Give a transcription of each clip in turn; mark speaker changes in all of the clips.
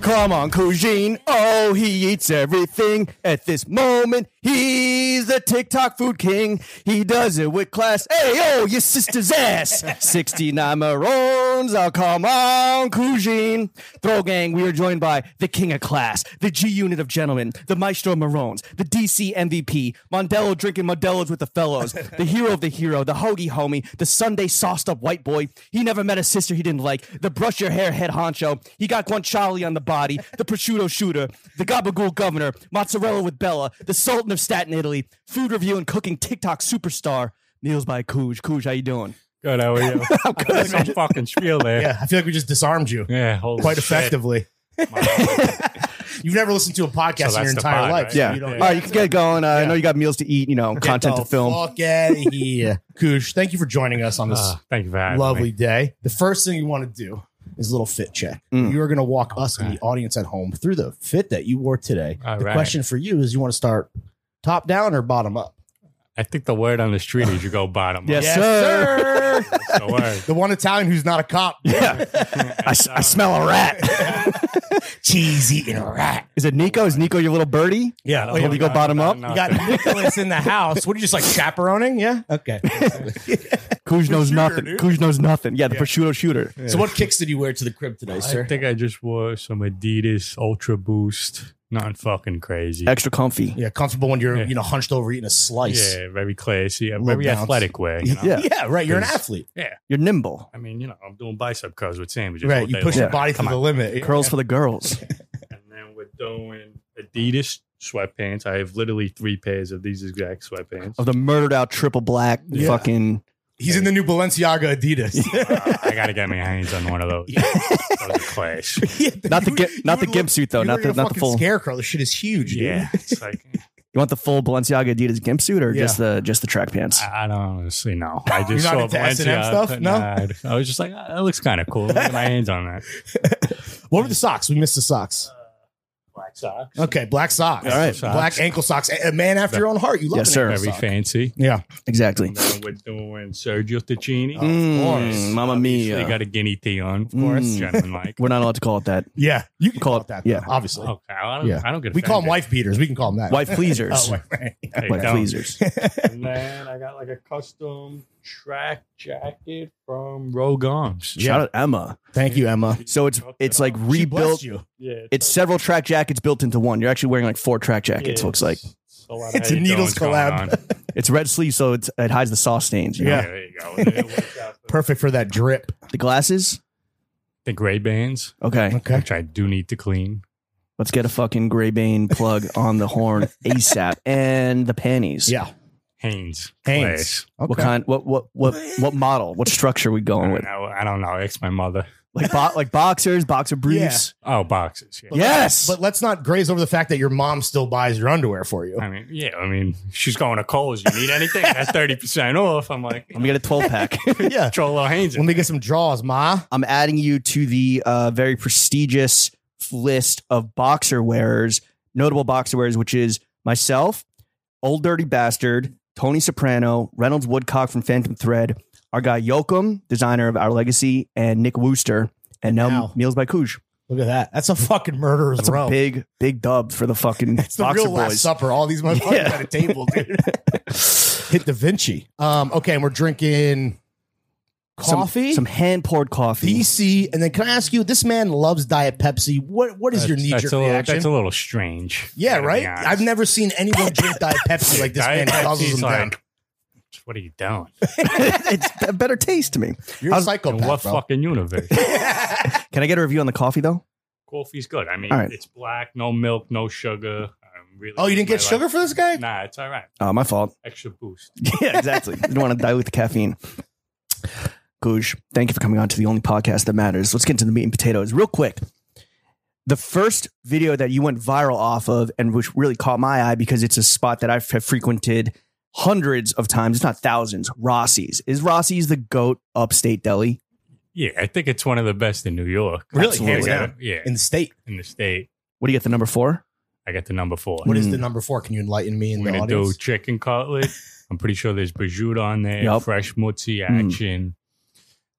Speaker 1: Come on, Kujin. Oh, he eats everything. At this moment, he's the TikTok food king. He does it with class. Hey, oh, your sister's ass. 69 Maroons. Oh, come on, Kujin. Throw gang, we are joined by the king of class, the G unit of gentlemen, the maestro Maroons, the DC MVP, Mondello drinking Modelo's with the fellows, the hero of the hero, the hoagie homie, the Sunday sauced up white boy. He never met a sister he didn't like, the brush your hair head honcho. He got guanciale on the body, the prosciutto shooter, the gabagool governor, mozzarella with Bella, the sultan of Staten Italy, food review and cooking TikTok superstar. Meals by Cooge. Cooge, how you doing?
Speaker 2: Good, how are you? I'm good. Some fucking spiel there. Yeah,
Speaker 3: Yeah, I feel like we just disarmed you
Speaker 2: holy
Speaker 3: quite
Speaker 2: shit.
Speaker 3: effectively. You've never listened to a podcast
Speaker 2: So
Speaker 3: in your
Speaker 2: that's the
Speaker 3: entire
Speaker 2: pod,
Speaker 3: life.
Speaker 2: right?
Speaker 3: so
Speaker 1: Yeah.
Speaker 3: you
Speaker 1: All
Speaker 3: don't-
Speaker 1: right, you can get going. Uh, I know you got meals to eat, you know, content
Speaker 3: Get
Speaker 1: to
Speaker 3: the
Speaker 1: film.
Speaker 3: Fuck out of here, Koosh. Thank you for joining us on this
Speaker 2: Uh, thank you for having
Speaker 3: lovely
Speaker 2: me.
Speaker 3: day. The first thing you want to do is a little fit check.
Speaker 1: Mm.
Speaker 3: You are going to walk us and the audience at home through the fit that you wore today.
Speaker 2: All
Speaker 3: the
Speaker 2: right.
Speaker 3: question for you is: You want to start top down or bottom up?
Speaker 2: I think the word on the street is you go bottom.
Speaker 1: Yes,
Speaker 2: up.
Speaker 1: sir.
Speaker 2: That's the word.
Speaker 3: The one Italian who's not a cop.
Speaker 1: Yeah. I, s- I smell a rat.
Speaker 3: Cheesy and rat.
Speaker 1: Is it Nico? Is Nico your little birdie?
Speaker 3: Yeah.
Speaker 2: I
Speaker 3: Oh,
Speaker 2: don't
Speaker 1: you go
Speaker 2: know,
Speaker 1: bottom up?
Speaker 2: no,
Speaker 3: you got
Speaker 2: no.
Speaker 3: Nicholas in the house. What are you just like chaperoning? Yeah. Okay.
Speaker 1: Cooge knows nothing.
Speaker 3: dude.
Speaker 1: Cooge knows nothing. Yeah, the prosciutto shooter.
Speaker 3: So what kicks did you wear to the crib today,
Speaker 2: I
Speaker 3: sir?
Speaker 2: think I just wore some Adidas Ultra Boost. Nothing fucking crazy.
Speaker 1: Extra comfy.
Speaker 3: Yeah, comfortable when you're
Speaker 2: Yeah.
Speaker 3: you know hunched over eating a slice.
Speaker 2: Yeah, very classy. A
Speaker 3: Little
Speaker 2: very
Speaker 3: bounce.
Speaker 2: athletic way. You know?
Speaker 1: Yeah.
Speaker 3: right. You're an
Speaker 2: Cause-
Speaker 3: athlete.
Speaker 2: Yeah.
Speaker 1: You're nimble.
Speaker 2: I mean, you know, I'm doing bicep curls with sandwiges. all
Speaker 3: Right, you
Speaker 2: day
Speaker 3: push
Speaker 2: long.
Speaker 3: your body
Speaker 2: Come
Speaker 3: to the
Speaker 2: on.
Speaker 3: limit.
Speaker 1: Curls for the girls.
Speaker 2: And then we're doing Adidas sweatpants. I have literally three pairs of these exact sweatpants.
Speaker 1: Of the murdered out triple black
Speaker 3: Yeah.
Speaker 1: fucking.
Speaker 3: He's in the new Balenciaga Adidas.
Speaker 2: Uh, I gotta get my hands on one of those. Those are class.
Speaker 1: Not the gi- not the gimp suit, though. Not the- not the full-
Speaker 3: scarecrow. This shit is huge. dude.
Speaker 2: Yeah, it's like
Speaker 1: You want the full Balenciaga Adidas gimp suit or
Speaker 3: Yeah. Ah.
Speaker 1: just the just the track pants?
Speaker 2: I I don't honestly know. I just
Speaker 3: You're
Speaker 2: saw
Speaker 3: not into S&M
Speaker 2: Balenciaga.
Speaker 3: stuff? No?
Speaker 2: Nah, I was just like, "Ah, that looks kind of cool. Look at my hands on that.
Speaker 3: What were the socks? We missed the socks.
Speaker 2: Black socks.
Speaker 3: Okay, black socks.
Speaker 1: All right.
Speaker 3: black ankle socks. A a man after your own heart. You love
Speaker 1: Yes,
Speaker 3: an
Speaker 1: sir.
Speaker 3: ankle
Speaker 2: Very
Speaker 3: sock.
Speaker 2: fancy.
Speaker 3: Yeah,
Speaker 1: Exactly.
Speaker 2: And then we're doing Sergio Ticini.
Speaker 1: Mm, Mamma
Speaker 2: Obviously,
Speaker 1: mia.
Speaker 2: got a guinea tee on, of
Speaker 1: course.
Speaker 2: Gentleman like.
Speaker 1: We're not allowed to call it that.
Speaker 3: yeah. You can
Speaker 1: Call
Speaker 3: call,
Speaker 1: it-
Speaker 3: it that. though,
Speaker 1: yeah. Oh,
Speaker 3: obviously.
Speaker 2: Okay, I don't,
Speaker 3: Yeah.
Speaker 2: I don't get.
Speaker 3: we call them
Speaker 2: offended.
Speaker 3: wife beaters. We can call them that.
Speaker 1: Wife pleasers.
Speaker 3: Oh, wife-
Speaker 2: Hey,
Speaker 1: Wife
Speaker 2: don't.
Speaker 1: pleasers.
Speaker 2: And then I got like a custom track jacket from Rogue Arms.
Speaker 1: Shout out Emma.
Speaker 3: Thank you, Emma.
Speaker 1: So it's it's like
Speaker 3: She
Speaker 1: rebuilt.
Speaker 3: blessed you.
Speaker 2: Yeah,
Speaker 1: It's several track jackets built into one. You're actually wearing like four track
Speaker 2: Yeah,
Speaker 1: jackets. Looks like
Speaker 2: it's a, lot of
Speaker 3: It's
Speaker 2: how
Speaker 3: a
Speaker 2: you
Speaker 3: Needles
Speaker 2: doing's going
Speaker 3: collab.
Speaker 2: on.
Speaker 1: it's red sleeve, so it's, it hides the sauce stains. you know?
Speaker 3: Yeah.
Speaker 2: there you go. It works out for-
Speaker 3: Perfect for that drip.
Speaker 1: The glasses.
Speaker 2: The gray bands,
Speaker 1: Okay.
Speaker 3: Okay.
Speaker 2: which I do need to clean.
Speaker 1: Let's get a fucking Gray Bane plug on the horn ASAP and the panties.
Speaker 3: Yeah.
Speaker 2: Hanes.
Speaker 3: Hanes.
Speaker 1: What
Speaker 3: Okay.
Speaker 1: kind? What what what what model? What structure we
Speaker 2: I
Speaker 1: going
Speaker 2: don't
Speaker 1: with?
Speaker 2: know. I don't know. It's my mother.
Speaker 1: Like bo- like boxers, boxer briefs.
Speaker 2: Oh, boxes. Yeah.
Speaker 1: Yes.
Speaker 3: But let's not graze over the fact that your mom still buys your underwear for you.
Speaker 2: I mean, yeah. I mean, she's going to Coles. You need anything? That's thirty percent off. I'm like,
Speaker 1: Let me get a twelve pack.
Speaker 3: yeah.
Speaker 2: control our Hanes.
Speaker 3: Let me get some draws, ma.
Speaker 1: I'm adding you to the uh, very prestigious list of boxer wearers, notable boxer wearers, which is myself, Old Dirty Bastard, Tony Soprano, Reynolds Woodcock from Phantom Thread, our guy Yoakum, designer of Our Legacy, and Nick Wooster, and now
Speaker 3: Wow.
Speaker 1: Meals by Cooge.
Speaker 3: Look at that. That's a fucking murderer's
Speaker 1: That's
Speaker 3: row.
Speaker 1: a big, big dub for the fucking
Speaker 3: it's the
Speaker 1: boxer
Speaker 3: real Last
Speaker 1: boys.
Speaker 3: Supper. All these motherfuckers
Speaker 1: Yeah.
Speaker 3: at a table, dude. Hit Da Vinci. Um, okay, and we're drinking
Speaker 1: Some-
Speaker 3: coffee,
Speaker 1: some, hand poured coffee.
Speaker 3: DC, and then can I ask you? This man loves Diet Pepsi. What What is your knee jerk
Speaker 2: that's a little,
Speaker 3: reaction?
Speaker 2: that's a little strange.
Speaker 3: yeah,
Speaker 2: gotta be
Speaker 3: right.
Speaker 2: honest.
Speaker 3: I've never seen anyone drink Diet Pepsi like this
Speaker 2: Diet
Speaker 3: man
Speaker 2: Pepsi's
Speaker 3: guzzles them down.
Speaker 2: like, What are you doing?
Speaker 1: it's a better taste to me.
Speaker 3: You're a
Speaker 1: how's-
Speaker 2: In
Speaker 3: psychopath,
Speaker 2: what
Speaker 3: bro.
Speaker 2: fucking universe?
Speaker 1: Can I get a review on the coffee though?
Speaker 2: Coffee's good. I mean,
Speaker 1: All right.
Speaker 2: it's black, no milk, no sugar. I'm really
Speaker 3: Oh, you didn't
Speaker 2: my
Speaker 3: get sugar
Speaker 2: life-
Speaker 3: for this guy?
Speaker 2: Nah, it's all right.
Speaker 1: Uh, my fault.
Speaker 2: Extra boost.
Speaker 1: yeah, exactly. You don't want to dilute the caffeine. Guj, thank you for coming on to the only podcast that matters. Let's get into the meat and potatoes real quick. The first video that you went viral off of, and which really caught my eye because it's a spot that I have frequented hundreds of times, if not thousands, Rossi's. Is Rossi's the goat upstate deli?
Speaker 2: Yeah, I think it's one of the best in New York.
Speaker 3: Really? Hands
Speaker 2: Yeah.
Speaker 3: down.
Speaker 2: yeah,
Speaker 3: in the state?
Speaker 2: in the state.
Speaker 1: What do you get? The number four?
Speaker 2: I got the number four.
Speaker 3: What is
Speaker 1: Mm.
Speaker 3: the number four? Can you enlighten me in
Speaker 2: We're
Speaker 3: the
Speaker 2: gonna
Speaker 3: audience?
Speaker 2: do chicken cutlet. I'm pretty sure there's prosciutto on there,
Speaker 1: Yup.
Speaker 2: fresh mozzi
Speaker 3: Hmm.
Speaker 1: Mm.
Speaker 2: action.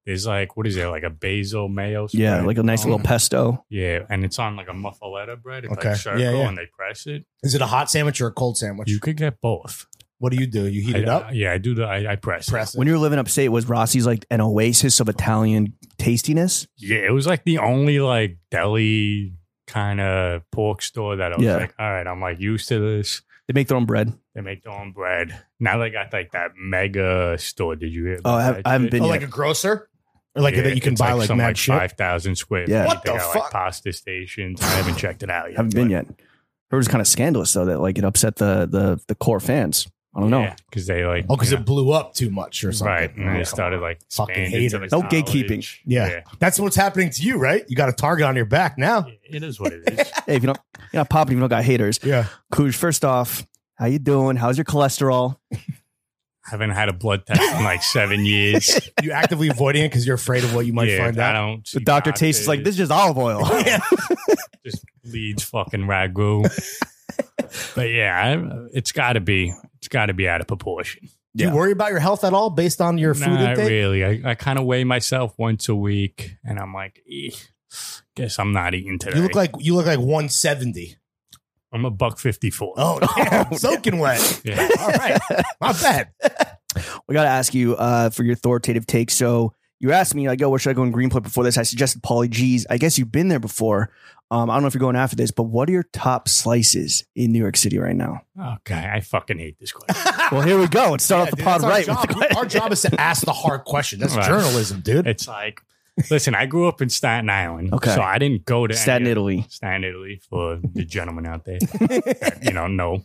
Speaker 2: There's like what is there like a basil mayo?
Speaker 1: Yeah,
Speaker 2: spread?
Speaker 1: like a nice little
Speaker 3: Mm.
Speaker 1: pesto.
Speaker 2: yeah, and it's on like a muffaletta bread. It's
Speaker 3: Okay.
Speaker 2: like circle
Speaker 3: Yeah, yeah.
Speaker 2: and they press it.
Speaker 3: Is it a hot sandwich or a cold sandwich?
Speaker 2: You could get both.
Speaker 3: what do you do? You heat
Speaker 2: I-
Speaker 3: it up,
Speaker 2: I- yeah, I do the I, I press. it.
Speaker 3: press it.
Speaker 1: When you were living upstate, was Rossi's like an oasis of Italian tastiness?
Speaker 2: Yeah, it was like the only like deli kind of pork store that I was
Speaker 1: Yeah.
Speaker 2: like, all right, I'm like used to this.
Speaker 1: They make their own bread.
Speaker 2: They make their own bread. Now they got like that mega store. Did you hear?
Speaker 1: Oh, I-
Speaker 2: about that
Speaker 1: I haven't
Speaker 2: shit?
Speaker 1: been
Speaker 3: oh,
Speaker 1: yeah.
Speaker 3: like a grocer, or like that you can
Speaker 2: it's
Speaker 3: buy like,
Speaker 2: some,
Speaker 3: mad
Speaker 2: like
Speaker 3: shit.
Speaker 2: five thousand square.
Speaker 1: Yeah.
Speaker 2: feet.
Speaker 3: What
Speaker 2: They
Speaker 3: the
Speaker 2: got,
Speaker 3: fuck?
Speaker 2: Like pasta stations. I haven't checked it out yet.
Speaker 1: Haven't been yet. Heard it was kind of scandalous though that like it upset the the the core fans. I don't know.
Speaker 2: because they like
Speaker 3: Oh, because
Speaker 2: you
Speaker 3: it blew up too much or
Speaker 2: know,
Speaker 3: something.
Speaker 2: right, and
Speaker 3: Oh,
Speaker 2: they
Speaker 3: come
Speaker 2: started
Speaker 3: on.
Speaker 2: like
Speaker 3: Fucking
Speaker 2: expanding to the
Speaker 3: haters.
Speaker 1: No gatekeeping.
Speaker 2: college.
Speaker 3: Yeah. That's what's happening to you, right? You got a target on your back now.
Speaker 2: Yeah, it is what it is.
Speaker 1: Hey, if you don't, you're not popping. If you don't got haters.
Speaker 3: Yeah.
Speaker 1: Cooge, first off, how you doing? How's your cholesterol?
Speaker 2: haven't had a blood test in like seven years.
Speaker 3: You actively avoiding it because you're afraid of what you might
Speaker 2: yeah,
Speaker 3: find
Speaker 2: I
Speaker 3: out.
Speaker 2: don't.
Speaker 1: The
Speaker 2: see
Speaker 1: doctor tastes
Speaker 2: doctors.
Speaker 1: like this is just olive oil.
Speaker 3: Yeah.
Speaker 2: just leads fucking ragu. but yeah, I, it's got to be it's got to be out of proportion.
Speaker 3: Do
Speaker 1: Yeah.
Speaker 3: you worry about your health at all based on your food
Speaker 2: Not
Speaker 3: intake?
Speaker 2: really. I, I kind of weigh myself once a week, and I'm like, eh, guess I'm not eating today.
Speaker 3: You look like you look like 170.
Speaker 2: I'm a buck fifty four.
Speaker 3: Oh, damn, soaking wet.
Speaker 2: Yeah.
Speaker 3: All right, my bad.
Speaker 1: We got to ask you uh, for your authoritative take. So you asked me, I go, where should I go in Greenpoint before this? I suggested Polly G's. I guess you've been there before. Um, I don't know if you're going after this, but what are your top slices in New York City right now?
Speaker 2: Okay, I fucking hate this question.
Speaker 1: Well, here we go. Let's start
Speaker 3: Ah!
Speaker 1: off
Speaker 3: Yeah,
Speaker 1: the
Speaker 3: dude,
Speaker 1: pod
Speaker 3: that's our
Speaker 1: right.
Speaker 3: job.
Speaker 1: with the question.
Speaker 3: our job is to ask the hard question. That's
Speaker 2: Right.
Speaker 3: journalism, dude.
Speaker 2: It's like, listen, I grew up in Staten Island,
Speaker 1: Okay.
Speaker 2: so I didn't go to any
Speaker 1: Staten,
Speaker 2: of-
Speaker 1: Italy.
Speaker 2: Staten Italy for the gentlemen out there, that, you know, no.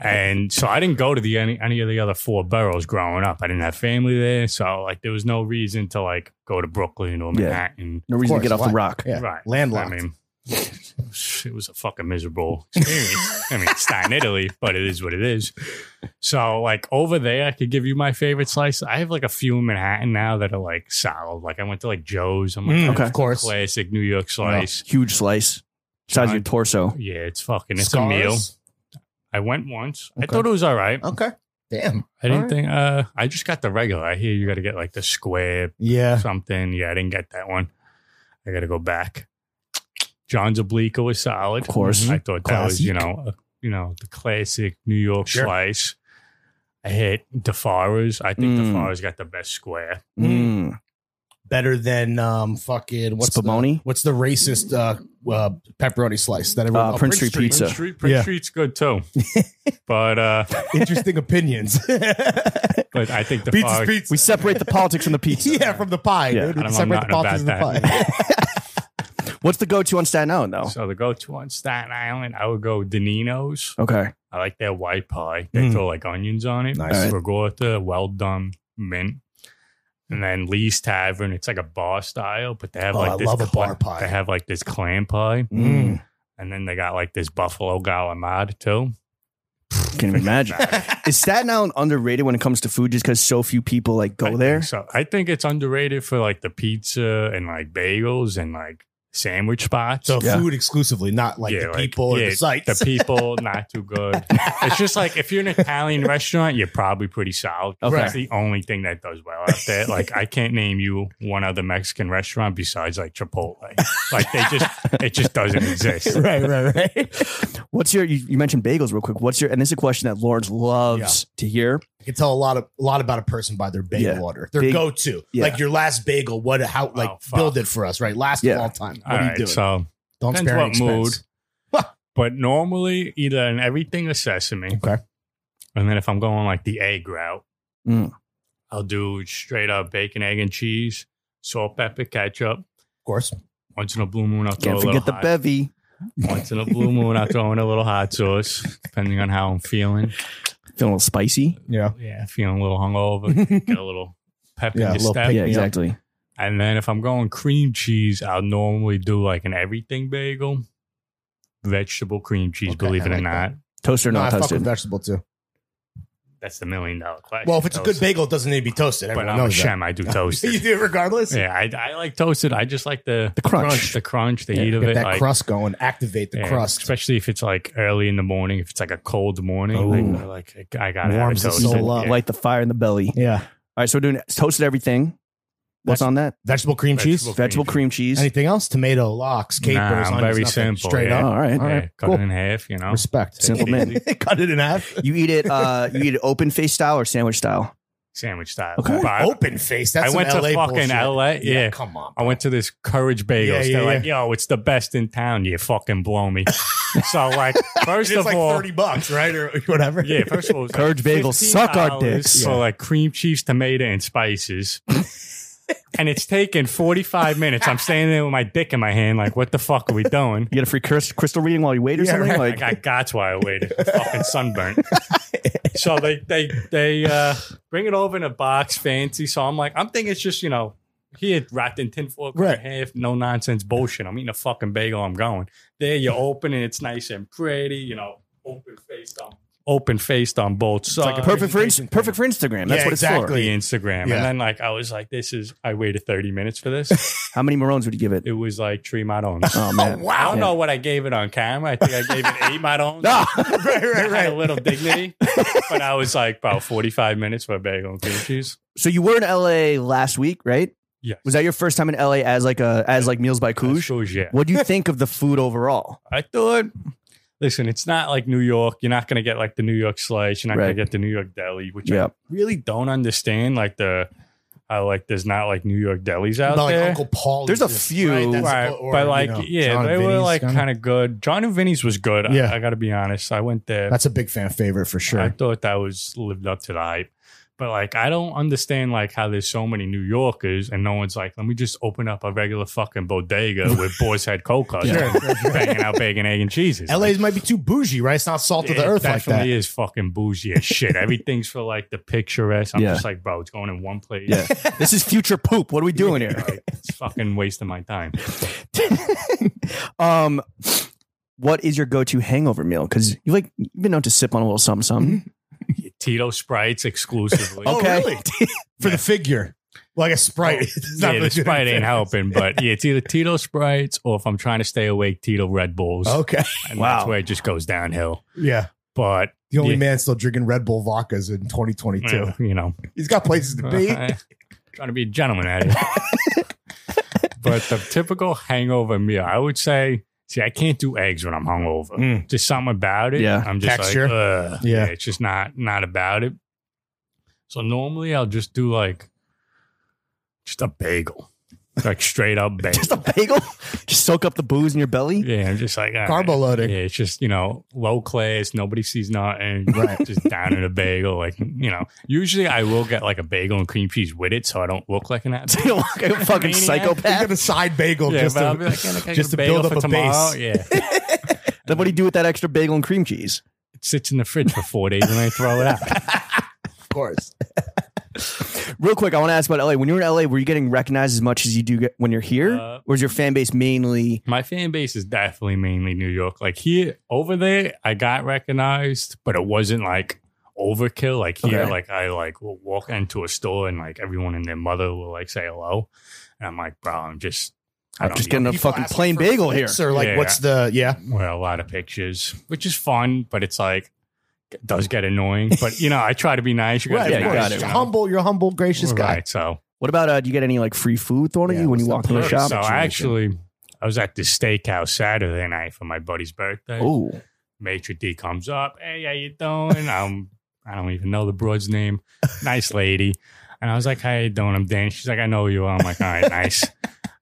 Speaker 2: And so I didn't go to the any any of the other four boroughs growing up. I didn't have family there, so like there was no reason to like go to Brooklyn or
Speaker 1: Yeah.
Speaker 2: Manhattan.
Speaker 1: No reason
Speaker 3: course,
Speaker 1: to get off
Speaker 3: why?
Speaker 1: the rock.
Speaker 3: Yeah,
Speaker 2: Right,
Speaker 3: landlocked.
Speaker 2: I mean, it was a fucking miserable experience. I mean, it's not in Italy, but it is what it is. So, like over there, I could give you my favorite slice. I have like a few in Manhattan now that are like solid. Like I went to like Joe's. I'm like,
Speaker 3: Mm,
Speaker 2: "That's
Speaker 1: okay.
Speaker 3: Of
Speaker 2: a
Speaker 3: course.
Speaker 2: classic New York slice.
Speaker 1: Huge slice. Size of your
Speaker 2: Giant.
Speaker 1: torso.
Speaker 2: Yeah, it's fucking. It's
Speaker 3: Scars?
Speaker 2: a meal. I went once. I
Speaker 3: Okay.
Speaker 2: thought it was all right.
Speaker 3: Okay. Damn.
Speaker 2: I didn't
Speaker 3: All right.
Speaker 2: think. Uh, I just got the regular. I hear you got to get like the square
Speaker 3: Yeah.
Speaker 2: something. Yeah, I didn't get that one. I got to go back. John's Oblique was solid. Mm-hmm.
Speaker 1: Of course.
Speaker 2: I thought that was, you
Speaker 3: Classic.
Speaker 2: know, uh, you know, the classic New York
Speaker 3: Sure.
Speaker 2: slice. I hit DeFara's. I think
Speaker 1: Mm.
Speaker 2: DeFara's got the best square.
Speaker 1: Mm.
Speaker 3: Better than um fucking what's the,
Speaker 1: Spumoni?
Speaker 3: what's the racist uh, uh pepperoni slice that everyone
Speaker 1: Uh, Prince Street Pizza.
Speaker 2: Street, Prince
Speaker 3: Yeah.
Speaker 2: Street's good too. but uh
Speaker 3: Interesting opinions.
Speaker 2: but I think
Speaker 3: Pizza's
Speaker 2: DeFara's
Speaker 3: pizza.
Speaker 1: We separate the politics from the pizza.
Speaker 3: yeah, from the pie.
Speaker 1: Yeah,
Speaker 3: dude.
Speaker 2: I
Speaker 3: We
Speaker 2: don't- I'm
Speaker 3: separate
Speaker 2: not
Speaker 3: the politics from the
Speaker 2: about
Speaker 3: pie.
Speaker 1: What's the go-to on Staten Island though?
Speaker 2: so the go-to on Staten Island, I would go Danino's.
Speaker 1: Okay.
Speaker 2: I like their white pie. They
Speaker 3: Mm.
Speaker 2: throw like onions on it.
Speaker 3: Nice.
Speaker 2: Regotta, well done, mint. And then Lee's Tavern. It's like a bar style, but they have
Speaker 3: Oh,
Speaker 2: like
Speaker 3: I
Speaker 2: this
Speaker 3: love a
Speaker 2: cla-
Speaker 3: bar pie. Hmm.
Speaker 2: They have like this clam pie.
Speaker 1: Mm.
Speaker 2: And then they got like this buffalo galamad too.
Speaker 1: Can't even imagine. Is Staten Island underrated when it comes to food just because so few people like
Speaker 2: I
Speaker 1: go
Speaker 2: think
Speaker 1: there?
Speaker 2: So I think it's underrated for like the pizza and like bagels and like sandwich spots.
Speaker 3: So
Speaker 1: Yeah.
Speaker 3: food exclusively, not like
Speaker 2: Yeah,
Speaker 3: the
Speaker 2: like-
Speaker 3: people or
Speaker 2: yeah,
Speaker 3: the sites.
Speaker 2: the people not too good. It's just like if you're an Italian restaurant, you're probably pretty solid.
Speaker 1: Okay.
Speaker 2: That's the only thing that does well out there. Like I can't name you one other Mexican restaurant besides like Chipotle. Like they just it just doesn't exist.
Speaker 3: right, right, right.
Speaker 1: What's your? You, you mentioned bagels real quick. What's your? And this is a question that Lawrence loves to hear.
Speaker 3: You can tell a lot of a lot about a person by their bagel
Speaker 1: Yeah.
Speaker 3: order, their
Speaker 1: Big-
Speaker 3: go to,
Speaker 1: yeah.
Speaker 3: like your last bagel. What? How? Like
Speaker 2: Oh, fuck.
Speaker 3: build it for us, right? Last
Speaker 1: Yeah.
Speaker 3: of all time. What
Speaker 2: All
Speaker 3: are you
Speaker 2: right,
Speaker 3: doing?
Speaker 2: so
Speaker 3: Don't
Speaker 2: depends
Speaker 3: spare
Speaker 2: what
Speaker 3: any
Speaker 2: mood.
Speaker 3: expense.
Speaker 2: But normally either an everything or sesame.
Speaker 3: Okay.
Speaker 2: And then if I'm going like the egg route,
Speaker 1: Mm.
Speaker 2: I'll do straight up bacon, egg, and cheese, salt, pepper, ketchup.
Speaker 3: Of course.
Speaker 2: Once in a blue moon, I'll throw
Speaker 1: Can't
Speaker 2: a little
Speaker 1: forget the
Speaker 2: hot
Speaker 1: bevy.
Speaker 2: Once in a blue moon, I throw in a little hot sauce, depending on how I'm feeling.
Speaker 1: Feeling a little spicy.
Speaker 3: Yeah.
Speaker 2: Yeah, feeling a little hungover, get a little pep
Speaker 3: Yeah,
Speaker 2: in
Speaker 3: a
Speaker 2: your
Speaker 3: little
Speaker 2: step.
Speaker 3: pick-
Speaker 1: Yeah,
Speaker 3: me
Speaker 1: exactly.
Speaker 2: And then if I'm going cream cheese, I'll normally do like an everything bagel, vegetable cream cheese,
Speaker 3: Okay,
Speaker 2: believe
Speaker 3: I
Speaker 2: it or
Speaker 3: like
Speaker 2: not.
Speaker 3: that.
Speaker 1: Toaster
Speaker 3: No, I
Speaker 1: not
Speaker 3: fuck with
Speaker 1: toasted.
Speaker 3: vegetable too.
Speaker 2: That's the million dollar question.
Speaker 3: Well, if it's a good
Speaker 2: Toast.
Speaker 3: bagel, it doesn't need to be toasted.
Speaker 2: but
Speaker 3: Everyone
Speaker 2: I'm a
Speaker 3: knows that.
Speaker 2: shem. I do toast.
Speaker 3: you do it regardless.
Speaker 2: yeah, I, I like toasted. I just like the
Speaker 1: The crunch.
Speaker 2: the crunch, the
Speaker 4: Yeah,
Speaker 2: heat of
Speaker 4: get
Speaker 2: it.
Speaker 4: that
Speaker 2: like,
Speaker 4: crust going, activate the
Speaker 2: yeah,
Speaker 4: crust.
Speaker 2: especially if it's like early in the morning. If it's like a cold morning, like, like, I got
Speaker 4: Warms the
Speaker 2: toast.
Speaker 4: soul
Speaker 1: Little, uh,
Speaker 2: Yeah.
Speaker 1: Light the fire in the belly. All
Speaker 4: Yeah,
Speaker 1: right, so we're doing toasted everything. What's on that?
Speaker 3: Vegetable cream cheese.
Speaker 2: Vegetable
Speaker 1: Vegetable cream cheese.
Speaker 4: anything else? Tomato, locks, capers,
Speaker 2: Nah, I'm
Speaker 4: onions,
Speaker 2: very
Speaker 4: nothing.
Speaker 2: simple,
Speaker 4: straight
Speaker 2: yeah.
Speaker 4: up.
Speaker 1: Oh, all right.
Speaker 2: Yeah,
Speaker 4: Alright,
Speaker 2: cut
Speaker 4: cool.
Speaker 2: it in half. You know,
Speaker 4: Respect.
Speaker 1: Simple man.
Speaker 3: Cut it in half.
Speaker 1: You eat it. Uh, you eat it open face style or sandwich style.
Speaker 2: sandwich style.
Speaker 1: Okay.
Speaker 2: But I-
Speaker 3: Open face. Oh,
Speaker 2: I
Speaker 3: That's some
Speaker 2: went to
Speaker 3: LA
Speaker 2: fucking
Speaker 3: bullshit.
Speaker 2: LA, yeah.
Speaker 3: come on.
Speaker 2: I went to this Courage Bagels.
Speaker 3: Yeah, yeah,
Speaker 2: They're like, yo, it's the best in town. You fucking blow me. so like, first
Speaker 3: It's
Speaker 2: of
Speaker 3: like
Speaker 2: all,
Speaker 3: thirty bucks, right, or whatever.
Speaker 2: yeah, first of all, it was like
Speaker 1: Courage Bagels suck our
Speaker 2: $15
Speaker 1: dicks.
Speaker 2: for like cream cheese, tomato, and spices. and it's taken 45 minutes. I'm standing there with my dick in my hand, like, what the fuck are we doing?
Speaker 1: You get a free crys- crystal reading while you wait or something.
Speaker 2: Like,
Speaker 1: Like,
Speaker 2: I got that's why I waited. fucking sunburnt. so they they they uh, bring it over in a box, fancy. So I'm like, I'm thinking it's just you know, he had wrapped in tinfoil
Speaker 3: Right.
Speaker 2: right. half, no nonsense bullshit. I'm eating a fucking bagel. I'm going there. You open it, it's nice and pretty. You know, open faced on open faced on both sides.
Speaker 1: perfect for
Speaker 3: presentation
Speaker 1: Inst- perfect for Instagram. That's
Speaker 3: Yeah,
Speaker 1: what it's
Speaker 3: exactly.
Speaker 2: the Instagram,
Speaker 3: Yeah.
Speaker 2: and then like I was like, this is. I waited 30 minutes for this.
Speaker 1: for. How many Maroons would you give it?
Speaker 2: it was like three Madons.
Speaker 1: Oh man.
Speaker 2: I
Speaker 1: Yeah.
Speaker 2: don't know what I gave it on camera. I think I gave it eight Madons.
Speaker 1: Ah!
Speaker 3: right, right,
Speaker 2: I had a
Speaker 3: right.
Speaker 2: little dignity, but I was like about 45 minutes for a bagel and cream cheese.
Speaker 1: so you were in LA last week, right?
Speaker 2: Yes.
Speaker 1: Was that your first time in LA as like a as like Meals by Couch?
Speaker 2: Sure, yeah.
Speaker 1: What do you think of the food overall?
Speaker 2: I thought, listen, it's not like New York. You're not going to get like the New York slice. You're not
Speaker 1: Right.
Speaker 2: going to get the New York deli, which
Speaker 1: Yeah.
Speaker 2: I really don't understand. Like the, how like there's not like New York delis out
Speaker 3: But like
Speaker 2: there.
Speaker 3: Uncle Paul.
Speaker 1: There's a
Speaker 3: exists,
Speaker 1: few,
Speaker 3: right? That's-
Speaker 2: Right,
Speaker 3: or,
Speaker 2: but
Speaker 3: you
Speaker 2: like,
Speaker 3: know,
Speaker 2: yeah,
Speaker 3: John
Speaker 2: they were
Speaker 3: Vinny's
Speaker 2: like
Speaker 3: kinda-
Speaker 2: kind of good. John and Vinny's was good.
Speaker 3: Yeah.
Speaker 2: I, I got to be honest. I went there.
Speaker 4: That's a big fan favorite for
Speaker 2: I
Speaker 4: sure.
Speaker 2: thought that was lived up to the hype. But like I don't understand like how there's so many New Yorkers and no one's like, let me just open up a regular fucking bodega with boar's head cold cuts
Speaker 3: Sure,
Speaker 2: banging out bacon, egg, and cheeses.
Speaker 3: LA's might be too bougie, right? It's not salt of the earth like
Speaker 2: definitely
Speaker 3: that.
Speaker 2: is fucking bougie as shit. Everything's for like the picturesque. I'm
Speaker 1: Yeah.
Speaker 2: just like, bro, it's going in one place.
Speaker 1: Yeah. this is future poop. What are we doing here?
Speaker 2: Like, it's fucking wasting my time.
Speaker 1: um what is your go-to hangover meal? Because you like you've been known to sip on a little something something.
Speaker 2: Tito Sprites exclusively.
Speaker 3: Mm-hmm. Oh,
Speaker 1: Okay.
Speaker 3: really? For the figure, like a sprite. It's not
Speaker 2: Oh, yeah,
Speaker 3: really
Speaker 2: the Sprite
Speaker 3: good.
Speaker 2: ain't helping, but yeah, it's either Tito Sprites or if I'm trying to stay awake, Tito Red Bulls.
Speaker 3: Okay.
Speaker 2: And
Speaker 1: Wow.
Speaker 2: that's where it just goes downhill.
Speaker 3: Yeah.
Speaker 2: But
Speaker 3: The only
Speaker 2: Yeah.
Speaker 3: man still drinking Red Bull vodkas in 2022.
Speaker 2: eh, you know,
Speaker 3: He's got places to be.
Speaker 2: trying to be a gentleman at it. but the typical hangover meal, I would say, see, I can't do eggs when I'm hungover.
Speaker 3: Mm.
Speaker 2: Just something about it.
Speaker 1: Yeah.
Speaker 2: I'm just
Speaker 3: Texture.
Speaker 2: like, Ugh.
Speaker 3: Yeah.
Speaker 2: yeah, it's just not not about it. So normally I'll just do like just a bagel, like straight up bagel.
Speaker 1: Just a bagel? Just soak up the booze in your belly?
Speaker 2: yeah, I'm just like all right.
Speaker 3: Carbo loading.
Speaker 2: Yeah, it's just you know low class. Nobody sees nothing.
Speaker 3: Right.
Speaker 2: Just down in a bagel, like you know. Usually, I will get like a bagel and cream cheese with it, so I don't look like an
Speaker 1: So you don't
Speaker 2: asshole.
Speaker 1: look like a fucking
Speaker 2: Maniac.
Speaker 3: You get
Speaker 1: psychopath.
Speaker 3: a side bagel
Speaker 2: Yeah,
Speaker 3: just
Speaker 2: but I'll
Speaker 3: to,
Speaker 2: be like, yeah, look, I got
Speaker 3: just to
Speaker 2: a bagel
Speaker 3: build up
Speaker 2: for
Speaker 3: a
Speaker 2: tomorrow.
Speaker 3: base.
Speaker 2: Yeah,
Speaker 1: Then what do you do with that extra bagel and cream cheese?
Speaker 2: it sits in the fridge for four days and I throw it out.
Speaker 3: Of course.
Speaker 1: Real quick, I want to ask about LA. When you were in LA, were you getting recognized as much as you do get when you're here?
Speaker 2: Uh,
Speaker 1: or is your fan base mainly
Speaker 2: My fan base is definitely mainly New York. Like here, over there, I got recognized, but it wasn't like overkill. Like here,
Speaker 1: Okay.
Speaker 2: like I like will walk into a store and like everyone and their mother will like say hello, and I'm like, bro, I'm just. I
Speaker 1: I'm
Speaker 2: don't
Speaker 1: just
Speaker 2: need
Speaker 1: getting a
Speaker 3: People
Speaker 1: fucking
Speaker 3: asking
Speaker 1: plain
Speaker 3: for
Speaker 1: bagel here?
Speaker 3: flips Or like,
Speaker 2: Yeah.
Speaker 3: what's the, yeah.
Speaker 2: where a lot of pictures, which is fun, but it's like it does get annoying. But you know, I try to be nice. You gotta
Speaker 3: Right.
Speaker 2: be
Speaker 1: yeah,
Speaker 3: of course.
Speaker 2: nice,
Speaker 1: got it.
Speaker 3: You're
Speaker 2: you know?
Speaker 3: humble. You're a humble, gracious guy.
Speaker 2: Right. So,
Speaker 1: What about uh, do you get any like free food thrown at
Speaker 3: Yeah,
Speaker 1: you when you
Speaker 3: what's
Speaker 1: walk in the shop?
Speaker 2: so I actually I was at this steakhouse Saturday night for my buddy's birthday.
Speaker 1: oh,
Speaker 2: Maitre D comes up. Hey, how you doing? I'm I don't even know the broad's name. Nice lady. And I was like, How you doing? I'm Dan. She's like, I know you are. I'm like, all right, nice.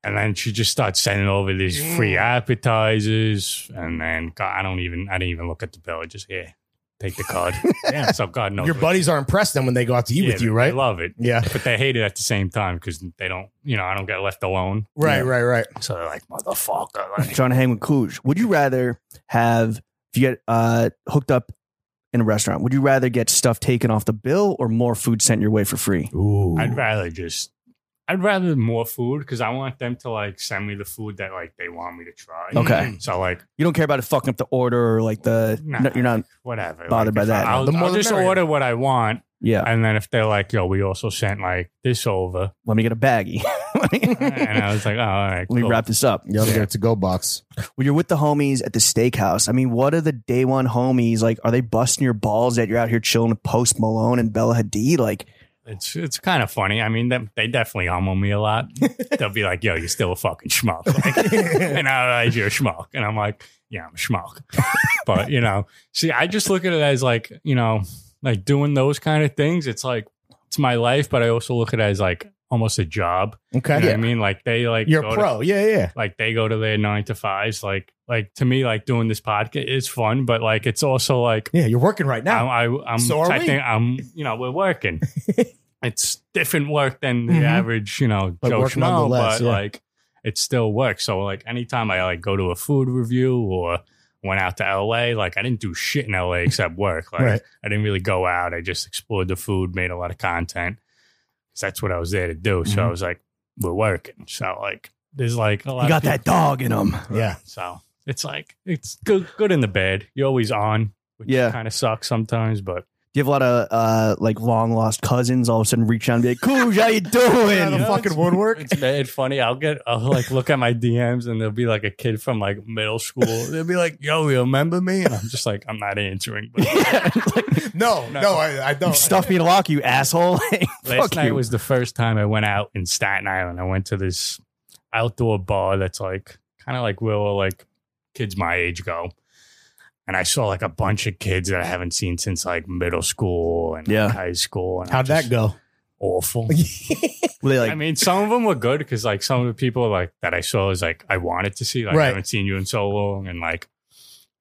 Speaker 2: And then she just starts sending over these
Speaker 3: Mm.
Speaker 2: free appetizers. And then God, I don't even I didn't even look at the bill. I just here, take the card.
Speaker 3: Damn.
Speaker 2: So God knows.
Speaker 3: Your
Speaker 2: what-
Speaker 3: buddies are impressed then when they go out to eat
Speaker 2: Yeah,
Speaker 3: with you,
Speaker 2: they-
Speaker 3: right?
Speaker 2: They love it.
Speaker 3: Yeah.
Speaker 2: But they hate it at the same time because they don't, you know, I don't get left alone.
Speaker 3: Right,
Speaker 1: Yeah.
Speaker 3: right, right.
Speaker 2: So they're like, motherfucker. Like,
Speaker 1: trying to hang with Cooge. Would you rather have if you get uh, hooked up in a restaurant? Would you rather get stuff taken off the bill or more food sent your way for free?
Speaker 3: Ooh.
Speaker 2: I'd rather just I'd rather more food because I want them to like send me the food that like they want me to try.
Speaker 1: Okay.
Speaker 2: So like
Speaker 1: You don't care about it fucking up the order or like the.
Speaker 2: Nah.
Speaker 1: no, you're not.
Speaker 2: whatever.
Speaker 1: Bothered
Speaker 2: Like,
Speaker 1: by
Speaker 2: if
Speaker 1: that.
Speaker 2: I- I'll,
Speaker 3: The more
Speaker 2: I'll
Speaker 3: the
Speaker 2: just
Speaker 3: merrier.
Speaker 2: order what I want,
Speaker 1: Yeah.
Speaker 2: and then if they're like, "Yo, we also sent like this over,"
Speaker 1: Let me get a baggie. Let me-
Speaker 2: and I was like, "Oh, all right,
Speaker 1: Let me
Speaker 2: cool.
Speaker 1: wrap this up.
Speaker 4: You gotta get a to go box.
Speaker 1: When you're with the homies at the steakhouse, I mean, what are the day one homies like? Are they busting your balls that you're out here chilling with Post Malone and Bella Hadid? Like,
Speaker 2: It's it's kind of funny. I mean, they, they definitely humble me a lot. They'll be like, "Yo, you're still a fucking schmuck," like, and I realize you're a schmuck, and I'm like, "Yeah, I'm a schmuck." but you know, see, I just look at it as like you know, like doing those kind of things. It's like it's my life, but I also look at it as like almost a job. You know
Speaker 3: Okay.
Speaker 2: what I mean, like they like
Speaker 3: You're
Speaker 2: go
Speaker 3: a
Speaker 2: to-
Speaker 3: pro. Yeah, yeah.
Speaker 2: like they go to their nine to fives. Like like to me, like doing this podcast is fun, but like it's also like
Speaker 3: Yeah, you're working right now.
Speaker 2: I'm, I, I'm
Speaker 3: So are
Speaker 2: typing-
Speaker 3: we.
Speaker 2: I'm, you know, we're working. it's different work than the
Speaker 3: Mhm.
Speaker 2: average, you know,
Speaker 4: But
Speaker 2: Joe
Speaker 4: work
Speaker 2: Schmo,
Speaker 4: nonetheless,
Speaker 2: but
Speaker 4: yeah.
Speaker 2: like it still works. So like anytime I like go to a food review or went out to LA, like I didn't do shit in LA except work. Like
Speaker 3: Right.
Speaker 2: I didn't really go out. I just explored the food, made a lot of content. 'Cause that's what I was there to do. So I was like, we're working. So like there's like a lot
Speaker 1: you got
Speaker 2: of
Speaker 1: that dog in them.
Speaker 3: yeah.
Speaker 2: so it's like it's good, good in the bed. You're always on, which
Speaker 1: Yeah.
Speaker 2: kind of sucks sometimes. But
Speaker 1: Do you have a lot of uh, like long lost cousins all of a sudden reach out and be like, Cooj, how you
Speaker 3: Out of
Speaker 1: doing?
Speaker 3: the fucking woodwork.
Speaker 2: it's mad funny. I'll get I'll like look at my DMs and there'll be like a kid from like middle school. They'll be like, "Yo, you remember me?" And I'm just like, "I'm not answering." But
Speaker 3: No, no, I, I
Speaker 2: Oh,
Speaker 3: don't.
Speaker 1: Stuff me in a lock, you asshole. Like,
Speaker 2: last
Speaker 1: Fuck
Speaker 2: night
Speaker 1: you.
Speaker 2: was the first time I went out in Staten Island. I went to this outdoor bar that's like kind of like where all, like kids my age go. And I saw like a bunch of kids that I haven't seen since like middle school and like,
Speaker 1: Yeah.
Speaker 2: high school. And I'm
Speaker 4: How'd that
Speaker 2: just
Speaker 4: go?
Speaker 2: Awful.
Speaker 1: Were they like,
Speaker 2: I mean, some of them were good because like some of the people like that I saw is like I wanted to see. Like I
Speaker 3: Right.
Speaker 2: haven't seen you in so long, and like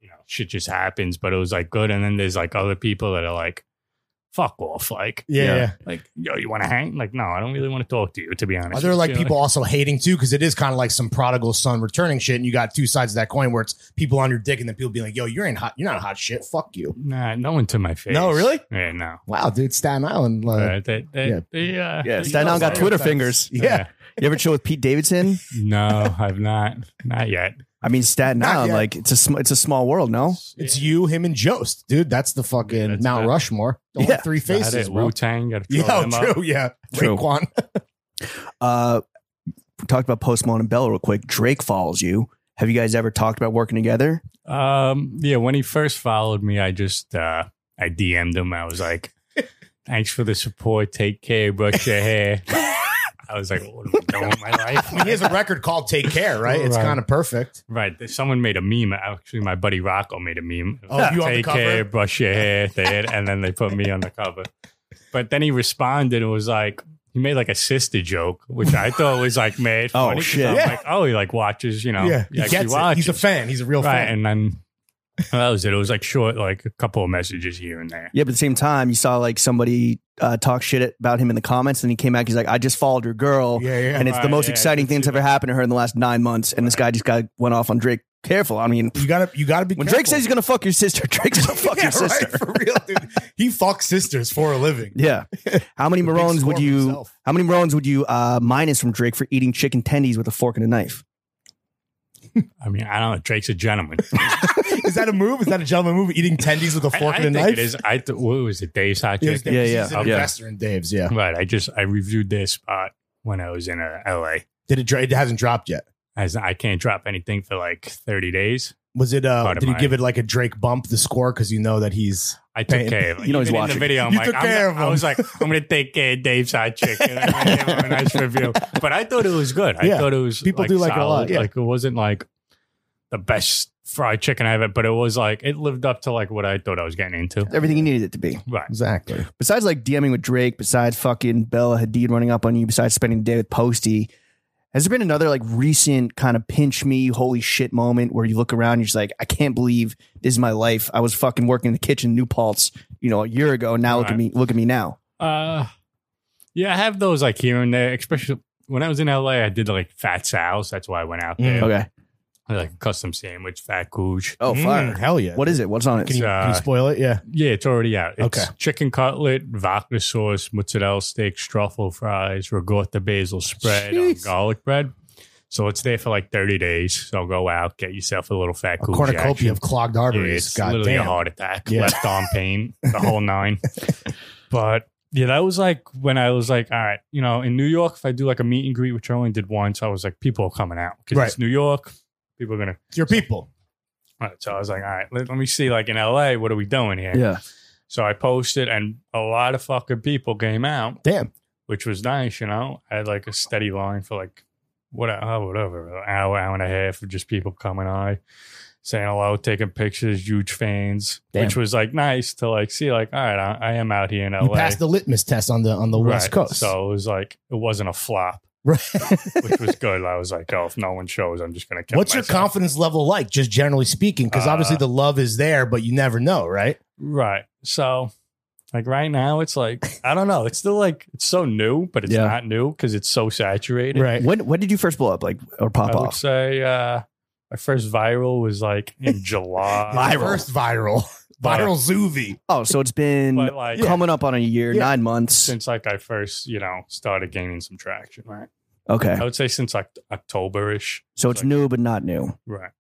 Speaker 2: you know, shit just happens. But it was like good, and then there's like other people that are like, "Fuck off!" Like,
Speaker 3: Yeah, yeah.
Speaker 2: like yo, you want to hang? Like, no, I don't really want to talk to you, to be honest.
Speaker 3: Are there like
Speaker 2: You know,
Speaker 3: people also hating too? Because it is kind of like some prodigal son returning shit, and you got two sides of that coin where it's people on your dick, and then people being like, "Yo, you ain't hot. You're not hot shit. Fuck you."
Speaker 2: Nah, no one to my face.
Speaker 3: No, really?
Speaker 2: Yeah, no.
Speaker 3: Wow, dude, Staten Island. Like,
Speaker 2: Uh, they, they,
Speaker 4: yeah.
Speaker 2: they, uh,
Speaker 1: yeah,
Speaker 2: they-
Speaker 1: Staten Island got
Speaker 3: Yeah.
Speaker 1: Twitter fingers.
Speaker 3: yeah.
Speaker 1: You ever chill with Pete Davidson?
Speaker 2: No, I've not, not yet.
Speaker 1: I mean, Staten
Speaker 3: Not
Speaker 1: Island,
Speaker 3: yet.
Speaker 1: like it's a sm- it's a small world, no?
Speaker 3: It's you, him, and Jost, dude. That's the fucking
Speaker 2: Yeah, that's
Speaker 3: Mount
Speaker 2: bad.
Speaker 3: Rushmore. Only
Speaker 1: Yeah.
Speaker 3: three faces, bro.
Speaker 2: Wu Tang. Got to
Speaker 3: Yeah,
Speaker 2: them up.
Speaker 3: true. Yeah,
Speaker 1: True.
Speaker 3: Raekwon.
Speaker 1: Uh, we talked about Post Malone and Bell real quick. Drake follows you. Have you guys ever talked about working together?
Speaker 2: Um, yeah, when he first followed me, I just uh I DM'd him. I was like, Thanks for the support, take care, brush your hair. I was like, "Oh, what am I doing with my
Speaker 3: I mean, he
Speaker 2: life?
Speaker 3: has a record called "Take Care," right? It's
Speaker 2: Right.
Speaker 3: kind of perfect.
Speaker 2: right. there- Someone made a meme. Actually, my buddy Rocco made a meme.
Speaker 3: Oh, you on the
Speaker 2: take
Speaker 3: cover?
Speaker 2: care, brush your hair, dad, and then they put me on the cover. But then he responded and was like, he made like a sister joke, which I thought was like made
Speaker 1: Oh,
Speaker 2: funny. 'cause
Speaker 1: shit.
Speaker 2: I'm
Speaker 3: Yeah.
Speaker 2: like, oh, he like watches, you know,
Speaker 3: he
Speaker 2: actually
Speaker 3: gets it. He's a
Speaker 2: watches.
Speaker 3: fan. He's a real
Speaker 2: right,
Speaker 3: fan.
Speaker 2: and then that was it. It was like short, like a couple of messages here and there.
Speaker 1: Yeah, but at the same time, you saw like somebody uh, talk shit about him in the comments, and he came back. He's like, "I just followed your girl,
Speaker 3: Yeah, yeah.
Speaker 1: and it's the
Speaker 2: Right,
Speaker 1: most
Speaker 2: yeah, I
Speaker 1: exciting
Speaker 2: can
Speaker 1: thing that's
Speaker 2: see
Speaker 1: ever happened to her in the last nine months." And this guy just got went off on Drake. Careful, I mean,
Speaker 3: you gotta, you gotta be.
Speaker 1: when
Speaker 3: careful.
Speaker 1: Drake says he's gonna fuck your sister, Drake's gonna fuck
Speaker 3: Yeah,
Speaker 1: your sister.
Speaker 3: Right, for real, dude. he fucks sisters for a living.
Speaker 1: Yeah. How many
Speaker 3: The big
Speaker 1: Maroons would
Speaker 3: score
Speaker 1: you?
Speaker 3: himself.
Speaker 1: How many Maroons would you uh, minus from Drake for eating chicken tendies with a fork and a knife?
Speaker 2: I mean, I don't know. Drake's a gentleman.
Speaker 3: Is that a move? Is that a gentleman move? Eating tendies with a
Speaker 2: I,
Speaker 3: fork
Speaker 2: I
Speaker 3: and a
Speaker 2: think
Speaker 3: knife?
Speaker 2: it is. I th- what was it? Dave's hot
Speaker 3: Yeah,
Speaker 2: chicken.
Speaker 1: Yeah, yeah,
Speaker 3: He's an
Speaker 1: yeah.
Speaker 3: investor in Dave's. Yeah.
Speaker 2: Right. I just I reviewed their spot when I was in uh, L.A.
Speaker 3: Did it? dra- It hasn't dropped yet.
Speaker 2: As I can't drop anything for like thirty days.
Speaker 3: Was it? Uh,
Speaker 2: Part of
Speaker 3: did you
Speaker 2: mine.
Speaker 3: give it like a Drake bump the score because you know that he's
Speaker 2: I took
Speaker 3: Hey,
Speaker 2: care of it.
Speaker 1: you know he's
Speaker 2: Even in
Speaker 1: watching.
Speaker 2: the video. I'm
Speaker 3: You
Speaker 2: like,
Speaker 3: took
Speaker 2: I'm
Speaker 3: care of
Speaker 2: I was
Speaker 3: him.
Speaker 2: like, I'm gonna take care of Dave's hot chicken. And I gave him a nice review, but I thought it was good. I
Speaker 3: Yeah.
Speaker 2: thought it was
Speaker 3: People do like it a lot,
Speaker 2: solid.
Speaker 3: yeah.
Speaker 2: Like it wasn't like the best fried chicken I've had, but it was like it lived up to like what I thought I was getting into.
Speaker 1: Everything you needed it to be.
Speaker 2: Right.
Speaker 3: exactly.
Speaker 1: Besides like DMing with Drake, besides fucking Bella Hadid running up on you, besides spending the day with Posty, has there been another like recent kind of pinch me, holy shit moment where you look around and you're just like, I can't believe this is my life. I was fucking working in the kitchen, in New Paltz, you know, a year ago. and Now look at
Speaker 2: Right.
Speaker 1: me, look at me now.
Speaker 2: Uh, yeah, I have those
Speaker 3: Mm.
Speaker 2: like here and there. Especially when I was in LA, I did like Fat Sal's. That's why I went out there.
Speaker 1: Okay.
Speaker 2: I like a custom sandwich, fat cooch.
Speaker 1: Oh, fire.
Speaker 3: Mm, hell yeah.
Speaker 1: What is it? What's on it?
Speaker 3: Can you,
Speaker 2: Uh,
Speaker 3: can you spoil it? Yeah.
Speaker 2: Yeah, it's already out. It's
Speaker 3: Okay.
Speaker 2: chicken cutlet, vodka sauce, mozzarella sticks, truffle fries, ricotta basil spread, on
Speaker 1: Jeez.
Speaker 2: garlic bread. So it's there for like 30 days. So go out, get yourself a little fat
Speaker 3: A
Speaker 2: cooch. action.
Speaker 3: cornucopia of clogged
Speaker 2: Yeah,
Speaker 3: arteries.
Speaker 2: it's
Speaker 3: God
Speaker 2: literally a
Speaker 3: damn.
Speaker 2: heart attack,
Speaker 3: Yeah.
Speaker 2: left arm pain, the whole nine. but yeah, that was like when I was like, all right, you know, in New York, if I do like a meet and greet, which I only did once, I was like, people are coming out because
Speaker 3: Right.
Speaker 2: it's New York. People are gonna.
Speaker 3: Your people.
Speaker 2: all right, So I was like, all right, let, let me see. Like in LA, what are we doing here?
Speaker 1: Yeah.
Speaker 2: So I posted, and a lot of fucking people came out,
Speaker 3: Damn.
Speaker 2: which was nice. You know, I had like a steady line for like what oh, whatever an hour, hour and a half of just people coming on, saying hello, taking pictures, huge fans,
Speaker 4: Damn.
Speaker 2: which was like nice to like see. Like, all right, I, I am out here in LA.
Speaker 3: You passed the litmus test on the on the West
Speaker 2: Right.
Speaker 3: Coast.
Speaker 2: so it was like it wasn't a flop,
Speaker 3: Right.
Speaker 2: which was good. I was like, oh, if no one shows, I'm just gonna. kill
Speaker 3: What's your
Speaker 2: myself.
Speaker 3: confidence level like, just generally speaking? Because obviously
Speaker 2: Uh,
Speaker 3: the love is there, but you never know, right?
Speaker 2: Right. So, like right now, it's like I don't know. It's still like it's so new, but it's
Speaker 1: Yeah.
Speaker 2: not new because it's so saturated.
Speaker 1: When when did you first blow up? Like or pop
Speaker 2: I would
Speaker 1: off?
Speaker 2: say uh, my first viral was like in July.
Speaker 1: Viral.
Speaker 3: First viral.
Speaker 2: But-
Speaker 3: Viral Zuvi.
Speaker 1: Oh, so it's been
Speaker 2: but like
Speaker 1: coming up on a year,
Speaker 3: Yeah.
Speaker 1: nine months.
Speaker 2: since like I first you know started gaining some traction. Right.
Speaker 1: okay,
Speaker 2: I would say since like October ish.
Speaker 1: so it's
Speaker 2: like-
Speaker 1: new but not new.
Speaker 2: Right.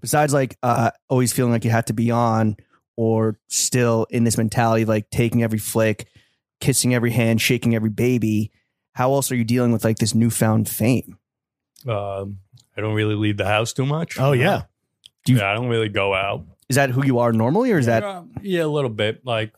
Speaker 1: Besides, like uh, always feeling like you had to be on or still in this mentality, of, like taking every flick, kissing every hand, shaking every baby. How else are you dealing with like this newfound fame?
Speaker 2: Um, I don't really leave the house too much.
Speaker 3: Oh yeah.
Speaker 1: Do you-
Speaker 2: yeah, I don't really go out.
Speaker 1: Is that who you are normally, or is that
Speaker 2: Yeah, yeah, a little bit. Like,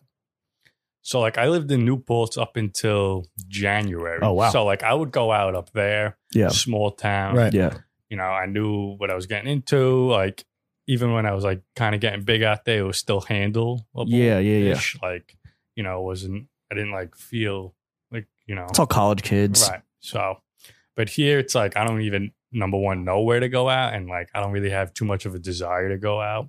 Speaker 2: so like I lived in Newport up until January.
Speaker 3: Oh, wow.
Speaker 2: So like I would go out up there,
Speaker 1: yeah,
Speaker 2: small town.
Speaker 3: Right.
Speaker 1: yeah,
Speaker 2: You know, I knew what I was getting into. Like even when I was like kind of getting big out there, it was still handle.
Speaker 1: yeah, yeah, yeah?
Speaker 2: Like you know, it wasn't I didn't like feel like you know
Speaker 1: It's all college kids.
Speaker 2: right. So, but here it's like I don't even number one know where to go out, and like I don't really have too much of a desire to go out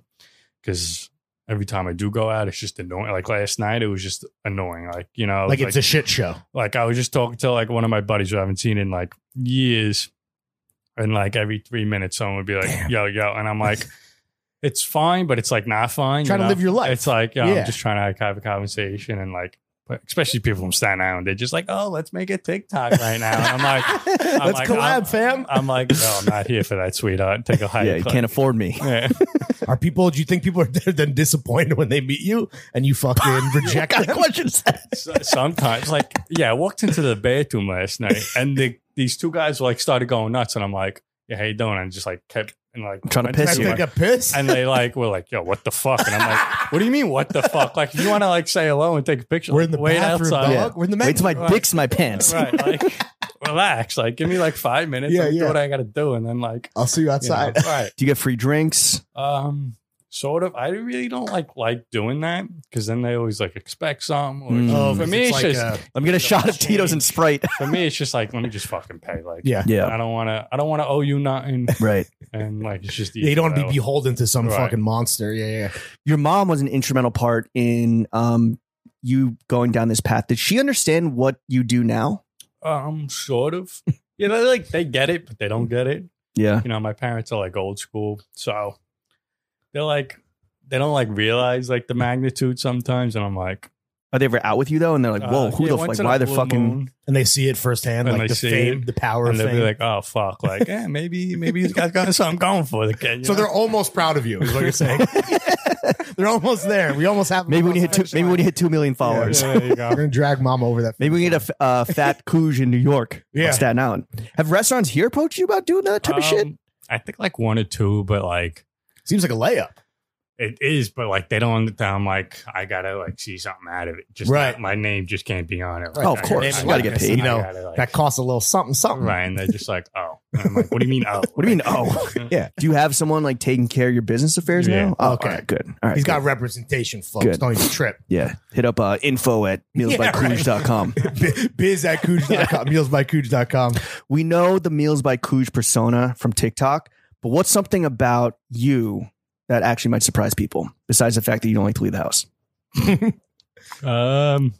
Speaker 2: because every time I do go out, it's just annoying. Like last night, it was just annoying. Like you know,
Speaker 3: Like
Speaker 2: like,
Speaker 3: it's a shit show.
Speaker 2: like I was just talking to like one of my buddies who I haven't seen in like years, and like every three minutes, someone would be like, "Yo, yo," and I'm like. It's fine, but it's like not fine.
Speaker 3: Trying
Speaker 2: you
Speaker 3: to
Speaker 2: know?
Speaker 3: live your life.
Speaker 2: It's like yeah,
Speaker 3: Yeah.
Speaker 2: I'm just trying to like, have a conversation and like, but especially people from Staten Island, they're just like, "Oh, let's make a TikTok right now." And I'm like, I'm
Speaker 3: Let's
Speaker 2: like,
Speaker 3: collab,
Speaker 2: I'm-
Speaker 3: fam.
Speaker 2: I'm like, no, I'm not here for that, sweetheart. Take a hike.
Speaker 1: Yeah, you can't afford me.
Speaker 2: Yeah.
Speaker 3: Are people? Do you think people are then disappointed when they meet you and you fucking reject
Speaker 1: kind
Speaker 3: the
Speaker 1: of question is that?
Speaker 2: So- Sometimes, like, yeah, I walked into the bathroom last night, and the, these two guys like started going nuts, and I'm like, "Yeah, how you doing?" And just like kept and like
Speaker 1: trying to
Speaker 2: went
Speaker 1: piss
Speaker 2: back
Speaker 1: you.
Speaker 2: my-
Speaker 3: Take a piss.
Speaker 2: and they like were like, "Yo, what the fuck?" And I'm like, "What do you mean, what the fuck? Like, if you want to like say hello and take a picture,
Speaker 3: We're in the
Speaker 2: wait
Speaker 3: bathroom,
Speaker 2: outside,
Speaker 3: dog. We're in the
Speaker 1: Wait till my
Speaker 3: men's
Speaker 2: Right.
Speaker 1: dick's in my pants.
Speaker 2: right? Like, relax. Like, give me like five minutes.
Speaker 3: Yeah,
Speaker 2: Yeah,
Speaker 3: yeah.
Speaker 2: Do what I got to do, and then like,
Speaker 3: I'll see
Speaker 2: you
Speaker 3: you
Speaker 2: know,
Speaker 3: outside.
Speaker 2: right.
Speaker 1: Do you get free drinks?
Speaker 2: Um, sort of. I really don't like like doing that because then they always like expect some. Or
Speaker 1: Mm.
Speaker 3: Oh,
Speaker 2: for
Speaker 3: 'cause
Speaker 2: me, it's,
Speaker 3: like
Speaker 2: just
Speaker 3: a-
Speaker 1: Let me get a
Speaker 2: Yeah,
Speaker 1: shot of
Speaker 2: change.
Speaker 1: Tito's and Sprite.
Speaker 2: for me, it's just like let me just fucking pay. Like,
Speaker 3: yeah.
Speaker 1: Yeah,
Speaker 2: I don't want to. I don't want to owe you nothing,
Speaker 1: right.
Speaker 2: and like it's just
Speaker 3: Yeah, you don't want to
Speaker 2: that
Speaker 3: be
Speaker 2: way.
Speaker 3: beholden to some
Speaker 2: Right.
Speaker 3: fucking monster. Yeah, yeah.
Speaker 1: Your mom was an instrumental part in um you going down this path. Did she understand what you do now?
Speaker 2: Um, sort of. You know, like they get it, but they don't get it.
Speaker 1: Yeah.
Speaker 2: You know, my parents are like old school, so they're like they don't like realize like the magnitude sometimes, and I'm like,
Speaker 1: Are they ever out with you though? And they're like, "Whoa,
Speaker 2: uh,
Speaker 1: who
Speaker 2: yeah,
Speaker 1: the
Speaker 2: once
Speaker 1: fuck?
Speaker 2: in a
Speaker 1: Why they're
Speaker 2: blue
Speaker 1: fucking?"
Speaker 2: moon,
Speaker 3: And they see it firsthand,
Speaker 2: And they
Speaker 3: like the
Speaker 2: see
Speaker 3: fame,
Speaker 2: it,
Speaker 3: the power
Speaker 2: and
Speaker 3: of
Speaker 2: they'll
Speaker 3: fame.
Speaker 2: be like, oh fuck, like eh, maybe maybe this guy's got something going for the kid. you
Speaker 3: so
Speaker 2: know?
Speaker 3: they're almost proud of you, is what you're saying. they're almost there. We almost have.
Speaker 1: Maybe when you hit two, maybe when you hit two million followers.
Speaker 2: Yeah, there you
Speaker 3: we're
Speaker 2: go.
Speaker 3: gonna drag mom over that.
Speaker 1: Maybe we need a f- uh, fat couge in New York,
Speaker 3: Yeah.
Speaker 1: on Staten Island. Have restaurants here approached you about doing that type of shit?
Speaker 2: Um, I think like one or two, but like
Speaker 3: Seems like a layup.
Speaker 2: it is, but like they don't. I'm like, I gotta like see something out of it. Just
Speaker 3: Right.
Speaker 2: my name just can't be on it. Like,
Speaker 1: Oh, of
Speaker 2: I-
Speaker 1: course.
Speaker 2: I
Speaker 1: You gotta get paid.
Speaker 3: You know,
Speaker 2: I gotta, like-
Speaker 3: That costs a little something, something.
Speaker 2: right, and they're just like, oh, and I'm like, what do you mean? Oh,
Speaker 1: What do you mean? Oh,
Speaker 3: Yeah.
Speaker 1: Do you have someone like taking care of your business affairs
Speaker 2: Yeah.
Speaker 1: now? Oh,
Speaker 3: Okay.
Speaker 1: all right, good. All right,
Speaker 3: He's
Speaker 1: good.
Speaker 3: got representation, folks.
Speaker 1: Good.
Speaker 3: Don't even trip.
Speaker 1: Yeah. Hit up uh, info at mealsbycooge.com.
Speaker 3: B- Biz at cooge.com, mealsbycooge.com.
Speaker 1: we know the Meals by Cooge persona from TikTok, but what's something about you that actually might surprise people besides the fact that you don't like to leave the house? oh?
Speaker 2: Um,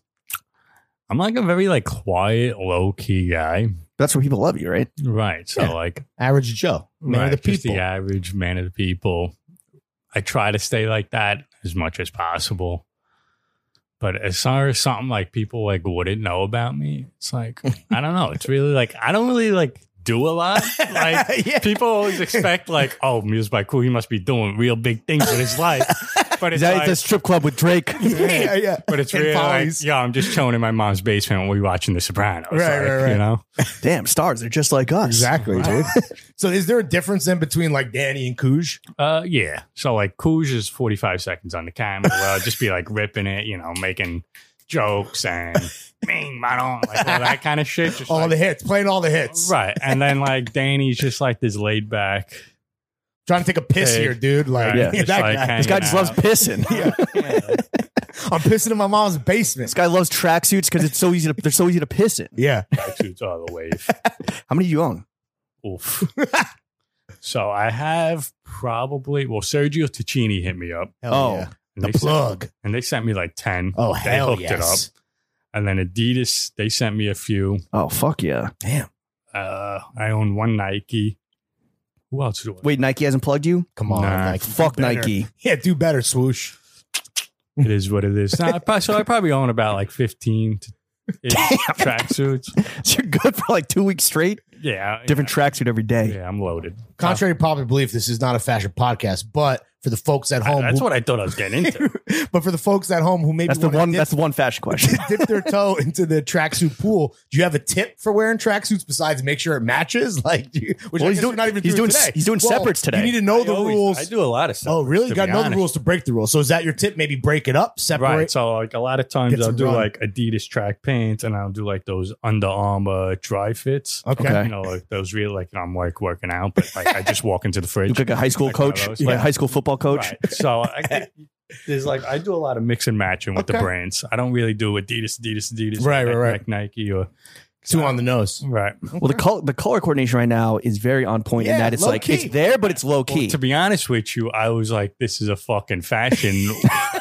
Speaker 2: I'm like a very like quiet, low key guy.
Speaker 1: That's where people love you, right?
Speaker 2: Right. So
Speaker 4: Yeah.
Speaker 2: like
Speaker 4: Average Joe, man
Speaker 2: right,
Speaker 4: of the
Speaker 2: just
Speaker 4: people.
Speaker 2: the average man of the people. I try to stay like that as much as possible. But as far as something like people like wouldn't know about me, it's like I don't know. It's really like I don't really like do a lot. Like
Speaker 1: yeah.
Speaker 2: people always expect like, oh, Muse by Cool, he must be doing real big things with his life. But
Speaker 1: Is
Speaker 2: it's
Speaker 1: that
Speaker 2: like,
Speaker 1: the strip club with Drake?
Speaker 4: yeah, yeah.
Speaker 2: but it's
Speaker 4: and
Speaker 2: really like,
Speaker 4: Polly's.
Speaker 2: yeah, I'm just chilling in my mom's basement when we watching The Sopranos.
Speaker 4: Right,
Speaker 2: like,
Speaker 4: right, right.
Speaker 2: You know,
Speaker 1: Damn, stars. They're just like us.
Speaker 4: Exactly, dude.
Speaker 3: So is there a difference then between like Danny and Cooge?
Speaker 2: Uh, yeah. So like, Cooge is 45 seconds on the camera. Well, just be like ripping it, you know, making jokes and ming, madon, like all that kind of shit. Just
Speaker 3: All
Speaker 2: like,
Speaker 3: the hits, playing all the hits.
Speaker 2: right. And then like Danny's just like this laid back.
Speaker 3: Trying to take a piss
Speaker 2: Hey.
Speaker 3: here, dude. Like
Speaker 2: Right,
Speaker 3: yeah,
Speaker 2: just
Speaker 3: that
Speaker 2: like
Speaker 3: guy.
Speaker 1: This guy
Speaker 2: hanging
Speaker 1: just
Speaker 2: out.
Speaker 1: loves pissing.
Speaker 3: I'm pissing in my mom's
Speaker 1: This
Speaker 3: basement.
Speaker 1: guy loves tracksuits because it's so easy to. They're so easy to piss in.
Speaker 3: Yeah.
Speaker 2: Tracksuits all the wave.
Speaker 1: How many do you own?
Speaker 2: Oof. so I have probably well, Sergio Ticini hit me up.
Speaker 3: Hell
Speaker 1: Oh.
Speaker 3: yeah.
Speaker 2: And they
Speaker 3: the
Speaker 2: sent,
Speaker 3: plug.
Speaker 2: and they sent me like ten.
Speaker 3: Oh
Speaker 2: they
Speaker 3: hell
Speaker 2: hooked it
Speaker 3: yes.
Speaker 2: And then Adidas, they sent me a few.
Speaker 1: Oh fuck yeah!
Speaker 2: Uh, I own one Nike. Who else? Do I
Speaker 1: Wait, Nike hasn't plugged you?
Speaker 3: Come on,
Speaker 2: Nah,
Speaker 3: Nike.
Speaker 1: Fuck
Speaker 3: Do better.
Speaker 1: Nike.
Speaker 3: Yeah, do better, swoosh.
Speaker 2: It is what it is. Nah, I prob- so I probably own about like fifteen to ish tracksuits.
Speaker 1: You're good for like two weeks straight.
Speaker 2: Yeah,
Speaker 1: Different tracksuit every
Speaker 2: Yeah,
Speaker 1: day.
Speaker 2: yeah, I'm loaded.
Speaker 3: Contrary to popular belief, this is not a fashion podcast, but for the folks at home,
Speaker 2: That's
Speaker 3: who-
Speaker 2: what I thought I was getting into.
Speaker 3: but for the folks at home who maybe
Speaker 1: That's the
Speaker 3: wanna
Speaker 1: one.
Speaker 3: dip,
Speaker 1: That's the one fashion question.
Speaker 3: dip their toe into the tracksuit pool, do you have a tip for wearing tracksuits besides make sure it matches? Like, do you, which
Speaker 1: Well,
Speaker 3: I
Speaker 1: he's
Speaker 3: guess
Speaker 1: doing-
Speaker 3: you're not even
Speaker 1: he's
Speaker 3: doing,
Speaker 1: doing-
Speaker 3: today.
Speaker 1: he's doing separates today.
Speaker 3: You need to know
Speaker 2: I
Speaker 3: the
Speaker 2: always-
Speaker 3: rules.
Speaker 2: I do a lot of stuff.
Speaker 3: Oh, really? You
Speaker 2: to
Speaker 3: got
Speaker 2: be
Speaker 3: to know the
Speaker 2: honest.
Speaker 3: rules to break the rules. So is that your tip? Maybe break it up, separate.
Speaker 2: Right. So like a lot of times
Speaker 3: Get
Speaker 2: I'll
Speaker 3: some
Speaker 2: do
Speaker 3: run.
Speaker 2: like Adidas track pants and I'll do like those Under Armour dry fits.
Speaker 3: Okay.
Speaker 1: Okay.
Speaker 2: You know, like those really like you know, I'm like working out, but like I just walk into the
Speaker 1: You
Speaker 2: fridge.
Speaker 1: look like a high school
Speaker 2: Like one of
Speaker 1: coach,
Speaker 2: those.
Speaker 1: like a
Speaker 2: Yeah.
Speaker 1: high school football coach.
Speaker 2: Right. So I think there's like I do a lot of mix and matching with
Speaker 3: Okay.
Speaker 2: the brands. I don't really do Adidas, Adidas, Adidas,
Speaker 3: Right,
Speaker 2: Nike,
Speaker 3: right, right.
Speaker 2: Nike, Nike or
Speaker 3: Two on the nose.
Speaker 2: right.
Speaker 1: Well, the color, the color coordination right now is very on point in
Speaker 3: Yeah,
Speaker 1: that it's
Speaker 3: low
Speaker 1: like
Speaker 3: key.
Speaker 1: it's there, but it's low key.
Speaker 2: To be honest with you, I was like, this is a fucking fashion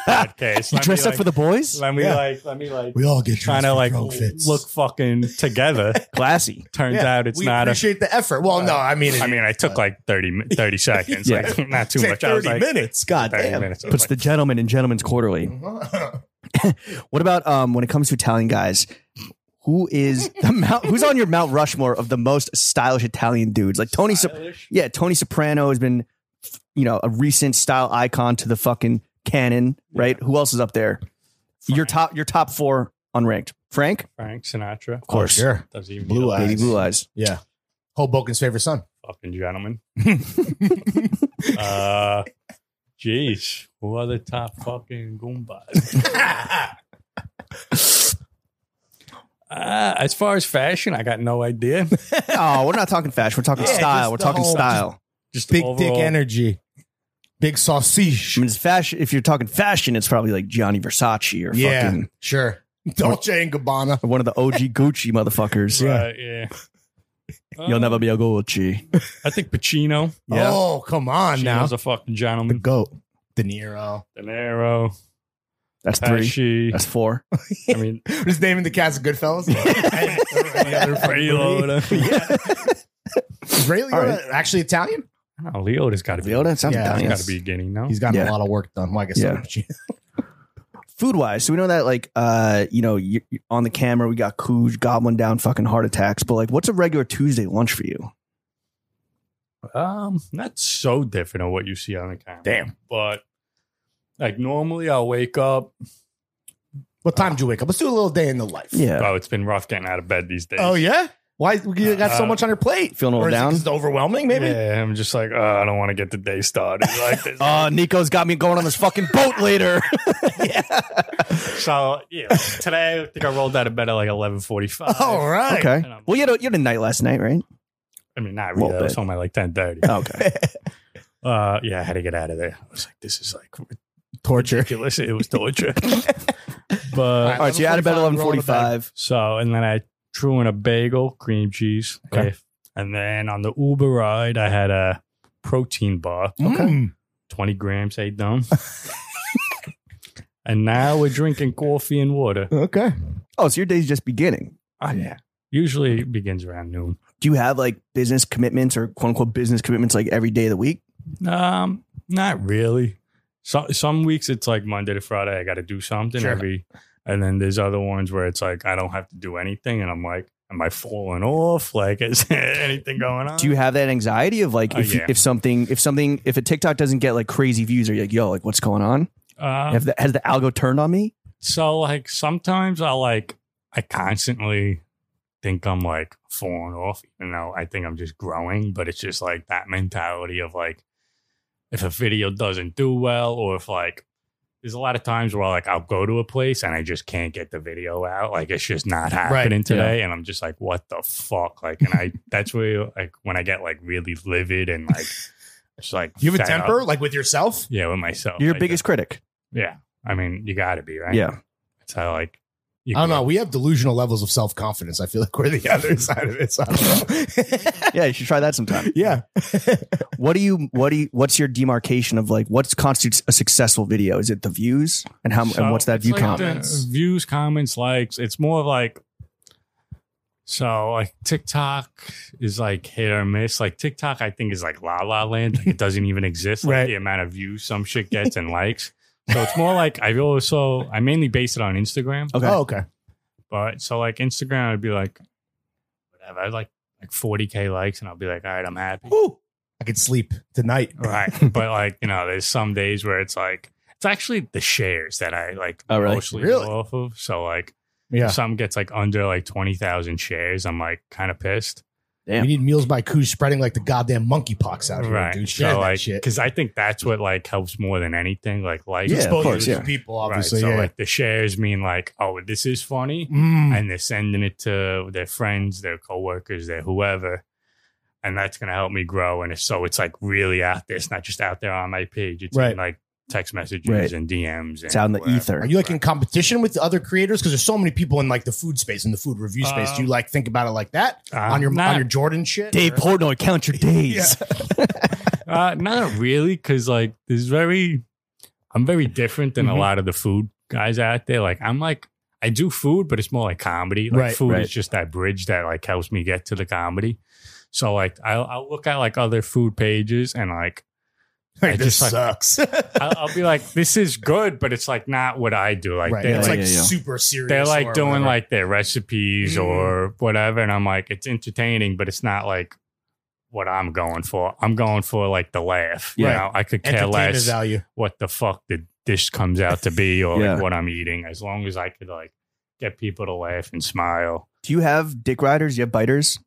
Speaker 2: podcast.
Speaker 1: you dressed up for the boys,
Speaker 2: let me
Speaker 3: Yeah.
Speaker 2: like let me like
Speaker 3: We all get
Speaker 2: trying
Speaker 3: dressed
Speaker 2: to
Speaker 3: for
Speaker 2: like
Speaker 3: pro fits.
Speaker 2: look fucking together.
Speaker 1: classy.
Speaker 2: Turns
Speaker 3: Yeah,
Speaker 2: out it's
Speaker 3: we
Speaker 2: not a
Speaker 3: appreciate the effort. Well, no, I mean,
Speaker 2: I mean, I took like 30, mi- 30 seconds,
Speaker 1: Yeah.
Speaker 2: like, not too
Speaker 3: say
Speaker 2: much. I was
Speaker 3: Thirty
Speaker 2: like,
Speaker 3: minutes. God
Speaker 2: 30
Speaker 3: damn.
Speaker 2: minutes. I was
Speaker 1: Puts the gentleman in Gentleman's Quarterly. What about um when it comes to Italian guys? Who is the Mount, who's on your Mount Rushmore of the most stylish Italian dudes? Like Tony, Sop-
Speaker 2: Stylish?
Speaker 1: yeah, Tony Soprano has been, you know, a recent style icon to the fucking canon, right? Who else is up there? Your
Speaker 2: Frank.
Speaker 1: top, your top four unranked. Frank,
Speaker 2: Frank Sinatra. Of
Speaker 1: course.
Speaker 3: Oh, Sure.
Speaker 2: Doesn't even
Speaker 3: Blue
Speaker 2: need a
Speaker 3: eyes.
Speaker 1: baby blue eyes.
Speaker 3: Yeah. Hoboken's favorite son.
Speaker 2: Fucking gentleman. uh, jeez. Who are the top fucking Goombas? Uh, as far as fashion, I got no idea.
Speaker 1: Oh, we're not talking fashion. We're talking
Speaker 3: Yeah,
Speaker 1: style.
Speaker 3: just
Speaker 1: We're
Speaker 3: the
Speaker 1: talking
Speaker 3: whole-
Speaker 1: style.
Speaker 2: Just
Speaker 3: Big dick
Speaker 2: overall-
Speaker 3: energy. Big sausage.
Speaker 1: I mean, it's fashion. If you're talking fashion, it's probably like Gianni Versace or
Speaker 3: Yeah.
Speaker 1: fucking
Speaker 3: Sure. Dolce and Gabbana.
Speaker 1: or one of the OG Gucci motherfuckers.
Speaker 2: Right, yeah.
Speaker 1: You'll
Speaker 2: Uh,
Speaker 1: never be a Gucci.
Speaker 2: I think Pacino.
Speaker 1: Yeah.
Speaker 3: Oh, come on now.
Speaker 2: Pacino's a fucking
Speaker 3: The
Speaker 2: gentleman.
Speaker 3: goat. De Niro.
Speaker 2: De Niro.
Speaker 1: That's three.
Speaker 2: Pesci.
Speaker 1: That's four.
Speaker 2: I mean,
Speaker 3: Just naming the cast of Goodfellas.
Speaker 2: Ray Liotta.
Speaker 3: Is Ray
Speaker 1: All
Speaker 3: Liotta actually Italian?
Speaker 2: No, Leota's got to be.
Speaker 1: Leota sounds
Speaker 3: Yeah,
Speaker 2: It's
Speaker 1: Italian.
Speaker 2: got to be Guinea, no?
Speaker 3: He's gotten
Speaker 1: Yeah.
Speaker 3: a lot of work done. Well, I guess
Speaker 1: Yeah.
Speaker 3: so, but you-
Speaker 1: Food wise, so we know that like uh you know you, you- on the camera we got Cooge gobbling down fucking heart attacks, but like what's a regular Tuesday lunch for you?
Speaker 2: Um, not so different than what you see on the camera.
Speaker 3: Damn.
Speaker 2: But like normally, I'll wake up.
Speaker 3: What time did you wake up? Let's do a little day in the life.
Speaker 1: Yeah,
Speaker 2: Oh, it's been rough getting out of bed these days.
Speaker 3: Oh yeah. Why you got so
Speaker 2: Uh,
Speaker 3: much on your plate?
Speaker 1: feeling a
Speaker 3: Or
Speaker 1: little
Speaker 3: is it,
Speaker 1: down.
Speaker 3: 'cause it's overwhelming? Maybe.
Speaker 2: Yeah, I'm just like, oh, I don't want to get the day started like this.
Speaker 1: Uh, Nico's got me going on this fucking boat later.
Speaker 2: so yeah, today I think I rolled out of bed at like 11:45.
Speaker 3: All right.
Speaker 1: Okay.
Speaker 2: And I'm-
Speaker 1: Well, you had a, you had a night last night, right?
Speaker 2: I mean, not
Speaker 1: Well,
Speaker 2: really. I was
Speaker 1: but-
Speaker 2: home at like 10:30.
Speaker 1: Okay.
Speaker 2: Uh, yeah, I had to get out of there. I was like, this is like
Speaker 3: Torture.
Speaker 2: ridiculous. it was torture.
Speaker 1: All
Speaker 2: but
Speaker 1: right, so you had about eleven
Speaker 3: 11:45, roll in the
Speaker 1: forty-five.
Speaker 2: So, and then I threw in a bagel, cream cheese.
Speaker 3: Okay.
Speaker 2: If- And then on the Uber ride, I had a protein bar,
Speaker 3: Mm.
Speaker 2: 20 grams, eight down. and now we're drinking coffee and water.
Speaker 3: Okay.
Speaker 1: Oh, so your day's just beginning.
Speaker 2: Oh, yeah. Usually it begins around noon.
Speaker 1: Do you have like business commitments or quote unquote business commitments like every day of the week?
Speaker 2: Um, not really. So, some weeks it's like Monday to Friday, I got to do something
Speaker 3: Sure.
Speaker 2: every, and then there's other ones where it's like I don't have to do anything, and I'm like, am I falling off? Like, is anything going on?
Speaker 1: Do you have that anxiety of like
Speaker 2: Oh,
Speaker 1: if,
Speaker 2: yeah.
Speaker 1: if something if something if a TikTok doesn't get like crazy views are you like yo like what's going on?
Speaker 2: Uh,
Speaker 1: Have the, has the algo turned on me?
Speaker 2: so like sometimes I like I constantly think I'm like falling off, even though I think I'm just growing, but it's just like that mentality of like if a video doesn't do well or if like there's a lot of times where like I'll go to a place and I just can't get the video out. Like it's just not happening today. And I'm just like, what the fuck? Like and I that's where like when I get like really livid and like just like
Speaker 3: You have a
Speaker 2: fed
Speaker 3: temper,
Speaker 2: up.
Speaker 3: like with yourself.
Speaker 2: Yeah, with myself.
Speaker 1: You're your
Speaker 2: Oh, I
Speaker 1: biggest critic.
Speaker 2: just- yeah. I mean, you gotta be, right?
Speaker 1: Yeah.
Speaker 2: So like you
Speaker 3: I don't
Speaker 2: can-
Speaker 3: know. We have delusional levels of self confidence. I feel like we're the other side of this. I don't know.
Speaker 1: Yeah, you should try that sometime.
Speaker 3: yeah.
Speaker 1: What do you what do you what's your demarcation of like what constitutes a successful video? Is it the views and how
Speaker 2: So
Speaker 1: and what's that
Speaker 2: it's
Speaker 1: view
Speaker 2: like
Speaker 1: count?
Speaker 2: the views, comments, likes. It's more of like so like TikTok is like hit or miss. Like TikTok, I think is like La La Land. Like it doesn't even exist. Like
Speaker 3: Right.
Speaker 2: the amount of views some shit gets and likes. So it's more like I also I mainly base it on Instagram.
Speaker 1: Okay.
Speaker 3: Oh, okay.
Speaker 2: But so like Instagram, I'd be like whatever. I'd like like 40k likes, and I'll be like, all right, I'm happy.
Speaker 3: Whew. I could sleep tonight.
Speaker 2: Right. but like, you know, there's some days where it's like it's actually the shares that I like
Speaker 1: Oh, really?
Speaker 2: mostly
Speaker 3: Really?
Speaker 2: go off of. So like
Speaker 3: Yeah.
Speaker 2: if something gets like under like twenty thousand shares, I'm like kind of pissed.
Speaker 1: Yeah.
Speaker 3: We need meals by Cooch spreading like the goddamn monkeypox out here,
Speaker 2: right.
Speaker 3: dude. Share
Speaker 2: so
Speaker 3: that
Speaker 2: like
Speaker 3: shit.
Speaker 2: because I think that's what like helps more than anything. Like like
Speaker 1: Yeah, of
Speaker 3: Expose
Speaker 1: course,
Speaker 3: it to
Speaker 1: yeah.
Speaker 3: people,
Speaker 2: right.
Speaker 3: obviously.
Speaker 2: So
Speaker 3: yeah.
Speaker 2: like the shares mean like, oh this is funny.
Speaker 1: Hmm.
Speaker 3: Mm.
Speaker 2: and they're sending it to their friends, their coworkers, their whoever. And that's going to help me grow. And if so, it's like really out there. It's not just out there on my page. It's
Speaker 3: Right.
Speaker 2: in like text messages
Speaker 1: Right.
Speaker 2: and DMs. And
Speaker 1: It's out in the
Speaker 2: wherever.
Speaker 1: ether.
Speaker 3: Are you like in competition with the other creators? Because there's so many people in like the food space and the food review space. Do you like think about it like that
Speaker 2: Uh,
Speaker 3: on your
Speaker 2: not,
Speaker 3: on your Jordan shit?
Speaker 1: Dave
Speaker 3: Or-
Speaker 1: Portnoy, count your days.
Speaker 2: uh, not really, because like there's very, I'm very different than
Speaker 3: Mhm.
Speaker 1: Mm-hmm.
Speaker 2: a lot of the food guys out there. Like I'm like I do food, but it's more like comedy. Like
Speaker 3: Right,
Speaker 2: food
Speaker 1: right.
Speaker 2: is just that bridge that like helps me get to the comedy. So like I'll, I'll look at like other food pages and like
Speaker 3: Like,
Speaker 2: I
Speaker 3: this
Speaker 2: just, like-
Speaker 3: sucks.
Speaker 2: I'll, I'll be like, this is good, but it's like not what I do. Like
Speaker 3: right.
Speaker 2: they're
Speaker 3: It's
Speaker 2: like,
Speaker 3: like
Speaker 1: yeah, yeah.
Speaker 3: super serious.
Speaker 2: they're
Speaker 3: or
Speaker 2: like doing
Speaker 3: whatever.
Speaker 2: like their recipes
Speaker 3: Mm.
Speaker 2: or whatever, and I'm like, it's entertaining, but it's not like what I'm going for. I'm going for like the laugh. You
Speaker 3: Right.
Speaker 2: know, I could care
Speaker 3: entertainment
Speaker 2: less
Speaker 3: value.
Speaker 2: what the fuck the dish comes out to be or
Speaker 1: Yeah.
Speaker 2: like what I'm eating, as long as I could like get people to laugh and smile.
Speaker 1: Do you have dick riders? Do you have biters?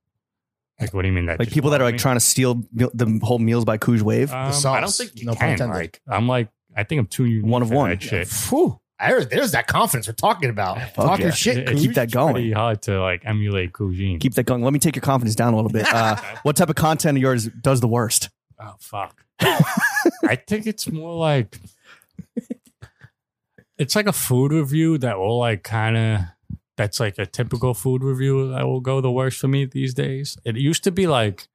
Speaker 2: Like, what do you mean that?
Speaker 1: Like
Speaker 2: just
Speaker 1: people that are like
Speaker 2: bought me?
Speaker 1: trying to steal mil- the whole meals by Cooge wave?
Speaker 2: Um, I don't
Speaker 3: sauce.
Speaker 2: think you
Speaker 3: No pun
Speaker 2: can.
Speaker 3: intended.
Speaker 2: Like, I'm like, I think I'm too unique
Speaker 1: One of
Speaker 2: for
Speaker 1: one.
Speaker 2: that shit.
Speaker 3: Phew. There's, there's that confidence we're talking about. Talk
Speaker 1: yeah.
Speaker 3: your shit.
Speaker 2: It's
Speaker 1: Keep that
Speaker 2: pretty
Speaker 1: going.
Speaker 2: hard to like emulate Cousine.
Speaker 1: Keep that going. Let me take your confidence down a little bit. Uh, what type of content of yours does the worst?
Speaker 2: Oh fuck. I think it's more like it's like a food review that will like kind of that's like a typical food review that will go the worst for me these days. It used to be like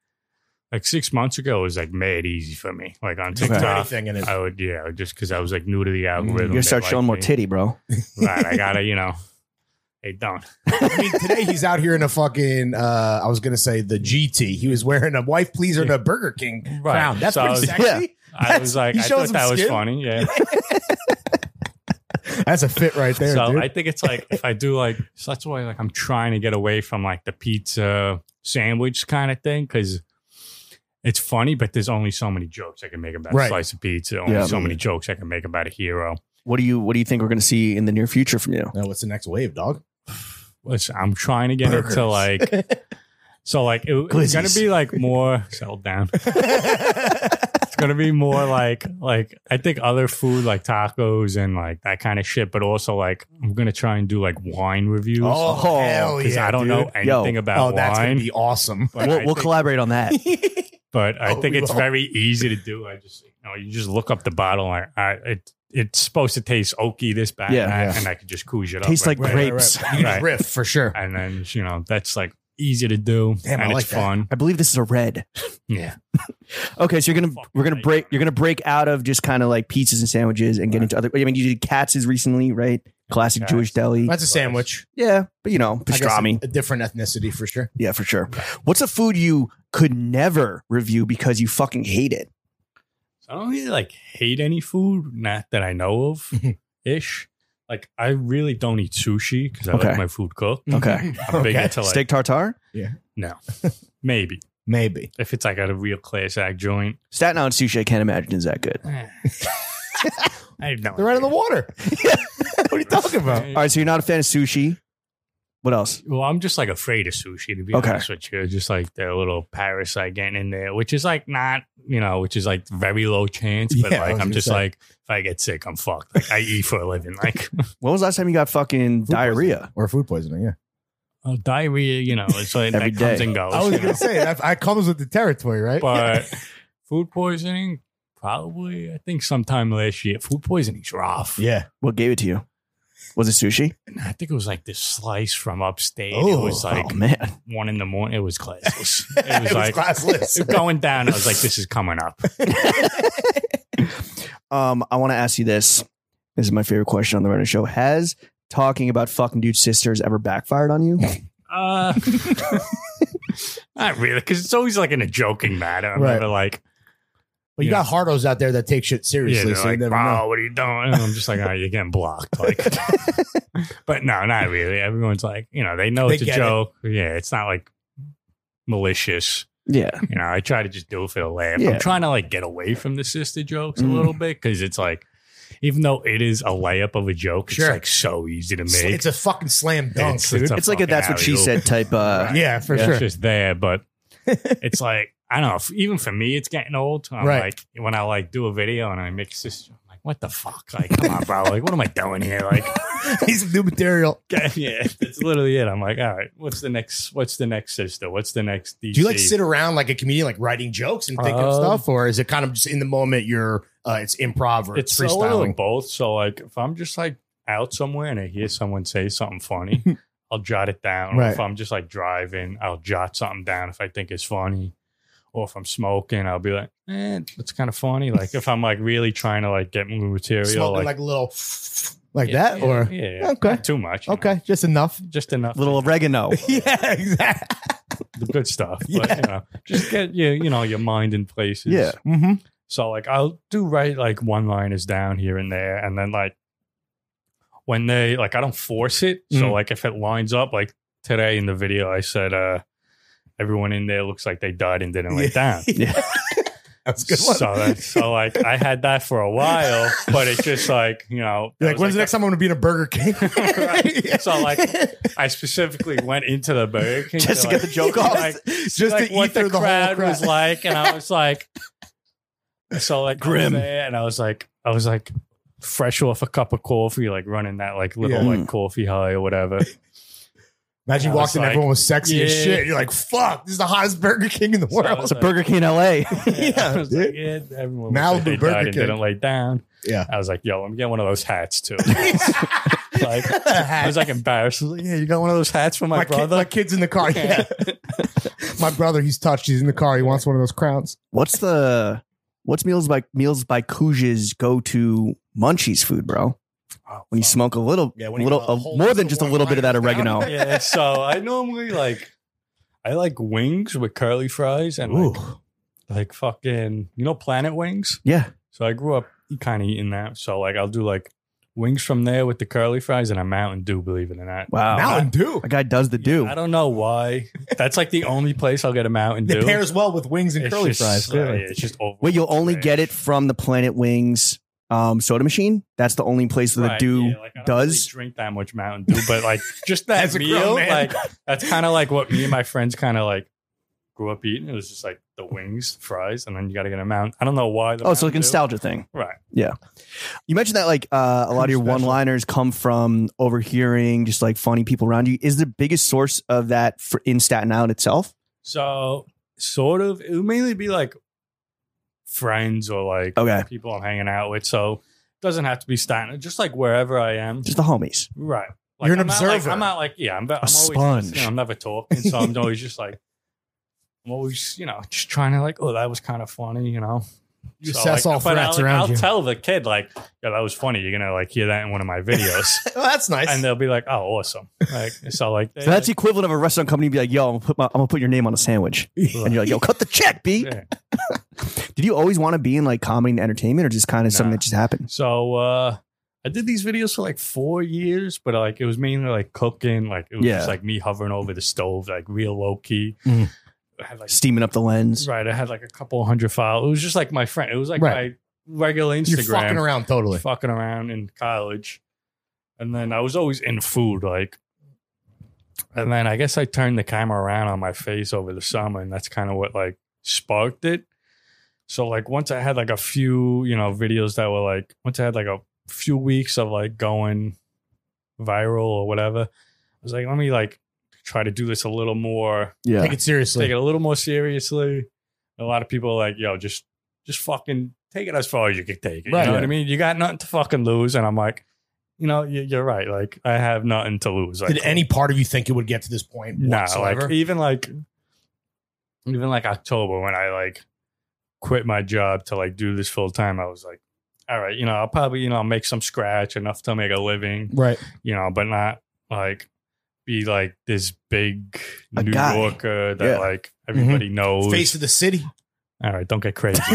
Speaker 2: like six months ago it was like mad easy for me. Like on
Speaker 3: Just do
Speaker 2: TikTok.
Speaker 3: anything in it.
Speaker 2: I would yeah, just because I was like new to the
Speaker 1: Mm, You're
Speaker 2: algorithm.
Speaker 1: gonna
Speaker 2: They
Speaker 1: start
Speaker 2: liked
Speaker 1: showing more
Speaker 2: me.
Speaker 1: titty, bro.
Speaker 2: Right. I gotta, you know. Hey, don't.
Speaker 3: I mean, today he's out here in a fucking. Uh, I was gonna say the GT. He was wearing a wife pleaser and a Burger King
Speaker 2: Right.
Speaker 3: crown. That's
Speaker 2: So I
Speaker 3: pretty
Speaker 2: was-
Speaker 3: sexy.
Speaker 2: I was like,
Speaker 3: he
Speaker 2: I
Speaker 3: shows
Speaker 2: thought
Speaker 3: some
Speaker 2: that was
Speaker 3: skin.
Speaker 2: funny. Yeah.
Speaker 3: That's a fit right there,
Speaker 2: so
Speaker 3: dude.
Speaker 2: I think it's like if I do like so that's why like I'm trying to get away from like the pizza sandwich kind of thing because it's funny, but there's only so many jokes I can make about
Speaker 3: Right.
Speaker 2: a slice of pizza. Only
Speaker 1: Yeah.
Speaker 2: so many jokes I can make about a hero.
Speaker 1: What do you What do you think we're gonna see in the near future from you?
Speaker 3: now, what's the next wave, dog?
Speaker 2: Listen, I'm trying to get it
Speaker 3: Burgers.
Speaker 2: to like so like it- it's gonna
Speaker 1: Glizzies.
Speaker 2: be like more settled down. It's gonna be more like like I think other food like tacos and like that kind of shit, but also like I'm gonna try and do like wine reviews.
Speaker 3: oh hell
Speaker 2: Because
Speaker 3: yeah!
Speaker 2: I don't
Speaker 3: dude.
Speaker 2: know
Speaker 1: Yo.
Speaker 2: anything about
Speaker 3: Oh,
Speaker 2: wine.
Speaker 3: that's gonna be awesome.
Speaker 2: but
Speaker 1: we'll
Speaker 2: I
Speaker 1: we'll
Speaker 2: think-
Speaker 1: collaborate on that.
Speaker 2: but I
Speaker 3: Oh,
Speaker 2: think
Speaker 3: we
Speaker 2: it's
Speaker 3: will.
Speaker 2: very easy to do. I just you know you just look up the bottle. And I, I it it's supposed to taste oaky this bad,
Speaker 1: Yeah.
Speaker 2: and,
Speaker 3: Yeah.
Speaker 2: I, and I could just cooze it
Speaker 1: Tastes
Speaker 2: up.
Speaker 1: like
Speaker 2: right
Speaker 1: grape.
Speaker 2: there.
Speaker 1: Grapes.
Speaker 3: Right, right. You can just
Speaker 2: Right.
Speaker 3: riff for sure.
Speaker 2: and then you know that's like easy to do,
Speaker 3: Damn, I
Speaker 2: and
Speaker 3: like
Speaker 2: it's
Speaker 3: that.
Speaker 2: fun.
Speaker 1: I believe this is a red.
Speaker 2: Yeah,
Speaker 1: Okay, so you're gonna
Speaker 2: Fucking
Speaker 1: we're gonna
Speaker 2: right.
Speaker 1: break you're gonna break out of just kind of like pizzas and sandwiches and get into other. I mean, you did Katz's recently, right? classic Jewish deli.
Speaker 3: That's a sandwich.
Speaker 1: Yeah, but you know,
Speaker 3: I guess
Speaker 1: pastrami.
Speaker 3: A different ethnicity for sure.
Speaker 1: Yeah, for sure. What's a food you could never review because you fucking hate it?
Speaker 2: I don't really like hate any food, not that I know of ish. Like I really don't eat sushi because I
Speaker 1: Okay.
Speaker 2: like my food cooked.
Speaker 1: Okay.
Speaker 2: I'm big
Speaker 3: Okay.
Speaker 2: into Mm-hmm. like
Speaker 1: Steak tartare?
Speaker 2: no, maybe
Speaker 3: Maybe.
Speaker 2: if it's like at a real class act joint.
Speaker 1: Staten Island sushi, I can't imagine is that good.
Speaker 2: eh. I have no.
Speaker 3: They're right in the
Speaker 2: idea.
Speaker 3: water. what are you talking about?
Speaker 1: All right, so you're not a fan of sushi. What else?
Speaker 2: Well, I'm just like afraid of sushi to be
Speaker 1: Okay.
Speaker 2: honest with you. Just like the little parasite getting in there, which is like not, you know, which is like very low chance. But
Speaker 3: Yeah, I was
Speaker 2: like I'm
Speaker 3: gonna
Speaker 2: just
Speaker 3: say.
Speaker 2: like, if I get sick, I'm fucked. Like I eat for a living. Like
Speaker 1: When was the last time you got fucking diarrhea?
Speaker 3: Or food poisoning, yeah.
Speaker 2: oh, diarrhea, you know, it's like
Speaker 1: Every
Speaker 2: that comes
Speaker 1: day.
Speaker 2: and goes.
Speaker 3: I was
Speaker 2: you
Speaker 3: going to
Speaker 2: know?
Speaker 3: say, that, I comes with the territory,
Speaker 2: Oh,
Speaker 3: right?
Speaker 2: But food poisoning, probably I think sometime last year. Food poisoning's rough.
Speaker 3: yeah.
Speaker 1: What gave it to you? Was it sushi?
Speaker 2: And I think it was like this slice from upstate.
Speaker 3: Oh,
Speaker 2: it was like
Speaker 1: oh man,
Speaker 2: one in the morning. It was classless. It was, like
Speaker 3: classless.
Speaker 2: going down. I was like, this is coming up.
Speaker 1: um, I want to ask you this. This is my favorite question on the Reddit show. Has talking about fucking dude sisters ever backfired on you?
Speaker 2: Uh, not really, because it's always like in a joking manner. I'm
Speaker 3: Right.
Speaker 2: never like,
Speaker 3: But you
Speaker 2: Yeah.
Speaker 3: got hardos out there that take shit
Speaker 2: yeah,
Speaker 3: seriously,
Speaker 2: they're
Speaker 3: so
Speaker 2: like,
Speaker 3: you never
Speaker 2: wow,
Speaker 3: know.
Speaker 2: what are you doing? And I'm just like, oh, you're getting blocked. Like, but no, not really. Everyone's like, you know, they know
Speaker 3: They
Speaker 2: it's a
Speaker 3: get it.
Speaker 2: joke. Yeah, it's not like malicious.
Speaker 1: Yeah,
Speaker 2: You know, I try to just do it for the laugh.
Speaker 1: Yeah.
Speaker 2: I'm trying to like get away from the sister jokes
Speaker 1: Mm.
Speaker 2: a little bit because it's like, even though it is a layup of a joke,
Speaker 3: Sure.
Speaker 2: it's like so easy to make.
Speaker 3: It's, a fucking slam dunk,
Speaker 2: It's-
Speaker 3: dude.
Speaker 2: it's a
Speaker 1: it's like a
Speaker 2: fucking
Speaker 1: that's what she
Speaker 2: alley-oop.
Speaker 1: said type. Uh,
Speaker 3: yeah, for
Speaker 2: It's
Speaker 3: sure.
Speaker 2: just there, but it's like I don't know. f- Even for me, it's getting old. I'm
Speaker 3: Right.
Speaker 2: like when I like do a video and I mix this, I'm like, what the fuck? Like, come on, bro. Like, what am I doing here? Like,
Speaker 3: He's new material.
Speaker 2: yeah, that's literally it. I'm like, all right, what's the next? What's the next sister? What's the next DC?
Speaker 3: Do you like sit around like a comedian, like writing jokes and thinking of
Speaker 2: Um,
Speaker 3: stuff, or is it kind of just in the moment? You're uh, it's improv or
Speaker 2: It's
Speaker 3: it's
Speaker 2: a little
Speaker 3: freestyling.
Speaker 2: of both. So like, if I'm just like out somewhere and I hear someone say something funny, I'll jot it down. Or if
Speaker 3: Right.
Speaker 2: I'm just like driving, I'll jot something down if I think it's funny. Or if I'm smoking, I'll be like, eh, it's kind of funny. Like if I'm like really trying to like get new material,
Speaker 3: Smoking like, a little like
Speaker 2: Yeah,
Speaker 3: that,
Speaker 2: yeah,
Speaker 3: or
Speaker 2: yeah, yeah.
Speaker 3: Okay.
Speaker 2: Not too much. you know.
Speaker 3: okay, just enough.
Speaker 2: just enough.
Speaker 1: little oregano.
Speaker 3: yeah, exactly.
Speaker 2: the good stuff. But
Speaker 3: Yeah.
Speaker 2: you know, just get your you know your mind in places.
Speaker 1: Yeah.
Speaker 3: Mm-hmm.
Speaker 2: So like I'll do write like one liners down here and there, and then like when they like I don't force it. So
Speaker 3: Mm.
Speaker 2: like if it lines up, like today in the video I said uh everyone in there looks like they died and didn't lay down.
Speaker 1: Yeah.
Speaker 3: That's a good one.
Speaker 2: So that, so like I had that for a while, but it's just like, you know, that
Speaker 3: You're like,
Speaker 2: was,
Speaker 3: when's the next time I'm gonna be in a Burger King?
Speaker 2: Right. So, like, I specifically went into the Burger King
Speaker 1: Just to get the
Speaker 2: like,
Speaker 1: joke off?
Speaker 2: like,
Speaker 3: just
Speaker 2: like
Speaker 3: to
Speaker 2: what
Speaker 3: eat through
Speaker 2: the
Speaker 3: the, whole
Speaker 2: crowd
Speaker 3: crowd.
Speaker 2: was like, and I was like, so like grim, and I was like, I was like, fresh off a cup of coffee, like running that like little
Speaker 3: Yeah.
Speaker 2: like coffee high or whatever.
Speaker 3: Imagine
Speaker 2: I
Speaker 3: you
Speaker 2: was
Speaker 3: walked in,
Speaker 2: like,
Speaker 3: everyone was sexy as
Speaker 2: yeah.
Speaker 3: shit. You're like, fuck, this is the hottest Burger King in the
Speaker 2: So I
Speaker 3: world.
Speaker 1: It's
Speaker 2: was
Speaker 1: a
Speaker 2: like-
Speaker 1: Burger King in L.A.
Speaker 2: I was like,
Speaker 3: dude.
Speaker 2: yeah, everyone was like,
Speaker 3: Malibu
Speaker 2: they
Speaker 3: Burger
Speaker 2: died and
Speaker 3: King.
Speaker 2: didn't lay down.
Speaker 3: Yeah.
Speaker 2: I was like, yo, let me get one of those hats too. like, I was
Speaker 3: Hat.
Speaker 2: like embarrassed. I was like, yeah, you got one of those hats for my,
Speaker 3: my, kid-
Speaker 2: brother.
Speaker 3: my kid's in the car. Yeah. my brother, he's touched. He's in the car. He wants one of those crowns.
Speaker 1: What's the what's meals by meals by Cooge's go to munchies food, bro?
Speaker 2: Oh,
Speaker 1: When you smoke a little,
Speaker 3: Yeah, when you
Speaker 1: little
Speaker 3: got a
Speaker 1: a-
Speaker 3: whole
Speaker 1: more than
Speaker 3: little
Speaker 1: just a
Speaker 3: one
Speaker 1: little bit of that
Speaker 3: lying down.
Speaker 1: oregano.
Speaker 2: yeah, so I normally like I like wings with curly fries and like, oh, like fucking you know planet wings.
Speaker 1: Yeah,
Speaker 2: So I grew up kind of eating that. So like I'll do like wings from there with the curly fries and a Mountain Dew. Believe it or not,
Speaker 1: wow.
Speaker 3: Mountain Dew.
Speaker 1: That guy does the do.
Speaker 2: I don't know why. That's like the only place I'll get a Mountain Dew.
Speaker 3: It pairs well with wings and
Speaker 2: It's
Speaker 3: curly
Speaker 2: just-
Speaker 3: fries.
Speaker 2: uh, yeah, it's just over.
Speaker 1: Wait, you'll only get it from the Planet Wings um, soda machine. That's the only place that the do does.
Speaker 2: drink that much Mountain Dew, but like just
Speaker 3: As
Speaker 2: that
Speaker 3: a grown
Speaker 2: meal,
Speaker 3: man.
Speaker 2: like that's kind of like what me and my friends kind of like grew up eating. It was just like the wings, fries, and then you got to get a Mountain. I don't know why. The
Speaker 1: oh, it's like a
Speaker 2: Mountain Dew.
Speaker 1: nostalgia thing.
Speaker 2: Right.
Speaker 1: You mentioned that like uh, a lot of your
Speaker 3: Special.
Speaker 1: one liners come from overhearing just like funny people around you. Is the biggest source of that for in Staten Island itself?
Speaker 2: So sort of, it would mainly be like friends or like
Speaker 3: Oh.
Speaker 1: Okay.
Speaker 2: people I'm hanging out with. So it doesn't have to be Staten. Just like wherever I am.
Speaker 1: Just the homies.
Speaker 2: Right. Like,
Speaker 3: You're an
Speaker 2: I'm not like-
Speaker 3: observer.
Speaker 2: I'm not like, yeah, I'm, I'm always,
Speaker 1: sponge.
Speaker 2: you know, I'm never talking. So I'm always just like, I'm always, you know, just trying to like, oh, that was kind of funny, you know,
Speaker 3: You
Speaker 2: So,
Speaker 3: assess
Speaker 2: like,
Speaker 3: all
Speaker 2: but
Speaker 3: threats
Speaker 2: I'll,
Speaker 3: around
Speaker 2: I'll
Speaker 3: you.
Speaker 2: tell the kid like, "Yo, that was funny. You're gonna like hear that in one of my videos,"
Speaker 3: oh, that's nice.
Speaker 2: and they'll be like, "Oh, awesome!" Like so, like
Speaker 1: So that's the equivalent of a restaurant company be like, yo, I'm gonna put my, I'm gonna put your name on a sandwich, and you're like, yo, cut the check, B.
Speaker 2: Yeah.
Speaker 1: Did you always want to be in like comedy and entertainment, or just kind of something
Speaker 2: Nah.
Speaker 1: that just happened?
Speaker 2: So uh I did these videos for like four years, but like it was mainly like cooking, like it was
Speaker 1: Yeah.
Speaker 2: just like me hovering over the stove, like real low key.
Speaker 3: Mhm.
Speaker 2: I had like
Speaker 1: Steaming up the lens.
Speaker 2: right, I had like a couple hundred files. It was just like my friend. It was like
Speaker 3: Right.
Speaker 2: my regular Instagram,
Speaker 3: You're fucking around totally.
Speaker 2: fucking around in college, and then I was always in food, like. And then I guess I turned the camera around on my face over the summer, and that's kind of what like sparked it. So like once I had like a few, you know, videos that were like once I had like a few weeks of like going viral or whatever, I was like, let me like try to do this a little more,
Speaker 1: Yeah.
Speaker 3: Take it seriously.
Speaker 2: take it a little more seriously. A lot of people are like, yo, just just fucking take it as far as you can take it.
Speaker 3: Right.
Speaker 2: You know what I mean? You got nothing to fucking lose, and I'm like, you know, you- you're right. Like I have nothing to lose. Like,
Speaker 3: Did any part of you think it would get to this point
Speaker 2: Nah,
Speaker 3: whatsoever?
Speaker 2: like even like even like October when I like quit my job to like do this full time, I was like, all right, you know, I'll probably, you know, make some scratch enough to make a living,
Speaker 3: right.
Speaker 2: you know, but not like be like this big
Speaker 1: A
Speaker 2: New
Speaker 1: guy.
Speaker 2: Yorker that
Speaker 1: Yeah. Mm-hmm.
Speaker 2: like everybody knows.
Speaker 3: Face of the city.
Speaker 2: all right, don't get crazy.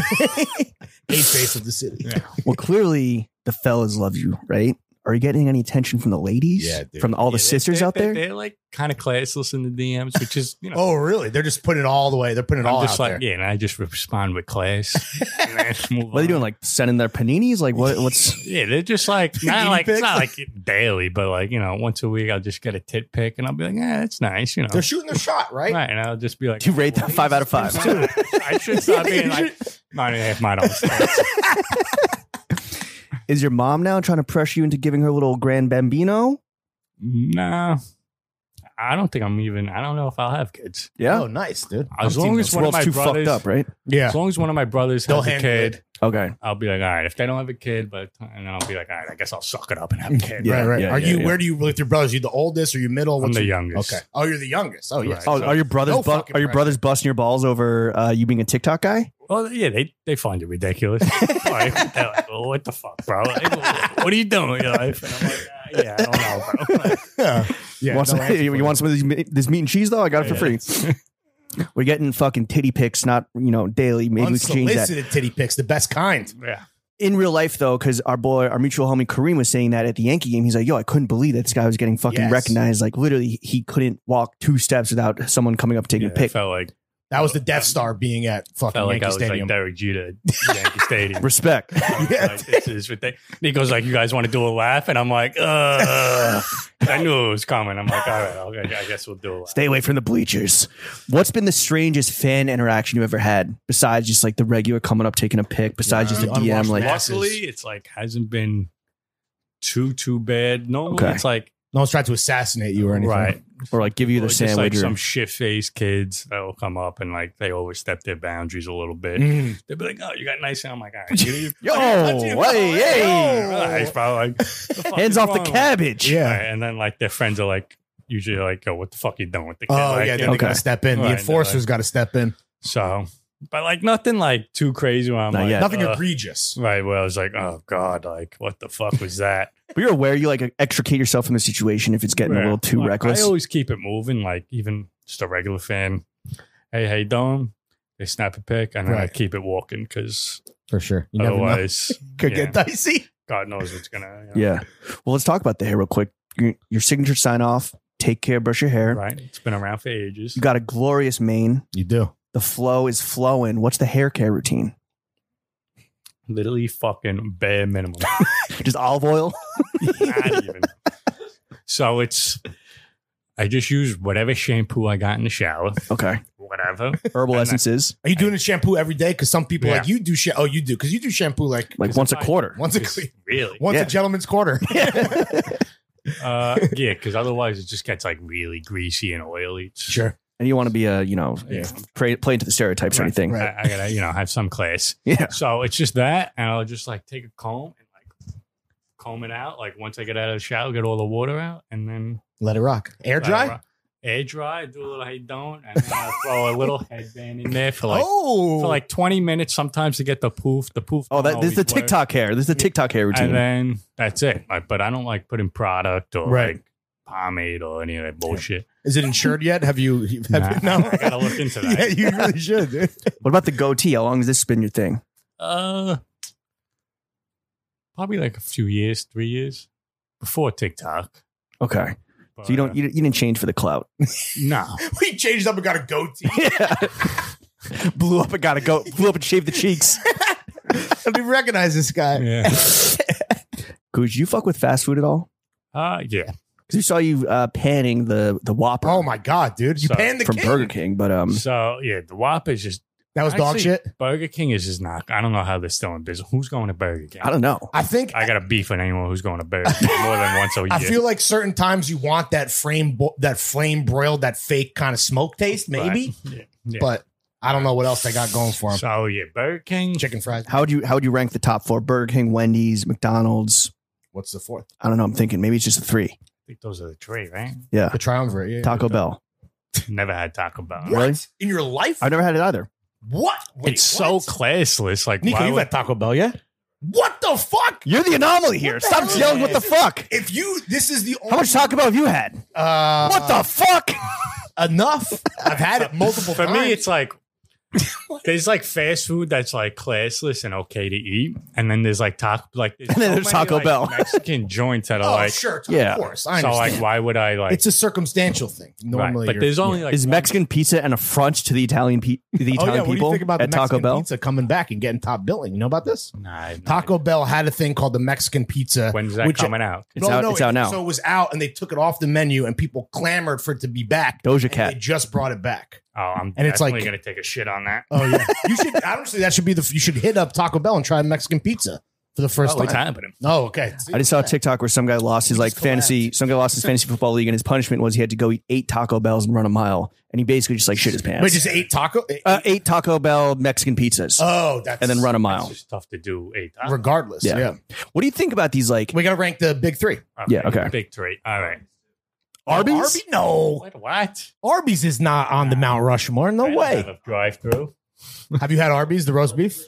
Speaker 3: A face of the city.
Speaker 1: Well, clearly the fellas love you, right? Are you getting any attention from the ladies?
Speaker 3: Yeah, dude.
Speaker 1: From all the
Speaker 2: Yeah, they-
Speaker 1: sisters
Speaker 2: they-
Speaker 1: out
Speaker 2: they-
Speaker 1: there?
Speaker 2: They're like kind of classless in the DMs, which is you know.
Speaker 3: Oh, really? They're just putting it all the way. They're putting it all
Speaker 2: I'm just
Speaker 3: out
Speaker 2: like
Speaker 3: there.
Speaker 2: yeah, and I just respond with class. and then move
Speaker 1: What are they
Speaker 2: on.
Speaker 1: doing? Like sending their paninis? Like what? What's
Speaker 2: Yeah, they're just like
Speaker 3: Eating
Speaker 2: not like
Speaker 3: pics?
Speaker 2: it's not like daily, but like you know, once a week I'll just get a tit pic and I'll be like, yeah, that's nice, you know.
Speaker 3: They're shooting their shot, right?
Speaker 2: Right, and I'll just be like,
Speaker 1: you rate
Speaker 2: "Well,
Speaker 1: that five out of five?
Speaker 2: I I should stop being like nine and a half mile.
Speaker 1: Is your mom now trying to pressure you into giving her a little grand bambino?
Speaker 2: Nah, I don't think I'm even. I don't know if I'll have kids.
Speaker 1: Yeah.
Speaker 3: Oh, nice, dude.
Speaker 2: As long as
Speaker 1: This
Speaker 2: one of
Speaker 1: world's too
Speaker 2: my brothers,
Speaker 1: fucked up, right?
Speaker 3: Yeah.
Speaker 2: as long as one of my brothers
Speaker 3: They'll
Speaker 2: has a
Speaker 3: handle
Speaker 2: kid,
Speaker 3: it.
Speaker 1: Okay.
Speaker 2: I'll be like, all right. If they don't have a kid, but and then I'll be like, all right, I guess I'll suck it up and have a kid.
Speaker 1: Yeah,
Speaker 3: right, right.
Speaker 1: yeah,
Speaker 3: are
Speaker 1: yeah,
Speaker 3: you?
Speaker 1: yeah.
Speaker 3: Where do you live with your brothers? Are you the oldest or you middle?
Speaker 2: I'm
Speaker 3: What's
Speaker 2: the
Speaker 3: your-
Speaker 2: youngest.
Speaker 3: Okay. Oh, you're the youngest. Oh, yeah.
Speaker 2: Right.
Speaker 1: Oh, are your brothers?
Speaker 3: No
Speaker 1: bu-
Speaker 3: fucking
Speaker 1: are your
Speaker 3: pressure.
Speaker 1: brothers busting your balls over uh, you being a TikTok guy?
Speaker 2: Well, yeah, they, they find it ridiculous. Like, they're like, "Well, what the fuck, bro? Like, what are you doing with your life? And I'm like, uh, yeah, I don't know, bro. Like,
Speaker 3: yeah. Yeah.
Speaker 1: you want,
Speaker 3: no
Speaker 1: some,
Speaker 3: answer
Speaker 1: you
Speaker 3: for
Speaker 1: want some of these, me- this meat and cheese though? I got it for
Speaker 2: Yeah.
Speaker 1: free. We're getting fucking titty pics, not you know daily.
Speaker 3: that.
Speaker 1: Maybe we can change that
Speaker 3: Unsolicited titty pics, the best kind.
Speaker 2: yeah.
Speaker 1: in real life though, because our boy, our mutual homie Kareem was saying that at the Yankee game. He's like, "Yo, I couldn't believe that this guy was getting fucking
Speaker 3: Yes.
Speaker 1: recognized. Like literally, he couldn't walk two steps without someone coming up taking
Speaker 2: yeah
Speaker 1: a
Speaker 2: I
Speaker 1: pic."
Speaker 2: felt like
Speaker 3: That was the Death Star being at fucking
Speaker 2: felt like
Speaker 3: Yankee
Speaker 2: I was
Speaker 3: Stadium.
Speaker 2: like Derek Jeter, at Yankee Stadium.
Speaker 1: Respect.
Speaker 2: I was
Speaker 3: Yeah.
Speaker 2: like, this is ridiculous. Nico's like, you guys want to do a laugh? And I'm like, uh I knew it was coming. I'm like, all right, I'll, I guess we'll do a laugh.
Speaker 1: Stay away from the bleachers. What's been the strangest fan interaction you've ever had besides just like the regular coming up taking a pic? Besides
Speaker 3: Nah.
Speaker 1: just a DM,
Speaker 3: Unwashed
Speaker 1: like
Speaker 3: masses.
Speaker 2: Luckily, it's like hasn't been too too bad. Normally,
Speaker 1: Okay.
Speaker 2: it's like
Speaker 3: no one's tried to assassinate you or anything.
Speaker 2: right.
Speaker 1: or like give you the
Speaker 2: Or just,
Speaker 1: sandwich
Speaker 2: like
Speaker 1: or
Speaker 2: some shit faced kids that will come up and like they overstep their boundaries a little bit.
Speaker 3: Mm.
Speaker 2: They'll be like, "Oh, you got nice," and I'm like, "All right, you, you,
Speaker 1: Yo,
Speaker 3: Yo,
Speaker 1: hey, hey.
Speaker 2: relax, bro." Like, the fuck
Speaker 1: Hands
Speaker 2: is
Speaker 1: off the
Speaker 2: wrong?
Speaker 1: cabbage.
Speaker 3: Yeah.
Speaker 2: All right, and then like their friends are like, usually like, "Oh, what the fuck you doing with the kid?"
Speaker 3: Oh
Speaker 2: like,
Speaker 3: yeah,
Speaker 2: you
Speaker 3: then
Speaker 2: know,
Speaker 1: okay.
Speaker 3: they gotta step in.
Speaker 2: Right,
Speaker 3: the
Speaker 2: no,
Speaker 3: enforcer's
Speaker 2: like-
Speaker 3: got to step in.
Speaker 2: so, but like nothing like too crazy. Where I'm
Speaker 1: Not
Speaker 2: like,
Speaker 1: yet.
Speaker 3: Nothing
Speaker 2: uh,
Speaker 3: egregious.
Speaker 2: Right, where I was like, "Oh God, like what the fuck was that?"
Speaker 1: But you're aware you like extricate yourself from the situation if it's getting a
Speaker 2: Yeah.
Speaker 1: little too
Speaker 2: Like,
Speaker 1: reckless.
Speaker 2: I always keep it moving, like even just a regular fan. Hey, hey, Dom. They snap a pic and then I
Speaker 3: Right.
Speaker 2: keep it walking because
Speaker 3: For sure. You never know.
Speaker 2: otherwise,
Speaker 3: Could
Speaker 2: yeah,
Speaker 3: get dicey.
Speaker 2: God knows what's gonna. You know,
Speaker 1: yeah. Well, let's talk about the hair real quick. Your, your signature sign off. Take care. Brush your hair.
Speaker 2: Right. It's been around for ages.
Speaker 1: You got a glorious mane.
Speaker 3: You do.
Speaker 1: The flow is flowing. What's the hair care routine?
Speaker 2: Literally fucking bare minimum.
Speaker 1: Just olive oil.
Speaker 2: Not even. So it's. I just use whatever shampoo I got in the shower,
Speaker 1: Okay.
Speaker 2: whatever.
Speaker 1: Herbal
Speaker 2: And I-
Speaker 1: essences.
Speaker 3: Are you doing the shampoo every day? Because some people
Speaker 2: Yeah.
Speaker 3: like you do. Sh- oh, you do because you do shampoo like
Speaker 1: Like once a
Speaker 2: I-
Speaker 1: quarter.
Speaker 3: once a
Speaker 2: Just really?
Speaker 3: once
Speaker 1: Yeah.
Speaker 3: a gentleman's quarter.
Speaker 2: Uh, yeah, because otherwise it just gets like really greasy and oily. It's-
Speaker 3: sure.
Speaker 1: and you want to be a, you know,
Speaker 2: Yeah.
Speaker 1: pray, play into the stereotypes or
Speaker 2: Right,
Speaker 1: anything.
Speaker 3: right.
Speaker 2: I, I gotta, you know, have some class.
Speaker 1: Yeah.
Speaker 2: So it's just that, and I'll just like take a comb and like comb it out. Like once I get out of the shower, get all the water out, and then
Speaker 3: Let it rock. Air
Speaker 2: let it
Speaker 3: dry.
Speaker 2: ro- air dry, do a little hey don't, and then I throw a little headband in there for like
Speaker 1: oh,
Speaker 2: for like twenty minutes sometimes to get the poof. The poof.
Speaker 1: oh, that
Speaker 2: don't
Speaker 1: this is the
Speaker 2: always work.
Speaker 1: TikTok hair. This is the TikTok hair routine.
Speaker 2: And then that's it. Like, but I don't like putting product or
Speaker 3: Right.
Speaker 2: like pomade or any of that bullshit.
Speaker 3: Is it insured yet? Have you? Have
Speaker 2: Nah,
Speaker 3: you no.
Speaker 2: I gotta look into that.
Speaker 3: yeah, you really should. Dude.
Speaker 1: what about the goatee? How long has this been your thing?
Speaker 2: Uh, probably like a few years, three years before TikTok.
Speaker 1: Okay,
Speaker 2: But, uh,
Speaker 1: so you don't you, you didn't change for the clout.
Speaker 2: no.
Speaker 3: we changed up and got a goatee.
Speaker 1: blew up and got to go. Blew up and shaved the cheeks.
Speaker 3: I do recognize this guy.
Speaker 2: Yeah.
Speaker 1: Could you fuck with fast food at all?
Speaker 2: Uh, yeah.
Speaker 1: Because we saw you uh, panning the the Whopper
Speaker 3: Oh my god, dude! You
Speaker 2: So-
Speaker 3: panned the
Speaker 1: from
Speaker 3: king.
Speaker 1: Burger King, but um,
Speaker 2: So yeah, the Whopper is just
Speaker 3: That was dog
Speaker 2: Actually-
Speaker 3: shit.
Speaker 2: Burger King is just not. I don't know how they're still in business. Who's going to Burger King?
Speaker 1: I don't know.
Speaker 3: I think
Speaker 2: I got a beef with anyone who's going to Burger King more than once a year.
Speaker 3: I feel like certain times you want that frame, bo- that flame broiled, that fake kind of smoke taste,
Speaker 2: Right.
Speaker 3: maybe.
Speaker 2: Yeah. Yeah.
Speaker 3: But I don't know what else they got going for them.
Speaker 2: so yeah, Burger King.
Speaker 3: Chicken fries.
Speaker 1: How would you how would you rank the top four? Burger King, Wendy's, McDonald's.
Speaker 3: What's the fourth?
Speaker 1: I don't know. I'm thinking maybe it's just a three.
Speaker 2: I think those are the three, right?
Speaker 1: Yeah,
Speaker 3: The triumvirate. Yeah.
Speaker 1: Taco Bell.
Speaker 2: Never had Taco Bell.
Speaker 1: Really?
Speaker 3: In your life?
Speaker 1: I've never had it either.
Speaker 3: what? Wait,
Speaker 2: it's
Speaker 3: what?
Speaker 2: so classless. Like,
Speaker 3: Nico,
Speaker 2: why
Speaker 3: you
Speaker 2: would,
Speaker 3: had Taco Bell, yeah? What the fuck?
Speaker 1: You're the anomaly here.
Speaker 3: What the
Speaker 1: Stop
Speaker 3: hell?
Speaker 1: yelling! What the fuck?
Speaker 3: If you, this is the only.
Speaker 1: How much Taco Bell have you had?
Speaker 3: Uh,
Speaker 1: what the fuck?
Speaker 3: Enough. I've had it multiple
Speaker 2: for
Speaker 3: times.
Speaker 2: me, it's like there's like fast food that's like classless and okay to eat, and then there's like taco, like
Speaker 1: And then there's Taco
Speaker 2: like,
Speaker 1: Bell.
Speaker 2: Mexican joints that are
Speaker 3: oh,
Speaker 2: like.
Speaker 3: sure.
Speaker 1: yeah.
Speaker 3: Of course. I
Speaker 2: So
Speaker 3: understand.
Speaker 2: like, why would I like?
Speaker 3: it's a circumstantial thing.
Speaker 2: right,
Speaker 3: Normally,
Speaker 2: but
Speaker 3: you're-
Speaker 2: there's only
Speaker 3: yeah.
Speaker 2: like
Speaker 1: Is
Speaker 2: one-
Speaker 1: Mexican pizza an affront to the Italian pe- the
Speaker 3: Oh, yeah.
Speaker 1: Italian
Speaker 3: What do
Speaker 1: people
Speaker 3: you think about
Speaker 1: at
Speaker 3: the
Speaker 1: Taco
Speaker 3: Mexican
Speaker 1: Bell?
Speaker 3: pizza coming back and getting top billing? You know about this?
Speaker 2: Nah, nah.
Speaker 3: Taco Bell had a thing called the Mexican pizza.
Speaker 2: Mm-hmm. When's that
Speaker 3: which- uh,
Speaker 2: coming out?
Speaker 1: It's out- it's out
Speaker 3: it-
Speaker 1: now.
Speaker 3: So it was out, and they took it off the menu, and people clamored for it to be back.
Speaker 1: Doja
Speaker 3: and
Speaker 1: Cat.
Speaker 3: They just brought it back.
Speaker 2: Oh, I'm
Speaker 3: And it's like-
Speaker 2: definitely gonna take a shit on that.
Speaker 3: Oh yeah, you should honestly. That should be the. You should hit up Taco Bell and try Mexican pizza for the first
Speaker 2: Oh, it's
Speaker 3: time.
Speaker 2: happening.
Speaker 3: Oh, okay.
Speaker 1: I just saw a TikTok where some guy lost his like
Speaker 3: Just collapsed.
Speaker 1: fantasy. Some guy lost his fantasy football league, and his punishment was he had to go eat eight Taco Bells and run a mile, and he basically just like shit his pants.
Speaker 3: But just ate taco.
Speaker 1: uh, eight Taco Bell Mexican pizzas,
Speaker 3: oh, that's
Speaker 1: and then run a
Speaker 2: It's
Speaker 1: mile.
Speaker 2: just tough to do eight.
Speaker 3: Regardless,
Speaker 1: Yeah.
Speaker 3: yeah.
Speaker 1: What do you think about these like
Speaker 3: we got to rank the big three.
Speaker 1: Yeah, okay.
Speaker 2: Big three. All right.
Speaker 3: Oh,
Speaker 1: Arby's?
Speaker 3: Arby? No,
Speaker 2: What? What?
Speaker 3: Arby's is not on the Mount Rushmore. No way.
Speaker 2: Drive through.
Speaker 3: Have you had Arby's the roast beef?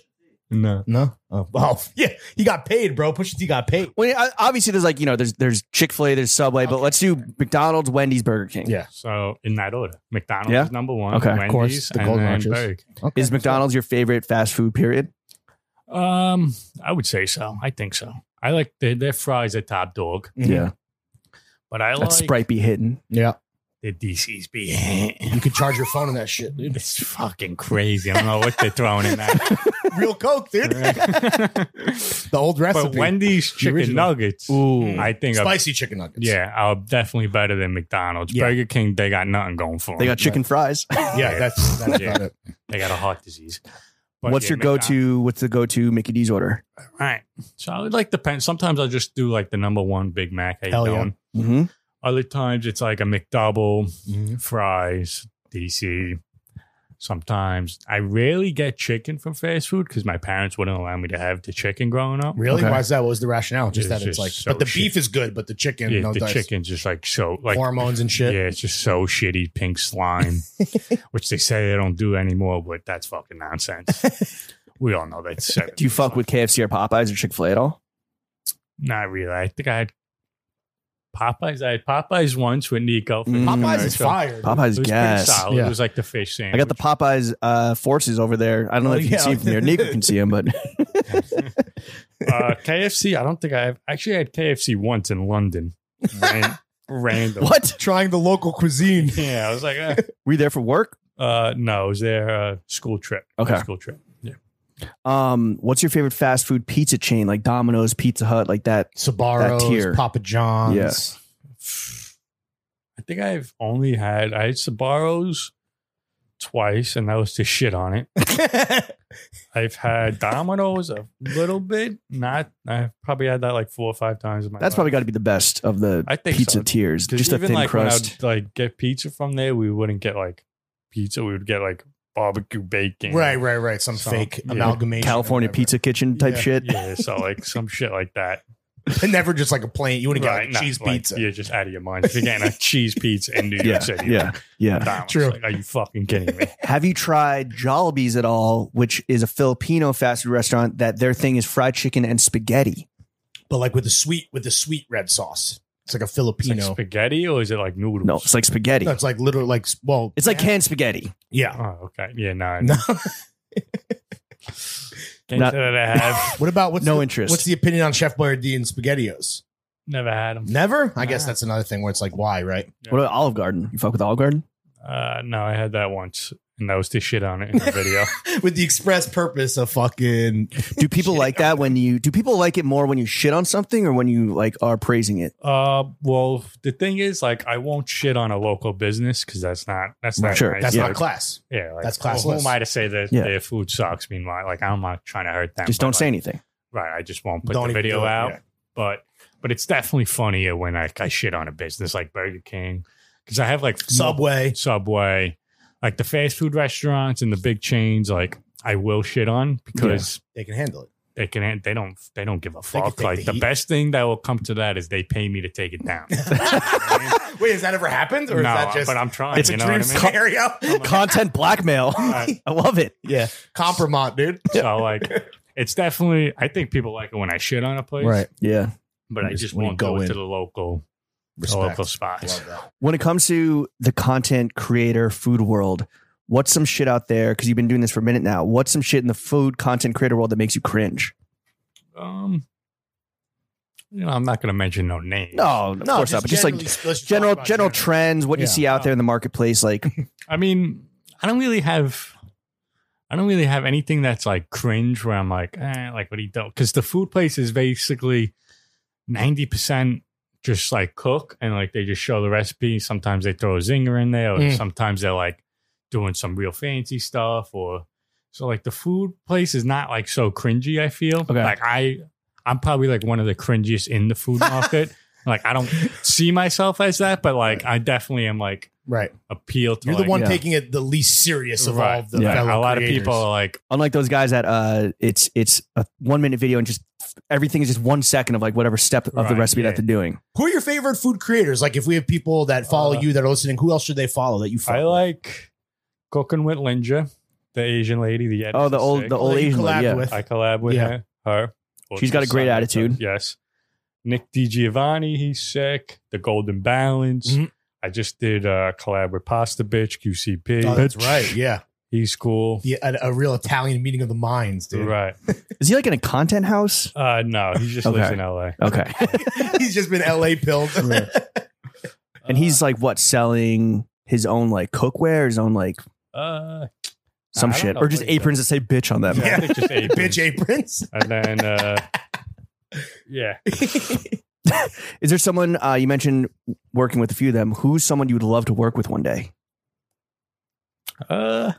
Speaker 2: No.
Speaker 3: No. Oh, well, yeah. He got paid, bro. Pusha T got paid.
Speaker 1: Well, yeah, I- uh, obviously, there's like you know, there's there's Chick Fil A, there's Subway, but let's do McDonald's, Wendy's, Burger King.
Speaker 3: Yeah.
Speaker 2: So in that order, McDonald's
Speaker 1: Yeah?
Speaker 2: is number one.
Speaker 1: Okay. Of
Speaker 2: Wendy's,
Speaker 3: course, the
Speaker 2: the
Speaker 3: Golden
Speaker 2: Golden
Speaker 3: Arches. Okay.
Speaker 1: Is McDonald's your favorite fast food? Period.
Speaker 2: Um, I would say so. I think so. I like their, their fries at Top Dog,
Speaker 3: Mhm.
Speaker 2: but I
Speaker 1: that
Speaker 2: like
Speaker 1: Sprite be hitting.
Speaker 3: Yeah.
Speaker 2: the DC's be.
Speaker 3: You could charge your phone in that shit, dude.
Speaker 2: It's fucking crazy. I don't know what they're throwing in that.
Speaker 3: Real Coke, dude. the old recipe.
Speaker 2: but Wendy's chicken
Speaker 3: original.
Speaker 2: nuggets,
Speaker 1: Ooh,
Speaker 2: I think, are,
Speaker 3: spicy chicken nuggets.
Speaker 2: yeah, are definitely better than McDonald's.
Speaker 3: Yeah.
Speaker 2: Burger King, they got nothing going for them.
Speaker 1: they got chicken fries.
Speaker 3: yeah. That's that's
Speaker 2: Yeah.
Speaker 3: about it.
Speaker 2: They got a heart disease. But
Speaker 1: what's
Speaker 2: yeah,
Speaker 1: your go to? What's the go to Mickey D's order?
Speaker 2: McDonald's. Right. So I would like the pen. Sometimes I'll just do like the number one Big Mac. How you
Speaker 3: Hell yeah.
Speaker 2: doing?
Speaker 1: Mm-hmm.
Speaker 2: Other times it's like a McDouble, fries, DC. Sometimes I rarely get chicken from fast food because my parents wouldn't allow me to have the chicken growing up.
Speaker 3: Really?
Speaker 1: Okay.
Speaker 3: Why is that? What was the rationale? Just
Speaker 2: It's
Speaker 3: that it's
Speaker 2: just
Speaker 3: like,
Speaker 2: so
Speaker 3: but the
Speaker 2: shit.
Speaker 3: beef is good, but the chicken,
Speaker 2: Yeah,
Speaker 3: no
Speaker 2: the
Speaker 3: dice.
Speaker 2: chicken's just like so like
Speaker 3: hormones and shit.
Speaker 2: yeah, it's just so shitty pink slime, which they say they don't do anymore, but that's fucking nonsense. we all know that's
Speaker 1: Do you fuck with KFC or Popeyes or Chick Fil A at all?
Speaker 2: Not really. I think I had Popeyes. I had Popeyes once with Nico. for
Speaker 1: Mm.
Speaker 2: dinner,
Speaker 3: Popeyes is
Speaker 2: so
Speaker 3: fire. dude.
Speaker 2: It was
Speaker 1: Popeyes,
Speaker 2: pretty
Speaker 1: gas.
Speaker 2: solid.
Speaker 3: Yeah.
Speaker 2: It was like the fish sandwich.
Speaker 1: I got the Popeyes uh, forces over there. I don't know
Speaker 3: Oh,
Speaker 1: if you can
Speaker 3: yeah.
Speaker 1: see him from here. Nico can see him, but
Speaker 2: uh, KFC. I don't think I have actually I had KFC once in London. Ran, random.
Speaker 1: what?
Speaker 3: Trying the local cuisine.
Speaker 2: Yeah, I was like, eh.
Speaker 1: Were you there for work?
Speaker 2: uh, no, it was their uh, school trip.
Speaker 1: Okay.
Speaker 2: school trip. Yeah,
Speaker 1: Um, what's your favorite fast food pizza chain? Like Domino's, Pizza Hut, like that? That tier.
Speaker 3: Sabaros, Papa John's.
Speaker 1: Yes.
Speaker 2: I think I've only had I had Sabaros twice, and that was to shit on it. I've had Domino's a little bit. Not I've probably had that like four or five times in my.
Speaker 1: That's
Speaker 2: life.
Speaker 1: probably got to be the best of the
Speaker 2: I think
Speaker 1: pizza
Speaker 2: so.
Speaker 1: tiers.
Speaker 2: 'Cause
Speaker 1: Just a
Speaker 2: even,
Speaker 1: thin
Speaker 2: like,
Speaker 1: crust.
Speaker 2: When I'd like get pizza from there, we wouldn't get like pizza. We would get like barbecue bacon.
Speaker 3: Right, right, right. Some
Speaker 2: So,
Speaker 3: fake
Speaker 2: yeah.
Speaker 3: amalgamation.
Speaker 1: California
Speaker 3: of whatever.
Speaker 1: Pizza Kitchen type
Speaker 3: Yeah.
Speaker 1: shit.
Speaker 2: Yeah. So like some shit like that.
Speaker 3: and never just like a plain. You wouldn't get
Speaker 2: Right,
Speaker 3: like
Speaker 2: not
Speaker 3: cheese
Speaker 2: like,
Speaker 3: pizza.
Speaker 2: You're just out of your mind. If you're getting a cheese pizza in New York
Speaker 1: Yeah,
Speaker 2: City,
Speaker 1: yeah, yeah.
Speaker 2: True. Like, are you fucking kidding me?
Speaker 1: Have you tried Jollibee's at all, which is a Filipino fast food restaurant that their thing is fried chicken and spaghetti?
Speaker 3: But like with the sweet with the sweet red sauce. It's like a
Speaker 2: It's like
Speaker 3: Filipino.
Speaker 2: spaghetti or is it like noodles?
Speaker 1: No, it's like spaghetti.
Speaker 3: No, it's like literally like well,
Speaker 1: It's like canned spaghetti.
Speaker 3: yeah.
Speaker 2: Oh, okay. Yeah, no.
Speaker 3: No.
Speaker 2: Can't
Speaker 1: Not-
Speaker 2: say that I have.
Speaker 3: What about what's
Speaker 1: No
Speaker 3: the,
Speaker 1: interest.
Speaker 3: What's the opinion on Chef Boyardee and Spaghettios?
Speaker 2: Never had them.
Speaker 3: Never. Ah. I guess
Speaker 2: Nah.
Speaker 3: that's another thing where it's like why, right?
Speaker 2: Yeah.
Speaker 1: What about Olive Garden? You fuck with Olive Garden?
Speaker 2: Uh, no, I had that once, and that was the shit on it in the video.
Speaker 3: with the express purpose of fucking.
Speaker 1: Do people like that when you do people like it more when you shit on something or when you like are praising it?
Speaker 2: uh, well, the thing is, like, I won't shit on a local business because that's not that's not
Speaker 1: Sure.
Speaker 2: nice.
Speaker 3: That's
Speaker 1: Yeah.
Speaker 3: not class.
Speaker 2: Yeah, like,
Speaker 3: That's
Speaker 2: well,
Speaker 3: classless.
Speaker 2: who am I to say that
Speaker 1: Yeah.
Speaker 2: their food sucks? Meanwhile, like, I'm not trying to hurt them.
Speaker 1: Just
Speaker 2: but,
Speaker 1: don't say
Speaker 2: like,
Speaker 1: anything.
Speaker 2: Right, I just won't put
Speaker 3: Don't
Speaker 2: the
Speaker 3: even
Speaker 2: video
Speaker 3: do it,
Speaker 2: out.
Speaker 3: yeah.
Speaker 2: But but it's definitely funnier when like I shit on a business like Burger King because I have like
Speaker 3: Subway.
Speaker 2: Subway, like the fast food restaurants and the big chains. Like I will shit on because
Speaker 3: They can handle it.
Speaker 2: they can they don't they don't give a
Speaker 3: They can
Speaker 2: fuck.
Speaker 3: take
Speaker 2: Like
Speaker 3: the
Speaker 2: the,
Speaker 3: heat.
Speaker 2: best thing that will come to that is they pay me to take it down.
Speaker 3: Wait, has that ever happened, or
Speaker 2: no,
Speaker 3: is that just
Speaker 2: but I'm trying.
Speaker 3: it's
Speaker 2: you
Speaker 3: a
Speaker 2: know
Speaker 3: dream
Speaker 2: what I mean?
Speaker 3: scenario?
Speaker 1: Content blackmail.
Speaker 2: Right.
Speaker 1: I love it.
Speaker 3: yeah, Compromont, dude.
Speaker 2: So like, it's definitely. I think people like it when I shit on a place,
Speaker 1: Yeah.
Speaker 2: But I
Speaker 3: Just
Speaker 2: just
Speaker 3: when you
Speaker 2: won't
Speaker 3: go
Speaker 2: go
Speaker 3: in.
Speaker 2: to the local, the
Speaker 3: Respect.
Speaker 2: local spots.
Speaker 3: Love that.
Speaker 1: When it comes to the content creator food world, what's some shit out there? Because you've been doing this for a minute now. What's some shit in the food content creator world that makes you cringe?
Speaker 2: Um, you know, I'm not going to mention no names.
Speaker 1: No, of course not. But just like
Speaker 3: generally- let's just
Speaker 1: general
Speaker 3: talk about
Speaker 1: general
Speaker 3: general.
Speaker 1: trends, what you
Speaker 3: Yeah.
Speaker 1: see out there in the marketplace, like
Speaker 2: I mean, I don't really have. I don't really have anything that's like cringe where I'm like, eh, like what he do? Because the food place is basically ninety percent just like cook and like they just show the recipe. Sometimes they throw a zinger in there, or
Speaker 3: Mm.
Speaker 2: sometimes they're like doing some real fancy stuff, or so like the food place is not like so cringy. I feel
Speaker 1: Okay.
Speaker 2: like I, I'm probably like one of the cringiest in the food market. like I don't see myself as that, but like I definitely am like
Speaker 3: Right,
Speaker 2: appeal to
Speaker 3: you're
Speaker 2: like,
Speaker 3: the one
Speaker 1: yeah.
Speaker 3: taking it the least serious of all
Speaker 2: Right.
Speaker 3: of the
Speaker 1: Yeah.
Speaker 3: fellow
Speaker 2: a lot
Speaker 3: creators.
Speaker 2: of people are like
Speaker 1: unlike those guys that uh it's it's a one minute video and just everything is just one second of like whatever step of the
Speaker 2: Right,
Speaker 1: recipe
Speaker 2: yeah.
Speaker 1: that they're doing.
Speaker 3: Who are your favorite food creators? Like, if we have people that follow
Speaker 2: Uh,
Speaker 3: you that are listening, who else should they follow that you follow?
Speaker 2: I like cooking with Linja, the Asian lady, the
Speaker 1: Oh, the old
Speaker 2: sick.
Speaker 1: the old
Speaker 3: That you
Speaker 1: Asian lady,
Speaker 3: collabed
Speaker 1: yeah.
Speaker 3: with.
Speaker 2: I collab with
Speaker 3: Yeah.
Speaker 2: her. her. Or
Speaker 1: She's got a great
Speaker 2: Susanna,
Speaker 1: attitude.
Speaker 2: Yes. Nick Di Giovanni, he's sick. The Golden Balance.
Speaker 3: Mhm.
Speaker 2: I just did a collab with Pasta Bitch, QCP.
Speaker 3: Oh, that's
Speaker 2: Bitch.
Speaker 3: right. Yeah,
Speaker 2: He's cool.
Speaker 3: the, a, a real Italian meeting of the minds, dude.
Speaker 2: Right.
Speaker 1: Is he like in a content house?
Speaker 2: Uh, no, he just lives
Speaker 1: Okay.
Speaker 2: in LA.
Speaker 1: Okay.
Speaker 3: he's just been LA pilled.
Speaker 1: and he's like what selling his own like cookware, his own like
Speaker 2: uh,
Speaker 1: some
Speaker 2: I don't
Speaker 1: shit,
Speaker 2: know
Speaker 1: or just
Speaker 2: what he
Speaker 1: aprons that say bitch on them.
Speaker 2: yeah, I think just
Speaker 3: Bitch
Speaker 2: aprons.
Speaker 3: aprons.
Speaker 2: And then, uh, yeah.
Speaker 1: Is there someone uh, you mentioned working with a few of them? Who's someone you would love to work with one day?
Speaker 2: Uh,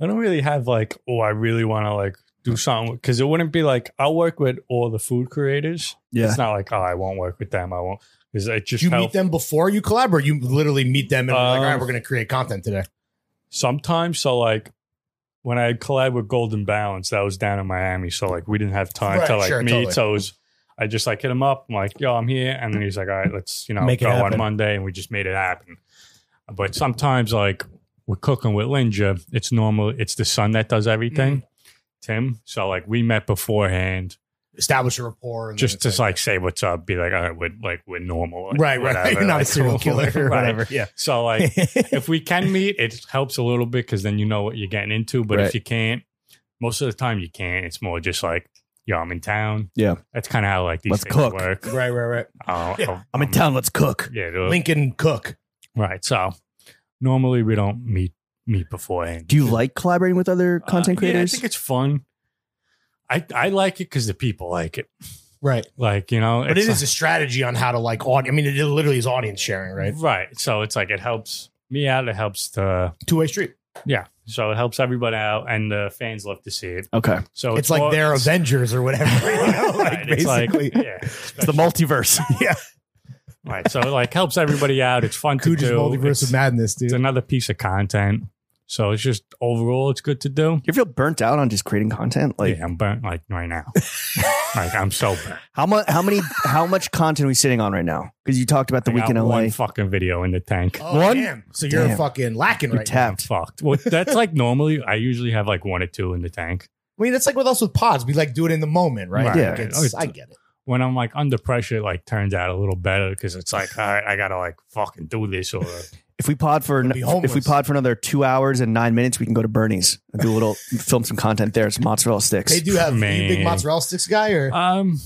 Speaker 2: I don't really have like, oh, I really want to like do something because it wouldn't be like I'll work with all the food creators.
Speaker 1: Yeah,
Speaker 2: It's not like oh, I won't work with them. I won't because it
Speaker 3: Did
Speaker 2: just
Speaker 3: you
Speaker 2: felt-
Speaker 3: meet them before you collaborate? You literally meet them and we're like,
Speaker 2: Um,
Speaker 3: all right, we're going to create content today.
Speaker 2: sometimes. So like when I collab with Golden Balance, that was down in Miami. So like we didn't have time to
Speaker 3: Right,
Speaker 2: like
Speaker 3: sure,
Speaker 2: meet.
Speaker 3: totally.
Speaker 2: So it was, I just like hit him up. I'm like, yo, I'm here, and then he's like, all right, let's you know
Speaker 3: Make it
Speaker 2: go on
Speaker 3: happen.
Speaker 2: Monday, and we just made it happen. But sometimes like we're cooking with Linja, it's normal. It's the son that does everything.
Speaker 3: Mm-hmm.
Speaker 2: Tim. So like we met beforehand.
Speaker 3: Establish a rapport. And then
Speaker 2: just
Speaker 3: it's
Speaker 2: just like say what's up, be like, all right, we're like we're normal, like,
Speaker 3: right, right.
Speaker 2: whatever,
Speaker 3: You're not
Speaker 2: like,
Speaker 3: a
Speaker 2: cool,
Speaker 3: serial killer or
Speaker 2: right.
Speaker 3: whatever. Yeah.
Speaker 2: So like, if we can meet, it helps a little bit because then you know what you're getting into. But
Speaker 1: Right.
Speaker 2: if you can't, most of the time you can't. It's more just like, yo, I'm in town.
Speaker 1: Yeah.
Speaker 2: that's kind of how like these
Speaker 1: Let's
Speaker 2: things
Speaker 1: cook.
Speaker 2: work.
Speaker 3: right, right, right.
Speaker 2: I'll-
Speaker 3: Yeah.
Speaker 2: I'll-
Speaker 1: I'm in town. Let's cook.
Speaker 2: Yeah, they'll-
Speaker 3: Lincoln Cook.
Speaker 2: right. So normally we don't meet meet beforehand.
Speaker 1: Do you like collaborating with other
Speaker 2: Uh,
Speaker 1: content
Speaker 2: yeah, I
Speaker 1: creators?
Speaker 2: think it's fun. I I like it because the people like it.
Speaker 3: Right.
Speaker 2: Like you know,
Speaker 3: But
Speaker 2: it's
Speaker 3: it is a strategy on how to like audience. I mean, it literally is audience sharing, right?
Speaker 2: Right. So it's like it helps me out. It helps the
Speaker 3: Two way street.
Speaker 2: yeah. So it helps everybody out, and the fans love to see it.
Speaker 1: okay,
Speaker 2: So Oh,
Speaker 3: It's,
Speaker 2: it's,
Speaker 3: like
Speaker 2: more-
Speaker 3: they're
Speaker 2: it's-
Speaker 3: Avengers or whatever. you know?
Speaker 2: Right,
Speaker 3: Like
Speaker 2: it's like-
Speaker 3: basically.
Speaker 2: yeah.
Speaker 1: it's the multiverse.
Speaker 2: Right. So it like helps everybody out. It's fun to
Speaker 3: Cujo's
Speaker 2: do.
Speaker 3: multiverse
Speaker 2: It's,
Speaker 3: of madness, dude.
Speaker 2: it's another piece of content. So it's just overall, it's good to do.
Speaker 1: You feel burnt out on just creating content? Like
Speaker 2: yeah, I'm burnt like right now. like I'm so burnt.
Speaker 1: how much? How many? How much content are we sitting on right now? Because you talked about the
Speaker 2: I got
Speaker 1: week in LA.
Speaker 2: one fucking video in the tank.
Speaker 3: Oh,
Speaker 1: One?
Speaker 3: damn. So you're
Speaker 1: Damn.
Speaker 3: fucking lacking
Speaker 1: You're
Speaker 3: right now.
Speaker 1: tapped.
Speaker 2: Fucked. Well, that's like normally I usually have like one or two in the tank.
Speaker 3: I mean, that's like with us with pods. We like do it in the moment, right?
Speaker 2: Right.
Speaker 1: Yeah.
Speaker 3: Like, it's-
Speaker 2: Oh, it's-
Speaker 3: I get it.
Speaker 2: When I'm like under pressure, it like turns out a little better because it's like, all right, I gotta like fucking do this or
Speaker 1: If we pod for
Speaker 3: Could be
Speaker 1: if we
Speaker 3: homeless.
Speaker 1: pod for another two hours and nine minutes, we can go to Bernie's and do a little film some content there. It's mozzarella sticks.
Speaker 3: They do have you a big
Speaker 2: Man.
Speaker 3: mozzarella sticks guy or
Speaker 2: um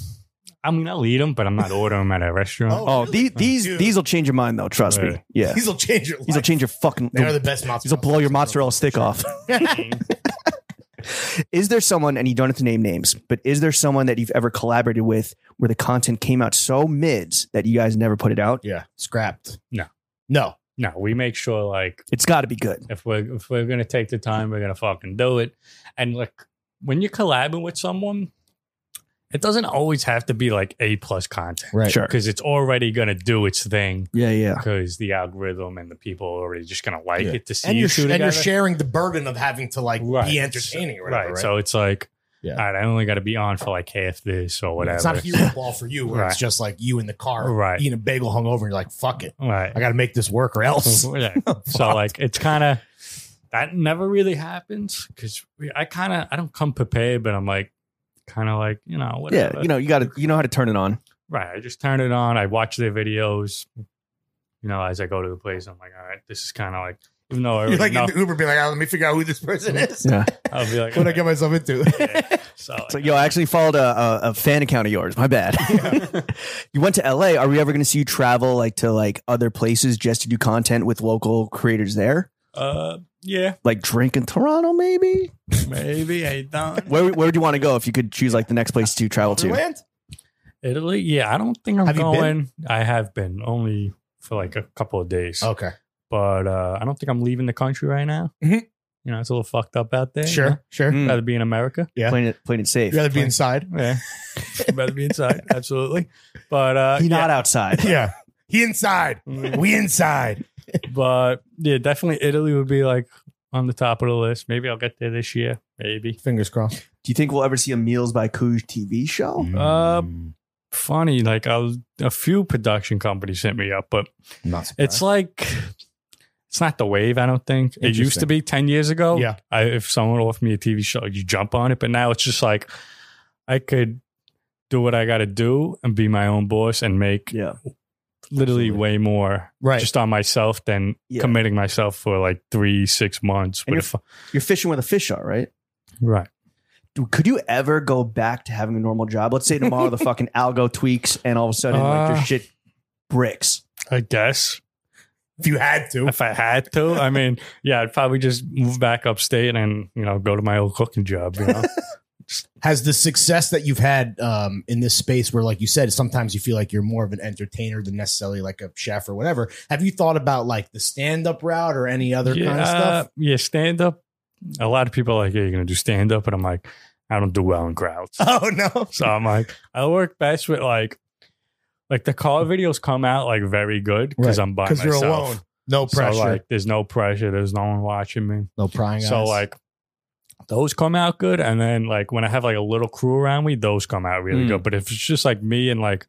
Speaker 2: I mean I'll eat them, but I'm not ordering them at a restaurant.
Speaker 1: oh,
Speaker 3: really?
Speaker 1: the- these
Speaker 3: Dude.
Speaker 1: these will change your mind though. Trust
Speaker 2: Yeah.
Speaker 1: me. Yeah,
Speaker 3: These will change your life.
Speaker 1: these will change your fucking.
Speaker 3: They are the best mozzarella.
Speaker 1: These will blow your
Speaker 3: sticks in the
Speaker 1: mozzarella stick off. is there someone, and you don't have to name names, but is there someone that you've ever collaborated with where the content came out so mids that you guys never put it out?
Speaker 3: world. Yeah. Scrapped.
Speaker 2: No.
Speaker 3: No.
Speaker 2: No, we make sure like
Speaker 1: It's got to be good.
Speaker 2: if we're if we're gonna take the time, we're gonna fucking do it. And like when you're collabing with someone, it doesn't always have to be like A plus content.
Speaker 3: Right.
Speaker 1: Sure.
Speaker 2: Because it's already gonna do its thing.
Speaker 1: Yeah, yeah.
Speaker 2: Because the algorithm and the people are already just gonna like
Speaker 3: Yeah.
Speaker 2: it to see
Speaker 3: And
Speaker 2: you
Speaker 3: you're
Speaker 2: two
Speaker 3: and
Speaker 2: together.
Speaker 3: you're sharing the burden of having to like
Speaker 2: Right.
Speaker 3: be entertaining or whatever.
Speaker 2: right.
Speaker 3: Right.
Speaker 2: So it's like,
Speaker 3: Yeah.
Speaker 2: all right, I only got to be on for like half this or whatever.
Speaker 3: It's not a hero ball for you where it's
Speaker 2: Right.
Speaker 3: just like you in the car
Speaker 2: Right.
Speaker 3: eating a bagel hungover and you're like, fuck it.
Speaker 2: right.
Speaker 3: I gotta make this work or else.
Speaker 2: Yeah. so like it's kind of that never really happens because I kind of I don't come prepared, but I'm like kind of like you know whatever.
Speaker 1: Yeah, you know, you got to, you know how to turn it on.
Speaker 2: Right. I just turn it on. I watch their videos. You know, as I go to the place, I'm like, all right, this is kind of like even though I already
Speaker 3: You're like
Speaker 2: know,
Speaker 3: in the Uber, be like, "Ah, let me figure out who this person is.
Speaker 1: Yeah.
Speaker 2: I'll be like,
Speaker 3: What I get myself into.
Speaker 2: all right, yeah. so
Speaker 1: So, yo, I actually followed a, a, a fan account of yours. My bad. you went to LA. Are we ever going to see you travel like to like other places just to do content with local creators there?
Speaker 2: uh, yeah,
Speaker 1: Like drink in Toronto, maybe?
Speaker 2: maybe I don't.
Speaker 1: Where, where would you want to go if you could choose like the next place to travel to?
Speaker 3: Land?
Speaker 2: Italy, yeah, I don't think I'm
Speaker 3: Have you been?
Speaker 2: going. I have been only for like a couple of days.
Speaker 3: Okay.
Speaker 2: but uh, I don't think I'm leaving the country right now.
Speaker 3: Mhm.
Speaker 2: You know, it's a little fucked up out there. you know?
Speaker 3: Sure. Sure.
Speaker 1: Mm.
Speaker 2: Rather be in America.
Speaker 3: Yeah.
Speaker 1: Playing it, playing it safe.
Speaker 3: Hmm. You'd rather be inside.
Speaker 2: Yeah. Rather be inside. Absolutely. But uh,
Speaker 1: He
Speaker 2: yeah.
Speaker 1: not outside.
Speaker 3: Yeah. He inside.
Speaker 2: Mm.
Speaker 3: We inside.
Speaker 2: But yeah, definitely Italy would be like on the top of the list. Maybe I'll get there this year. Maybe.
Speaker 3: Fingers crossed.
Speaker 1: Do you think we'll ever see a Meals by Cooge TV
Speaker 3: Hmm.
Speaker 1: show?
Speaker 2: Uh, funny, like I was, a few production companies hit me up, but
Speaker 3: Not
Speaker 2: it's like it's not the wave. I don't think it used to
Speaker 3: Interesting.
Speaker 2: be ten years ago.
Speaker 3: Yeah.
Speaker 2: I, if someone offered me a TV show, you jump on it. But now it's just like I could do what I got to do and be my own boss and make
Speaker 1: Yeah.
Speaker 2: literally
Speaker 3: Absolutely.
Speaker 2: way more
Speaker 3: right.
Speaker 2: just on myself than
Speaker 1: Yeah.
Speaker 2: committing myself for like three six months.
Speaker 1: And
Speaker 2: With a fu-
Speaker 1: You're fishing where the fish are, right?
Speaker 2: right.
Speaker 1: Dude, Could you ever go back to having a normal job? Let's say tomorrow the fucking algo tweaks and all of a sudden like
Speaker 2: Uh.
Speaker 1: your shit bricks.
Speaker 2: I guess
Speaker 3: if you had to.
Speaker 2: if I had to, I mean, yeah, I'd probably just move back upstate and you know go to my old cooking job. You know,
Speaker 3: Has the success that you've had um, in this space, where like you said, sometimes you feel like you're more of an entertainer than necessarily like a chef or whatever. Have you thought about like the stand up route or any other kind of stuff?
Speaker 2: Yeah, stand up. A lot of people are like, yeah, you're gonna do stand up, and I'm like, I don't do well in crowds.
Speaker 3: Oh no!
Speaker 2: so I'm like, I work best with like, like the car videos come out like very good because
Speaker 3: Right.
Speaker 2: I'm by
Speaker 3: Because
Speaker 2: myself.
Speaker 3: you're alone, no pressure,
Speaker 2: So like, there's no pressure. There's no one watching me.
Speaker 3: no prying.
Speaker 2: So
Speaker 3: eyes.
Speaker 2: like, those come out good, and then like when I have like a little crew around me, those come out really
Speaker 1: Mm.
Speaker 3: Hmm.
Speaker 2: good. But if it's just like me and like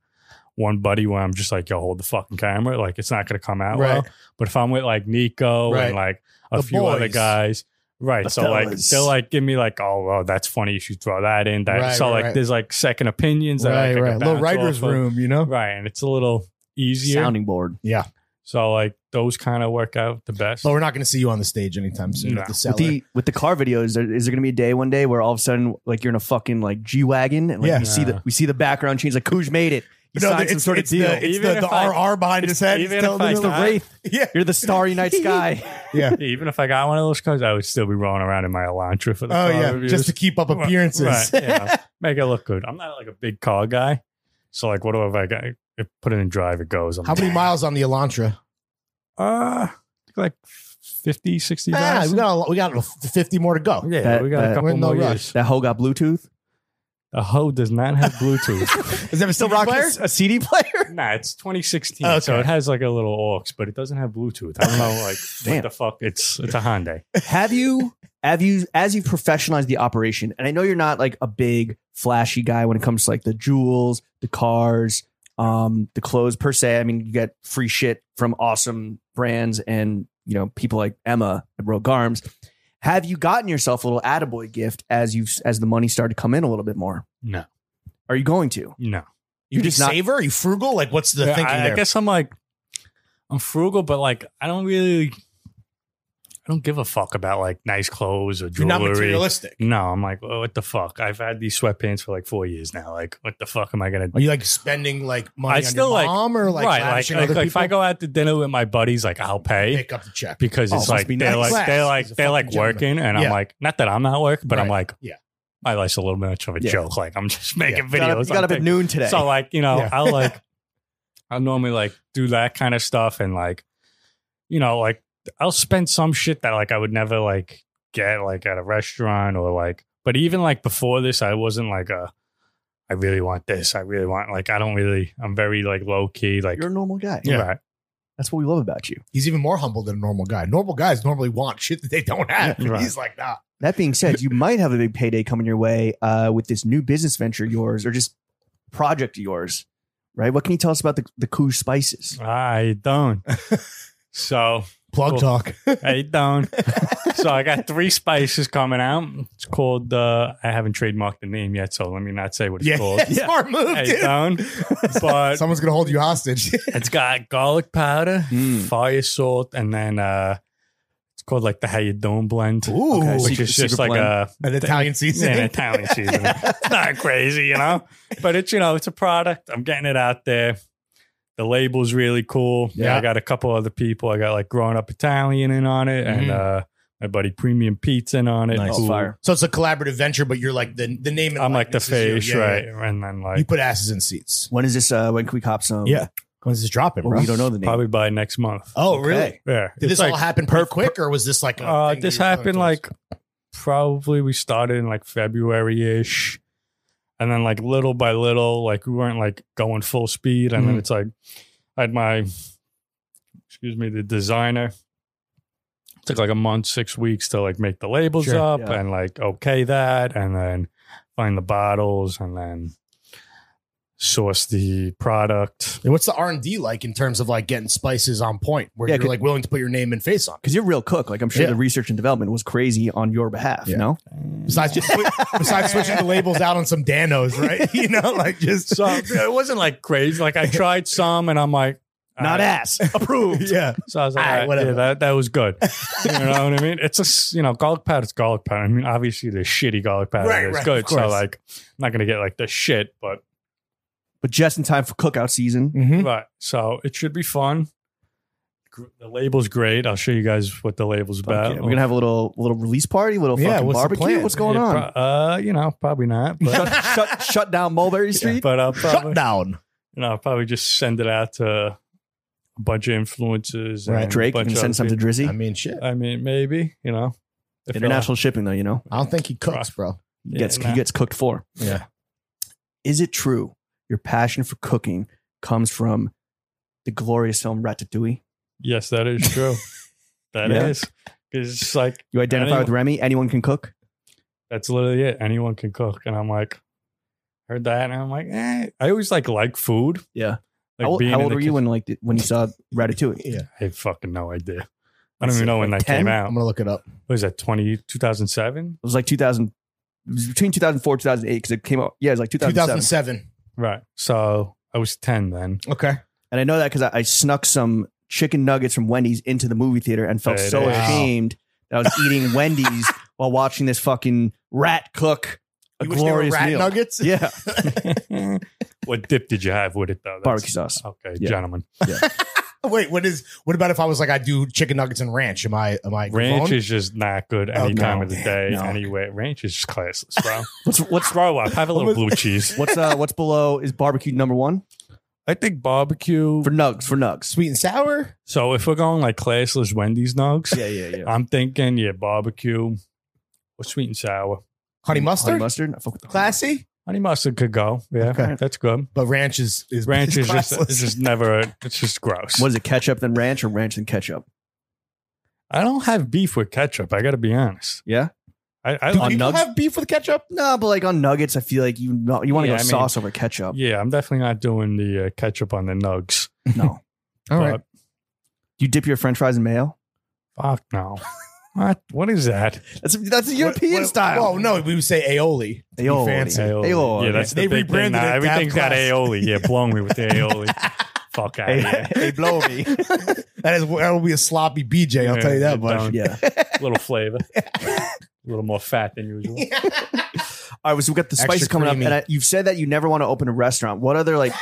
Speaker 2: one buddy where I'm just like, yo, hold the fucking camera, like it's not gonna come out
Speaker 3: Right.
Speaker 2: well. But if I'm with like Nico
Speaker 3: Right.
Speaker 2: and like a
Speaker 3: The
Speaker 2: few other
Speaker 3: boys.
Speaker 2: guys, right?
Speaker 1: The
Speaker 2: so like
Speaker 1: fellas.
Speaker 2: they'll like give me like, oh, well, that's funny. You should throw that in. That
Speaker 3: Right,
Speaker 2: so
Speaker 3: right,
Speaker 2: like
Speaker 3: right.
Speaker 2: there's like second opinions. That
Speaker 3: right,
Speaker 2: I can
Speaker 3: right, little
Speaker 2: bounce
Speaker 3: writers'
Speaker 2: off of.
Speaker 3: room, you know.
Speaker 2: right? And it's a little easier.
Speaker 1: Sounding board.
Speaker 2: So like those kind of work out the best.
Speaker 3: But we're not going to see you on the stage anytime soon.
Speaker 2: No.
Speaker 3: At the
Speaker 1: With
Speaker 3: cellar.
Speaker 1: the with the car videos, is there, is there gonna be a day one day where all of a sudden like you're in a fucking like G wagon and like
Speaker 3: Yeah.
Speaker 1: we see the we see the background change like Cooge made it. He
Speaker 3: No,
Speaker 1: signed some
Speaker 3: it's-
Speaker 1: sort of
Speaker 3: it's
Speaker 1: deal.
Speaker 3: The, it's
Speaker 2: Even
Speaker 3: the,
Speaker 2: if
Speaker 3: the
Speaker 2: I-
Speaker 3: RR behind his head.
Speaker 2: even
Speaker 3: He's
Speaker 2: if
Speaker 3: telling
Speaker 2: I
Speaker 3: him to-
Speaker 1: the wraith.
Speaker 3: Yeah.
Speaker 1: You're the starry night sky.
Speaker 3: Yeah.
Speaker 2: Even if I got one of those cars, I would still be rolling around in my Elantra for the car
Speaker 3: Oh yeah.
Speaker 2: reviews.
Speaker 3: Just to keep up
Speaker 2: Right,
Speaker 3: appearances.
Speaker 2: right, yeah. make it look good. I'm not like a big car guy, so like whatever I got, I put it in drive, it goes. I'm
Speaker 3: How many
Speaker 2: like,
Speaker 3: miles on the Elantra?
Speaker 2: Uh, like 50, 60
Speaker 3: Ah,
Speaker 2: miles.
Speaker 3: we got a, lot- we got fifty more to go.
Speaker 2: yeah,
Speaker 1: That-
Speaker 2: we got
Speaker 1: that-
Speaker 2: a
Speaker 3: we're
Speaker 2: couple
Speaker 3: in no
Speaker 2: more
Speaker 3: rush.
Speaker 2: years.
Speaker 1: That hoe got Bluetooth.
Speaker 2: The hoe does not have Bluetooth.
Speaker 1: Is that still rocking a- a CD player?
Speaker 2: nah, it's 2016, so
Speaker 1: Okay.
Speaker 2: it has like a little aux, but it doesn't have Bluetooth. I don't know, like
Speaker 1: Damn.
Speaker 2: what the fuck. It's it's a Hyundai.
Speaker 1: have you have you as you've professionalized the operation and i know you're not like a big flashy guy when it comes to like the jewels the cars um the clothes per se i mean you get free shit from awesome brands and you know people like emma at rogue arms have you gotten yourself a little attaboy gift as you've as the money started to come in a little bit more
Speaker 2: No,
Speaker 1: are you going to
Speaker 2: no.
Speaker 3: You
Speaker 1: just
Speaker 3: just
Speaker 1: not-
Speaker 3: saver? Are you frugal? Like, what's the
Speaker 2: Yeah,
Speaker 3: thinking
Speaker 2: I, I
Speaker 3: there?
Speaker 2: guess I'm like, I'm frugal, but like, I don't really, I don't give a fuck about like nice clothes or
Speaker 3: You're
Speaker 2: jewelry.
Speaker 3: not materialistic.
Speaker 2: No, I'm like, well, what the fuck? I've had these sweatpants for like four years now. Like, what the fuck am I gonna
Speaker 3: Are you like spending like money
Speaker 2: I
Speaker 3: on
Speaker 2: still,
Speaker 3: your
Speaker 2: like-
Speaker 3: mom or like
Speaker 2: right, like,
Speaker 3: lavishing
Speaker 2: like,
Speaker 3: other
Speaker 2: like, if
Speaker 3: people?
Speaker 2: I go out to dinner with my buddies, like I'll pay
Speaker 3: pick up the check.
Speaker 2: because
Speaker 1: Oh, must
Speaker 2: it's like
Speaker 1: be
Speaker 2: they're
Speaker 3: nice.
Speaker 2: like they're
Speaker 3: Class.
Speaker 2: like
Speaker 3: He's a
Speaker 2: they're
Speaker 3: fucking
Speaker 2: like
Speaker 3: gentleman.
Speaker 2: working, and I'm
Speaker 3: Yeah.
Speaker 2: like, not that I'm not working, but I'm
Speaker 3: Right.
Speaker 2: like,
Speaker 3: Yeah.
Speaker 2: my life's a little much of a
Speaker 1: Yeah.
Speaker 2: joke. Like I'm just making videos.
Speaker 1: got up, you got up
Speaker 2: I'm
Speaker 1: at
Speaker 2: taking-
Speaker 1: noon today
Speaker 2: so like, you know,
Speaker 3: Yeah.
Speaker 2: I'll like I'll normally like do that kind of stuff and like you know, like I'll spend some shit that like I would never like get like at a restaurant or like but even like before this I wasn't like a I really want this. I really want like I don't really I'm very like low key like
Speaker 1: you're a normal guy
Speaker 3: Yeah.
Speaker 2: right.
Speaker 1: that's what we love about you
Speaker 3: He's even more humble than a normal guy. Normal guys normally want shit that they don't have.
Speaker 2: Right.
Speaker 3: He's like, nah.
Speaker 1: That being said, you might have a big payday coming your way uh, with this new business venture of yours or just project of yours, right? What can you tell us about the, the Koosh spices?
Speaker 2: I don't. so
Speaker 3: Plug
Speaker 2: Cool.
Speaker 3: talk.
Speaker 2: I don't. so I got three spices coming out. It's called uh I haven't trademarked the name yet, so let me not say what it's
Speaker 3: yeah,
Speaker 2: called.
Speaker 3: smart move,
Speaker 2: I
Speaker 3: dude.
Speaker 2: don't. But
Speaker 3: Someone's gonna hold you hostage.
Speaker 2: it's got garlic powder,
Speaker 1: Mm.
Speaker 2: fire salt, and then uh it's called like the how you doing blend.
Speaker 3: Ooh,
Speaker 1: Okay,
Speaker 2: Which
Speaker 1: secret-
Speaker 2: is just
Speaker 1: secret
Speaker 2: like
Speaker 1: blend.
Speaker 2: a
Speaker 3: an Italian
Speaker 2: yeah, an
Speaker 3: season.
Speaker 2: Italian season. It's not crazy, you know. But it's you know, it's a product. I'm getting it out there. The label's really cool. Yeah,
Speaker 3: Yeah.
Speaker 2: I got a couple other people. I got like growing up Italian in on it, and uh my buddy Premium Pizza in on it.
Speaker 1: Nice.
Speaker 2: who-
Speaker 1: Oh, fire.
Speaker 3: So it's a collaborative venture, but you're like the the name. And
Speaker 2: I'm like the
Speaker 3: likeness is you.
Speaker 2: face,
Speaker 3: Yeah, yeah,
Speaker 2: right?
Speaker 3: yeah.
Speaker 2: And then
Speaker 3: You
Speaker 2: like
Speaker 3: put asses in seats.
Speaker 1: When is this? Uh, when can we cop some?
Speaker 3: Yeah. When's this dropping,
Speaker 1: Well, we don't know the name.
Speaker 2: probably by next month.
Speaker 3: Oh,
Speaker 1: Okay.
Speaker 3: really?
Speaker 2: Yeah.
Speaker 3: Did this
Speaker 2: It's like-
Speaker 3: all happen per quick, or was this like a
Speaker 2: Uh,
Speaker 3: thing that
Speaker 2: this
Speaker 3: you were running
Speaker 2: happened
Speaker 3: towards?
Speaker 2: like probably we started in like February ish, and then like little by little, like we weren't like going full speed, and then it's like I had my excuse me the designer took like a month, six weeks to like make the labels
Speaker 1: Sure,
Speaker 2: up
Speaker 1: yeah.
Speaker 2: and like okay that, and then find the bottles, and then source the product.
Speaker 3: And what's the R and D like in terms of like getting spices on point, where
Speaker 1: Yeah,
Speaker 3: you're
Speaker 1: could-
Speaker 3: like willing to put your name and face on?
Speaker 1: Because you're a real cook. Like, I'm sure
Speaker 3: Yeah.
Speaker 1: the research and development was crazy on your behalf,
Speaker 3: Yeah.
Speaker 1: no?
Speaker 3: Besides, just swi- besides switching the labels out on some Danos, right? You know, like just
Speaker 2: So it wasn't like crazy. Like I tried some, and I'm like.
Speaker 1: Not
Speaker 2: "All right,
Speaker 1: ass. Approved.
Speaker 3: yeah.
Speaker 2: So I was like,
Speaker 3: All right,
Speaker 2: "All right,
Speaker 3: whatever."
Speaker 2: yeah, that, that was good. You know what I mean? It's just, you know, garlic powder is garlic powder. I mean, obviously the shitty garlic powder
Speaker 3: Right,
Speaker 2: is
Speaker 3: right,
Speaker 2: good.
Speaker 3: of
Speaker 2: So
Speaker 3: course.
Speaker 2: like, I'm not going to get like the shit, but,
Speaker 1: But just in time for cookout season.
Speaker 3: Mm-hmm.
Speaker 2: but so it should be fun. Gr- The label's great. I'll show you guys what the label's
Speaker 1: Fuck
Speaker 2: about.
Speaker 1: yeah. We're going to have a little little release party, little
Speaker 3: Yeah,
Speaker 1: fucking
Speaker 3: what's the
Speaker 1: barbecue.
Speaker 3: plan?
Speaker 1: What's going on?
Speaker 2: Yeah, pro- uh, you know, probably not, but,
Speaker 1: shut, shut, shut down Mulberry Street?
Speaker 2: but I'll probably,
Speaker 3: Shut down.
Speaker 2: you know, I'll probably just send it out to a bunch of influences.
Speaker 3: Right.
Speaker 2: and
Speaker 1: Drake,
Speaker 2: a
Speaker 1: you
Speaker 2: bunch
Speaker 1: can
Speaker 2: of
Speaker 1: send some
Speaker 2: other
Speaker 1: to Drizzy.
Speaker 3: I mean, shit.
Speaker 2: people. I mean, maybe, you know, if they'll-
Speaker 1: International shipping, though, you know?
Speaker 3: I don't think he cooks, bro.
Speaker 2: yeah,
Speaker 1: Gets,
Speaker 2: nah.
Speaker 1: He gets cooked for.
Speaker 3: Yeah.
Speaker 1: is it true your passion for cooking comes from the glorious film Ratatouille?
Speaker 2: Yes, that is true. That
Speaker 1: Yeah.
Speaker 2: is 'Cause it's like
Speaker 1: You identify
Speaker 2: Anyone-
Speaker 1: with Remy? Anyone can cook?
Speaker 2: that's literally it. Anyone can cook, and I'm like, heard that, and I'm like, eh. I always like like food.
Speaker 1: Yeah.
Speaker 2: Like
Speaker 1: how, ol-
Speaker 2: being
Speaker 1: how
Speaker 2: in
Speaker 1: old
Speaker 2: the
Speaker 1: were you when like th- when you saw Ratatouille?
Speaker 3: Yeah.
Speaker 2: kitchen- I have fucking no idea. I don't even know when that came
Speaker 1: 10?
Speaker 3: I'm
Speaker 2: out. What
Speaker 3: gonna look it up.
Speaker 2: was that 20, 2007?
Speaker 1: It was like 2000, it was between 2004 2008 because it came out. Yeah, it was like 2007.
Speaker 3: 2007.
Speaker 2: Right. So I was ten then.
Speaker 3: Okay.
Speaker 1: And I know that because I, I snuck some chicken nuggets from Wendy's into the movie theater and felt
Speaker 2: Hey,
Speaker 1: so
Speaker 2: wow.
Speaker 1: ashamed that I was eating Wendy's while watching this fucking rat cook a
Speaker 3: You wish they were
Speaker 1: glorious
Speaker 3: rat
Speaker 1: meal.
Speaker 3: nuggets.
Speaker 1: Yeah,
Speaker 2: what dip did you have with it though? That's-
Speaker 1: barbecue sauce.
Speaker 2: Okay,
Speaker 1: Yeah.
Speaker 2: gentlemen.
Speaker 3: Wait, what is? What about if I was like, I do chicken nuggets and ranch? Am I? Am I?
Speaker 2: Ranch
Speaker 3: Gavone?
Speaker 2: is just not good any
Speaker 3: Oh,
Speaker 2: time
Speaker 3: no.
Speaker 2: of the day,
Speaker 3: No.
Speaker 2: anyway. Ranch is just classless, bro.
Speaker 1: What's what's
Speaker 2: Throw up. Have a little blue cheese.
Speaker 1: what's uh what's below is barbecue number one
Speaker 2: I think barbecue.
Speaker 1: for nugs for nugs.
Speaker 3: sweet and sour.
Speaker 2: So if we're going like classless Wendy's nugs,
Speaker 1: Yeah, yeah, yeah.
Speaker 2: I'm thinking, yeah, barbecue or sweet and sour.
Speaker 3: Honey mustard.
Speaker 2: Mm,
Speaker 1: mustard. I fuck with the honey
Speaker 3: Classy.
Speaker 2: Honey mustard could go. Yeah,
Speaker 4: Okay.
Speaker 2: that's good.
Speaker 4: But ranch is is
Speaker 2: Ranch is just,
Speaker 4: classless.
Speaker 2: it's just never. It's just gross.
Speaker 1: What is it, ketchup then ranch or ranch and ketchup?
Speaker 2: I don't have beef with ketchup. I got to be honest.
Speaker 1: Yeah.
Speaker 2: I, I
Speaker 1: Do
Speaker 2: like.
Speaker 1: people
Speaker 4: have beef with ketchup.
Speaker 1: No, but like on nuggets, I feel like you not, you want to
Speaker 2: Yeah,
Speaker 1: go
Speaker 2: I mean-
Speaker 1: sauce over ketchup.
Speaker 2: Yeah, I'm definitely not doing the uh, ketchup on the nugs.
Speaker 1: No.
Speaker 4: All right.
Speaker 2: but
Speaker 1: You dip your French fries in mayo.
Speaker 2: Fuck no. what? What is that?
Speaker 1: That's that's a European
Speaker 4: What- what-
Speaker 1: style.
Speaker 4: Well, no, we would say aioli.
Speaker 1: Aioli.
Speaker 4: fancy.
Speaker 2: Aioli.
Speaker 1: Aioli.
Speaker 2: Yeah, that's
Speaker 4: They
Speaker 2: the big thing
Speaker 4: rebranded
Speaker 2: now.
Speaker 4: it to
Speaker 2: Everything's got
Speaker 4: Apple.
Speaker 2: aioli. Yeah, blowing me with the aioli. Fuck out.
Speaker 1: Hey, hey, blow me.
Speaker 4: That is that will be a sloppy BJ. I'll tell you that much.
Speaker 1: yeah.
Speaker 2: A little flavor. A little more fat than usual.
Speaker 1: All right, so we got the
Speaker 4: Extra
Speaker 1: spice coming
Speaker 4: creamy.
Speaker 1: up, and I, you've said that you never want to open a restaurant. What other like?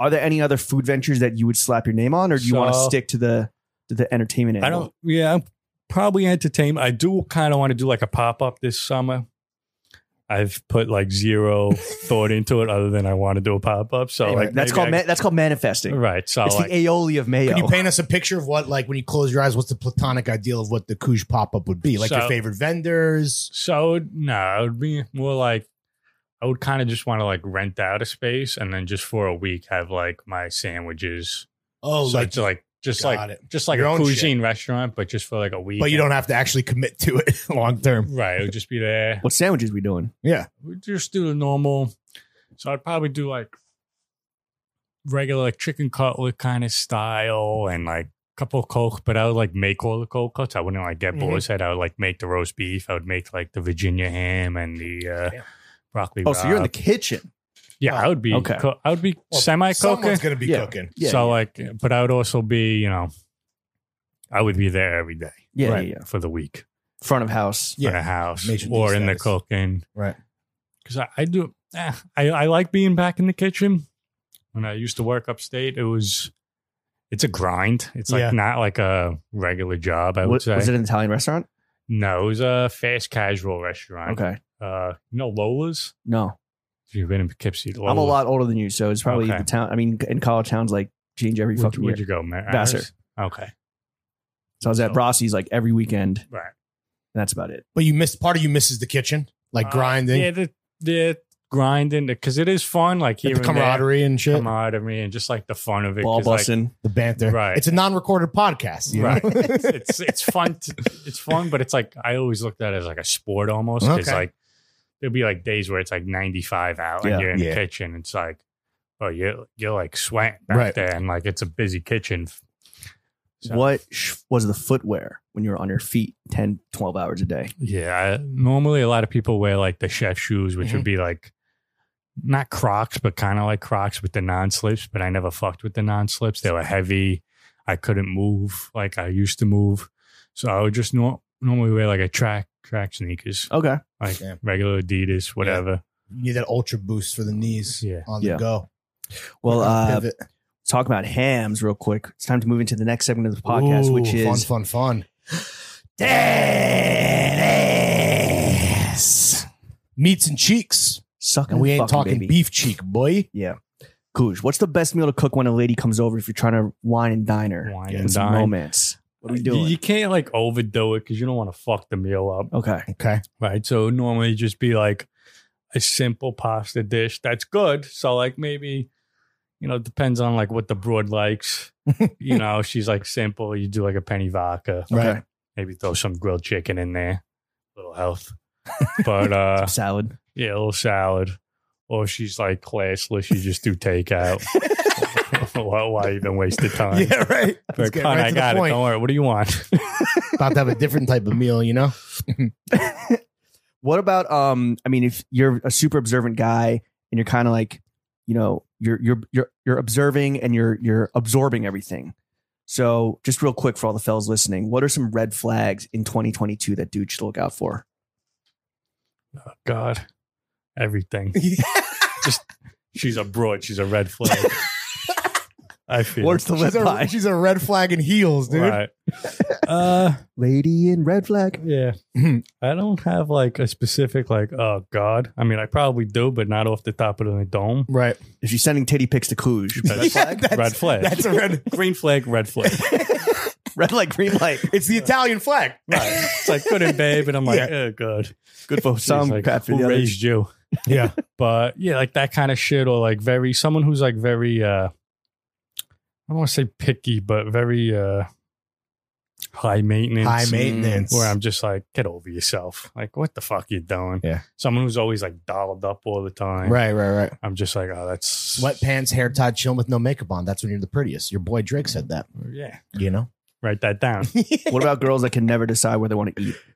Speaker 1: Are there any other food ventures that you would slap your name on, or do you want to
Speaker 2: So-
Speaker 1: stick to the to the entertainment?
Speaker 2: I
Speaker 1: angle?
Speaker 2: don't. Yeah, I'm probably entertained. I do kind of want to do like a pop up this summer. I've put like zero thought into it, other than I want to do a pop up. So
Speaker 1: Anyway,
Speaker 2: like
Speaker 1: that's
Speaker 2: maybe
Speaker 1: called
Speaker 2: I-
Speaker 1: ma- that's called manifesting.
Speaker 2: right. So
Speaker 1: It's
Speaker 2: like,
Speaker 1: the aioli of mayo.
Speaker 4: Can you paint us a picture of what, like, when you close your eyes, what's the platonic ideal of what the Koosh pop up would be? Like your
Speaker 2: So-
Speaker 4: favorite vendors?
Speaker 2: So no, it would be more like I would kind of just want to like rent out a space and then just for a week have like my sandwiches.
Speaker 4: Oh,
Speaker 2: so
Speaker 4: like,
Speaker 2: it's like just
Speaker 4: got
Speaker 2: like
Speaker 4: it.
Speaker 2: just like
Speaker 4: Your
Speaker 2: a
Speaker 4: own shit.
Speaker 2: cuisine restaurant, but just for like a week.
Speaker 4: But you don't have to actually commit to it long term.
Speaker 2: right. It would just be there.
Speaker 1: what sandwiches we doing?
Speaker 2: We just do the normal. So I'd probably do like regular like chicken cutlet kind of style and like couple of coke, but I would like make all the cold cuts. I wouldn't like get
Speaker 4: Mhm.
Speaker 2: boar's head. I would like make the roast beef. I would make like the Virginia ham and the uh,
Speaker 4: Yeah.
Speaker 2: broccoli.
Speaker 1: Oh, so you're in
Speaker 2: rabe.
Speaker 1: the kitchen.
Speaker 2: Yeah, I would be.
Speaker 1: Okay.
Speaker 2: co- I would be
Speaker 4: Well,
Speaker 2: semi cooking.
Speaker 4: Someone's going to be
Speaker 1: Yeah.
Speaker 4: cooking.
Speaker 1: Yeah,
Speaker 2: so
Speaker 1: yeah,
Speaker 2: like, but I would also be, you know, I would be there every day.
Speaker 1: yeah,
Speaker 4: Right.
Speaker 1: yeah, yeah.
Speaker 2: for the week
Speaker 1: Front of house.
Speaker 2: in the house
Speaker 4: Major
Speaker 2: or in the
Speaker 4: status.
Speaker 2: cooking.
Speaker 4: Right.
Speaker 2: Because I, I do. eh, I I like being back in the kitchen. When I used to work upstate, it was. It's a grind. It's like
Speaker 4: Yeah.
Speaker 2: not like a regular job. I
Speaker 1: Wa-
Speaker 2: would
Speaker 1: was,
Speaker 2: say
Speaker 1: it an Italian restaurant?
Speaker 2: no. It was a fast casual restaurant.
Speaker 1: Okay,
Speaker 2: Uh, you know Lola's.
Speaker 1: no,
Speaker 2: If you've been in Poughkeepsie, Lola's.
Speaker 1: I'm a lot older than you, so it's probably
Speaker 2: Okay.
Speaker 1: the town. I mean, in college towns like change every
Speaker 2: Where'd,
Speaker 1: fucking year.
Speaker 2: where'd you go, Mar-
Speaker 1: Vassar.
Speaker 2: Harris? Okay.
Speaker 1: so I was at Rossi's like every weekend.
Speaker 2: Right.
Speaker 1: And that's about it.
Speaker 4: But you missed part of you misses the kitchen, like
Speaker 2: Uh,
Speaker 4: grinding,
Speaker 2: yeah, the, the grinding because it is fun. Like here
Speaker 4: the
Speaker 2: and there,
Speaker 4: camaraderie and shit,
Speaker 2: camaraderie, and just like the fun of it.
Speaker 1: Ball
Speaker 2: 'cause, like,
Speaker 1: busting.
Speaker 4: the banter.
Speaker 2: Right.
Speaker 4: It's a non recorded podcast. You
Speaker 2: Right.
Speaker 4: Know?
Speaker 2: it's it's fun. To, it's fun, but it's like I always looked at it as like a sport almost. It's
Speaker 4: Okay.
Speaker 2: like there'll be like days where it's like 95 out and
Speaker 1: Yeah.
Speaker 2: you're in
Speaker 4: Yeah.
Speaker 2: the kitchen. It's like, oh, you're you're like sweating back
Speaker 4: Right.
Speaker 2: there, and like it's a busy kitchen. So-
Speaker 1: What sh- was the footwear when you were on your feet 10, 12 hours a day?
Speaker 2: Yeah, I- normally a lot of people wear like the chef shoes, which
Speaker 4: Mm-hmm.
Speaker 2: would be like not Crocs, but kind of like Crocs with the non slips. But I never fucked with the non slips. They were heavy. I couldn't move like I used to move, so I would just nor- normally wear like a track track sneakers,
Speaker 1: Okay.
Speaker 2: like
Speaker 4: Yeah.
Speaker 2: regular Adidas, whatever.
Speaker 4: You need that ultra boost for the knees
Speaker 2: Yeah.
Speaker 4: on
Speaker 1: Yeah.
Speaker 4: the go.
Speaker 1: Well, uh,
Speaker 4: Pivot.
Speaker 1: talk about hams real quick. It's time to move into the next segment of the podcast, which
Speaker 4: Ooh,
Speaker 1: is
Speaker 4: fun, fun, fun. Meats and cheeks.
Speaker 1: sucking.
Speaker 4: And we ain't
Speaker 1: fucking
Speaker 4: talking
Speaker 1: baby.
Speaker 4: beef cheek, boy.
Speaker 1: Cooge, what's the best meal to cook when a lady comes over if you're trying to wine and dine her?
Speaker 2: Wine
Speaker 1: Get
Speaker 2: and
Speaker 1: some
Speaker 2: dine.
Speaker 1: romance. What are we doing?
Speaker 2: You, you can't like overdo it because you don't want to fuck the meal up.
Speaker 1: okay.
Speaker 4: Okay.
Speaker 2: right? So normally just be like a simple pasta dish that's good. So like maybe you know depends on like what the broad likes. you know, she's like simple. You do like a penny vodka,
Speaker 4: Right.
Speaker 1: Okay.
Speaker 2: maybe throw some grilled chicken in there, little health. But uh
Speaker 1: Salad.
Speaker 2: yeah, a little salad. Or if she's like classless, you just do takeout. why, why even waste the time?
Speaker 4: Yeah, right.
Speaker 2: Like,
Speaker 4: Let's get
Speaker 2: "Hun,
Speaker 4: right
Speaker 2: I
Speaker 4: to
Speaker 2: got
Speaker 4: the
Speaker 2: it.
Speaker 4: point.
Speaker 2: Don't worry. What do you want? Oh,
Speaker 4: About to have a different type of meal, you know?
Speaker 1: What about um? I mean, if you're a super observant guy and you're kind of like, you know, you're you're you're you're observing and you're you're absorbing everything. So, just real quick for all the fellas listening, what are some red flags in 2022 that dudes should look out for?
Speaker 2: Oh, God, everything. Just she's a broad. She's a red flag. I feel.
Speaker 1: Where's the
Speaker 4: She's
Speaker 1: red
Speaker 4: a,
Speaker 1: flag?
Speaker 4: she's a red flag in heels, dude.
Speaker 2: Right. Uh,
Speaker 1: Lady in red flag.
Speaker 2: yeah. I don't have like a specific like. Oh God. I mean, I probably do, but not off the top of the dome.
Speaker 4: Right.
Speaker 1: If you're sending titty pics to Cooge, red
Speaker 4: Yeah,
Speaker 1: flag,
Speaker 4: that's-
Speaker 2: red flag.
Speaker 4: That's a red.
Speaker 2: Green flag. Red flag.
Speaker 1: red light, green light.
Speaker 4: It's the Italian flag.
Speaker 2: Right. It's like good and babe, and I'm like,
Speaker 4: Yeah.
Speaker 2: oh God.
Speaker 1: Good for
Speaker 2: She's
Speaker 1: some,
Speaker 2: like,
Speaker 1: bad for
Speaker 2: who
Speaker 1: the others.
Speaker 2: raised you?
Speaker 3: Yeah.
Speaker 2: but yeah, like that kind of shit, or like very someone who's like very uh I don't want to say picky, but very uh high maintenance.
Speaker 3: High maintenance.
Speaker 2: Where I'm just like, get over yourself. Like, what the fuck you doing?
Speaker 3: Yeah.
Speaker 2: Someone who's always like dolled up all the time.
Speaker 3: right, right, right.
Speaker 2: I'm just like, oh, that's
Speaker 3: Sweatpants, hair tied, chilling with no makeup on. That's when you're the prettiest. Your boy Drake said that.
Speaker 2: Yeah.
Speaker 3: You know.
Speaker 2: Write that down.
Speaker 1: What about girls that can never decide where they want to eat?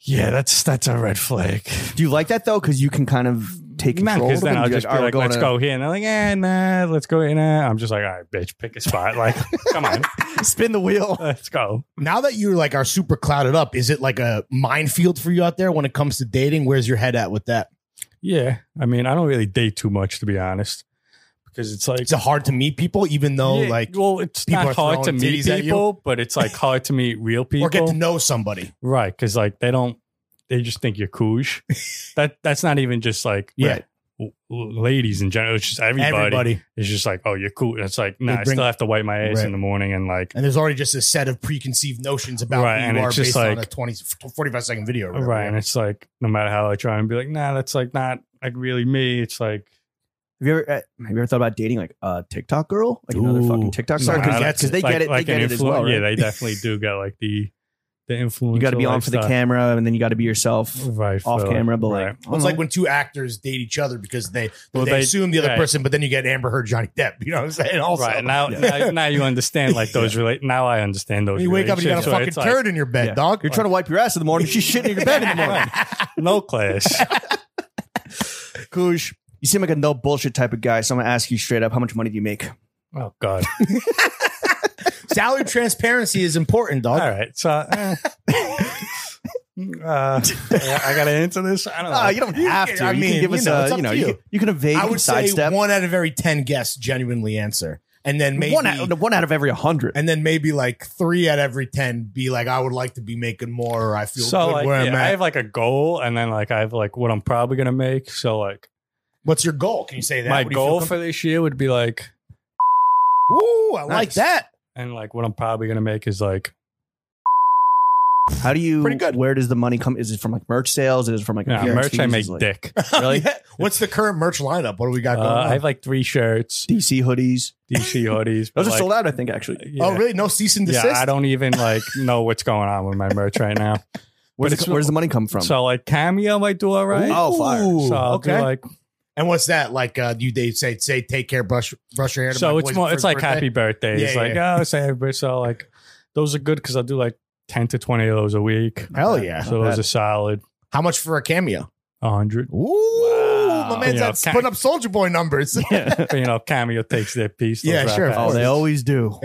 Speaker 2: yeah, that's that's a red flag.
Speaker 1: Do you like that though? Because you can kind of take
Speaker 2: Nah,
Speaker 1: control. of
Speaker 2: then
Speaker 1: it.
Speaker 2: I'll
Speaker 1: You're
Speaker 2: just
Speaker 1: "All
Speaker 2: be
Speaker 1: right,
Speaker 2: like,
Speaker 1: we're
Speaker 2: let's
Speaker 1: going
Speaker 2: go here. And they're like, eh, nah, let's go here. Nah. I'm just like, all right, bitch, pick a spot. Like, come on,
Speaker 1: to Spin the wheel.
Speaker 2: let's go.
Speaker 3: Now that you like are super clouded up, is it like a minefield for you out there when it comes to dating? Where's your head at with that?
Speaker 2: Yeah. I mean, I don't really date too much, to be honest, because it's like,
Speaker 3: Is it hard to meet people, even though
Speaker 2: Yeah,
Speaker 3: like
Speaker 2: well, it's
Speaker 3: people
Speaker 2: not
Speaker 3: are
Speaker 2: hard to
Speaker 3: throwing
Speaker 2: meet
Speaker 3: titties at you?
Speaker 2: people, but it's like hard to meet real people.
Speaker 3: or get to know somebody?
Speaker 2: Right, because like they don't, they just think you're couche. that that's not even just like
Speaker 3: Yeah.
Speaker 2: right, l- l- ladies in general. It's just everybody.
Speaker 3: Everybody.
Speaker 2: is just like, oh, you're cool. And it's like, no,
Speaker 3: They
Speaker 2: I
Speaker 3: bring-
Speaker 2: still have to wipe my ass
Speaker 3: Right.
Speaker 2: in the morning and like,
Speaker 3: And there's already just a set of preconceived notions about
Speaker 2: Right,
Speaker 3: who
Speaker 2: and
Speaker 3: you are
Speaker 2: it's just
Speaker 3: based on
Speaker 2: like-
Speaker 3: a 20, 45 second video. or whatever.
Speaker 2: right. And it's like, no matter how I try and be like, nah, that's like not like really me. It's like,
Speaker 1: Have you ever uh, have you ever thought about dating like a TikTok girl, like another
Speaker 3: Ooh.
Speaker 1: fucking TikTok star?
Speaker 3: Sorry,
Speaker 2: nah,
Speaker 1: Because
Speaker 2: that's-
Speaker 1: they
Speaker 2: like-
Speaker 1: get it,
Speaker 2: like
Speaker 1: they
Speaker 2: an
Speaker 1: get it as
Speaker 2: influ-
Speaker 1: well. Right?
Speaker 2: Yeah, they definitely do got like the the influence.
Speaker 1: you got to be on for the
Speaker 2: camera,
Speaker 1: camera, and then you got to be yourself
Speaker 2: right?
Speaker 1: off
Speaker 2: Phil,
Speaker 1: camera. But
Speaker 2: right.
Speaker 1: like,
Speaker 3: Well, it's like when two actors date each other because they
Speaker 2: Well,
Speaker 3: they,
Speaker 2: they-
Speaker 3: assume the other
Speaker 2: right.
Speaker 3: person, but then you get Amber Heard, Johnny Depp. You know what I'm saying? Also,
Speaker 2: Right now, now, now you understand like those relate. Now I understand those.
Speaker 3: you wake up and you got
Speaker 2: relationships
Speaker 3: a
Speaker 2: where
Speaker 3: fucking
Speaker 2: it's like,
Speaker 3: turd in your bed,
Speaker 1: Yeah.
Speaker 3: dog.
Speaker 1: you're trying to wipe your ass in the morning, she's shitting in your bed in the morning.
Speaker 2: no class.
Speaker 1: Kush, you seem like a no bullshit type of guy, so I'm gonna ask you straight up: How much money do you
Speaker 3: Uh,
Speaker 1: make?
Speaker 2: Oh God!
Speaker 3: Salary transparency is important, dog.
Speaker 2: All right, so eh. uh, I I gotta answer this. I don't know.
Speaker 1: Uh, you don't have
Speaker 3: can-
Speaker 1: to.
Speaker 3: I
Speaker 1: you
Speaker 3: mean,
Speaker 1: can give
Speaker 3: you
Speaker 1: us
Speaker 3: know, it's
Speaker 1: a,
Speaker 3: up
Speaker 1: you know,
Speaker 3: to
Speaker 1: you,
Speaker 3: you.
Speaker 1: can- you can evade,
Speaker 3: I
Speaker 1: you can
Speaker 3: would say
Speaker 1: sidestep.
Speaker 3: one out of every ten guests genuinely answer, and then maybe
Speaker 1: One out, one out of every hundred.
Speaker 3: and then maybe like three out of every ten be like, I would like to be making more, or I feel
Speaker 2: so
Speaker 3: good
Speaker 2: like,
Speaker 3: where I'm
Speaker 2: yeah, I
Speaker 3: at.
Speaker 2: have like a goal, and then like I have like what I'm probably gonna make. So like
Speaker 3: What's your goal? Can you say that?
Speaker 2: my
Speaker 3: What do you feel
Speaker 2: goal for this year would be like,
Speaker 3: com- Ooh, I like
Speaker 2: Nice.
Speaker 3: that.
Speaker 2: and like what I'm probably gonna make is like
Speaker 1: How do you?
Speaker 3: Pretty good.
Speaker 1: Where does the money come? Is it from like merch sales? Is it from like
Speaker 2: yeah,
Speaker 1: appearance
Speaker 2: merch. I
Speaker 1: fees?
Speaker 2: make
Speaker 1: Is it, like,
Speaker 2: dick.
Speaker 3: Really? What's the current merch lineup? What do we got
Speaker 2: Uh,
Speaker 3: going on?
Speaker 2: I have like three shirts,
Speaker 1: DC hoodies.
Speaker 2: DC hoodies.
Speaker 1: Those
Speaker 2: but,
Speaker 1: are
Speaker 2: like,
Speaker 1: sold out, I think. Actually,
Speaker 2: Yeah.
Speaker 3: Oh, really? No cease and
Speaker 2: Yeah,
Speaker 3: desist.
Speaker 2: I don't even like know what's going on with my merch right now.
Speaker 1: Where's,
Speaker 2: it's-
Speaker 1: the, where's the money come from?
Speaker 2: So like Cameo might do all right.
Speaker 1: Oh, fire.
Speaker 2: so I'll do,
Speaker 3: okay.
Speaker 2: like
Speaker 3: And what's that like? Uh, you they say say take care, brush brush your hair. to
Speaker 2: so
Speaker 3: my
Speaker 2: it's
Speaker 3: boy's
Speaker 2: more
Speaker 3: first
Speaker 2: it's like
Speaker 3: birthday.
Speaker 2: happy birthday.
Speaker 3: Yeah,
Speaker 2: it's
Speaker 3: yeah,
Speaker 2: like oh say happy birthday. So like those are good because I'll do like ten to twenty of those a week.
Speaker 3: Hell yeah!
Speaker 2: so those are solid
Speaker 3: How much for a cameo?
Speaker 2: hundred.
Speaker 3: Ooh,
Speaker 1: Wow.
Speaker 3: my man's
Speaker 2: Yeah,
Speaker 3: out
Speaker 2: ca-
Speaker 3: putting up Soldier Boy numbers.
Speaker 2: you know, Cameo takes their piece. those
Speaker 3: Yeah,
Speaker 2: rap
Speaker 3: sure, of
Speaker 1: oh,
Speaker 2: ads.
Speaker 1: they always do.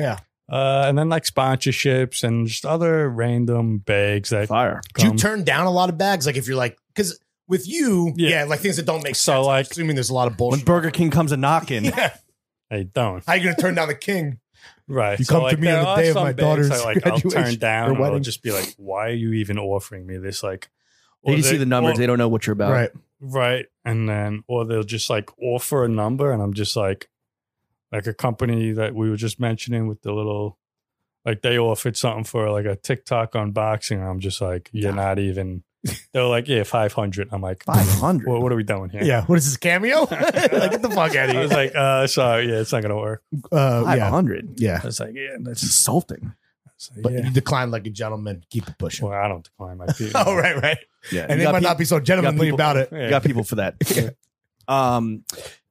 Speaker 2: Uh, and then like sponsorships and just other random bags that
Speaker 1: Fire.
Speaker 3: Do
Speaker 2: come.
Speaker 3: you turn down a lot of bags? Like if you're like, because with you, yeah.
Speaker 2: Yeah.
Speaker 3: like things that don't make
Speaker 2: So,
Speaker 3: sense. I'm
Speaker 2: like-
Speaker 3: assuming there's a lot of
Speaker 1: When
Speaker 3: bullshit.
Speaker 1: Burger King comes a knocking,
Speaker 3: yeah.
Speaker 2: I don't.
Speaker 3: How you gonna turn down the king?
Speaker 2: Right.
Speaker 3: You come to me on
Speaker 2: there
Speaker 3: the
Speaker 2: are
Speaker 3: day of
Speaker 2: some
Speaker 3: my
Speaker 2: bags
Speaker 3: daughter's
Speaker 2: that, like, I'll turn
Speaker 3: graduation or
Speaker 2: down. Or I'll
Speaker 3: wedding.
Speaker 2: just be like, why are you even offering me this? Like,
Speaker 1: they
Speaker 2: or
Speaker 1: just see the numbers.
Speaker 2: or-
Speaker 1: they don't know what you're about.
Speaker 3: Right.
Speaker 2: Right. And then, or they'll just like offer a number. And I'm just like, like a company that we were just mentioning with the little, like they offered something for like a TikTok unboxing. And I'm just like, you're not even, they're like, yeah, 500. I'm like,
Speaker 1: Five hundred.
Speaker 2: what, what are we doing here?
Speaker 3: Yeah. What is this cameo? like get the fuck out of
Speaker 2: I
Speaker 3: here.
Speaker 2: was like, uh, sorry. Yeah, it's not going to work.
Speaker 3: uh,
Speaker 1: Five
Speaker 3: yeah.
Speaker 1: hundred.
Speaker 3: Yeah.
Speaker 2: I was like, yeah,
Speaker 1: It's
Speaker 2: that's,
Speaker 1: insulting.
Speaker 2: it's like,
Speaker 3: But
Speaker 2: yeah.
Speaker 3: you decline like a gentleman. Keep it pushing.
Speaker 2: Well, I don't decline my feet.
Speaker 3: oh right, right.
Speaker 1: Yeah.
Speaker 3: And
Speaker 1: You
Speaker 3: they
Speaker 1: got
Speaker 3: might
Speaker 1: peop-
Speaker 3: not be so gentlemanly
Speaker 1: people-
Speaker 3: about it.
Speaker 2: Yeah.
Speaker 1: You got people for that. um,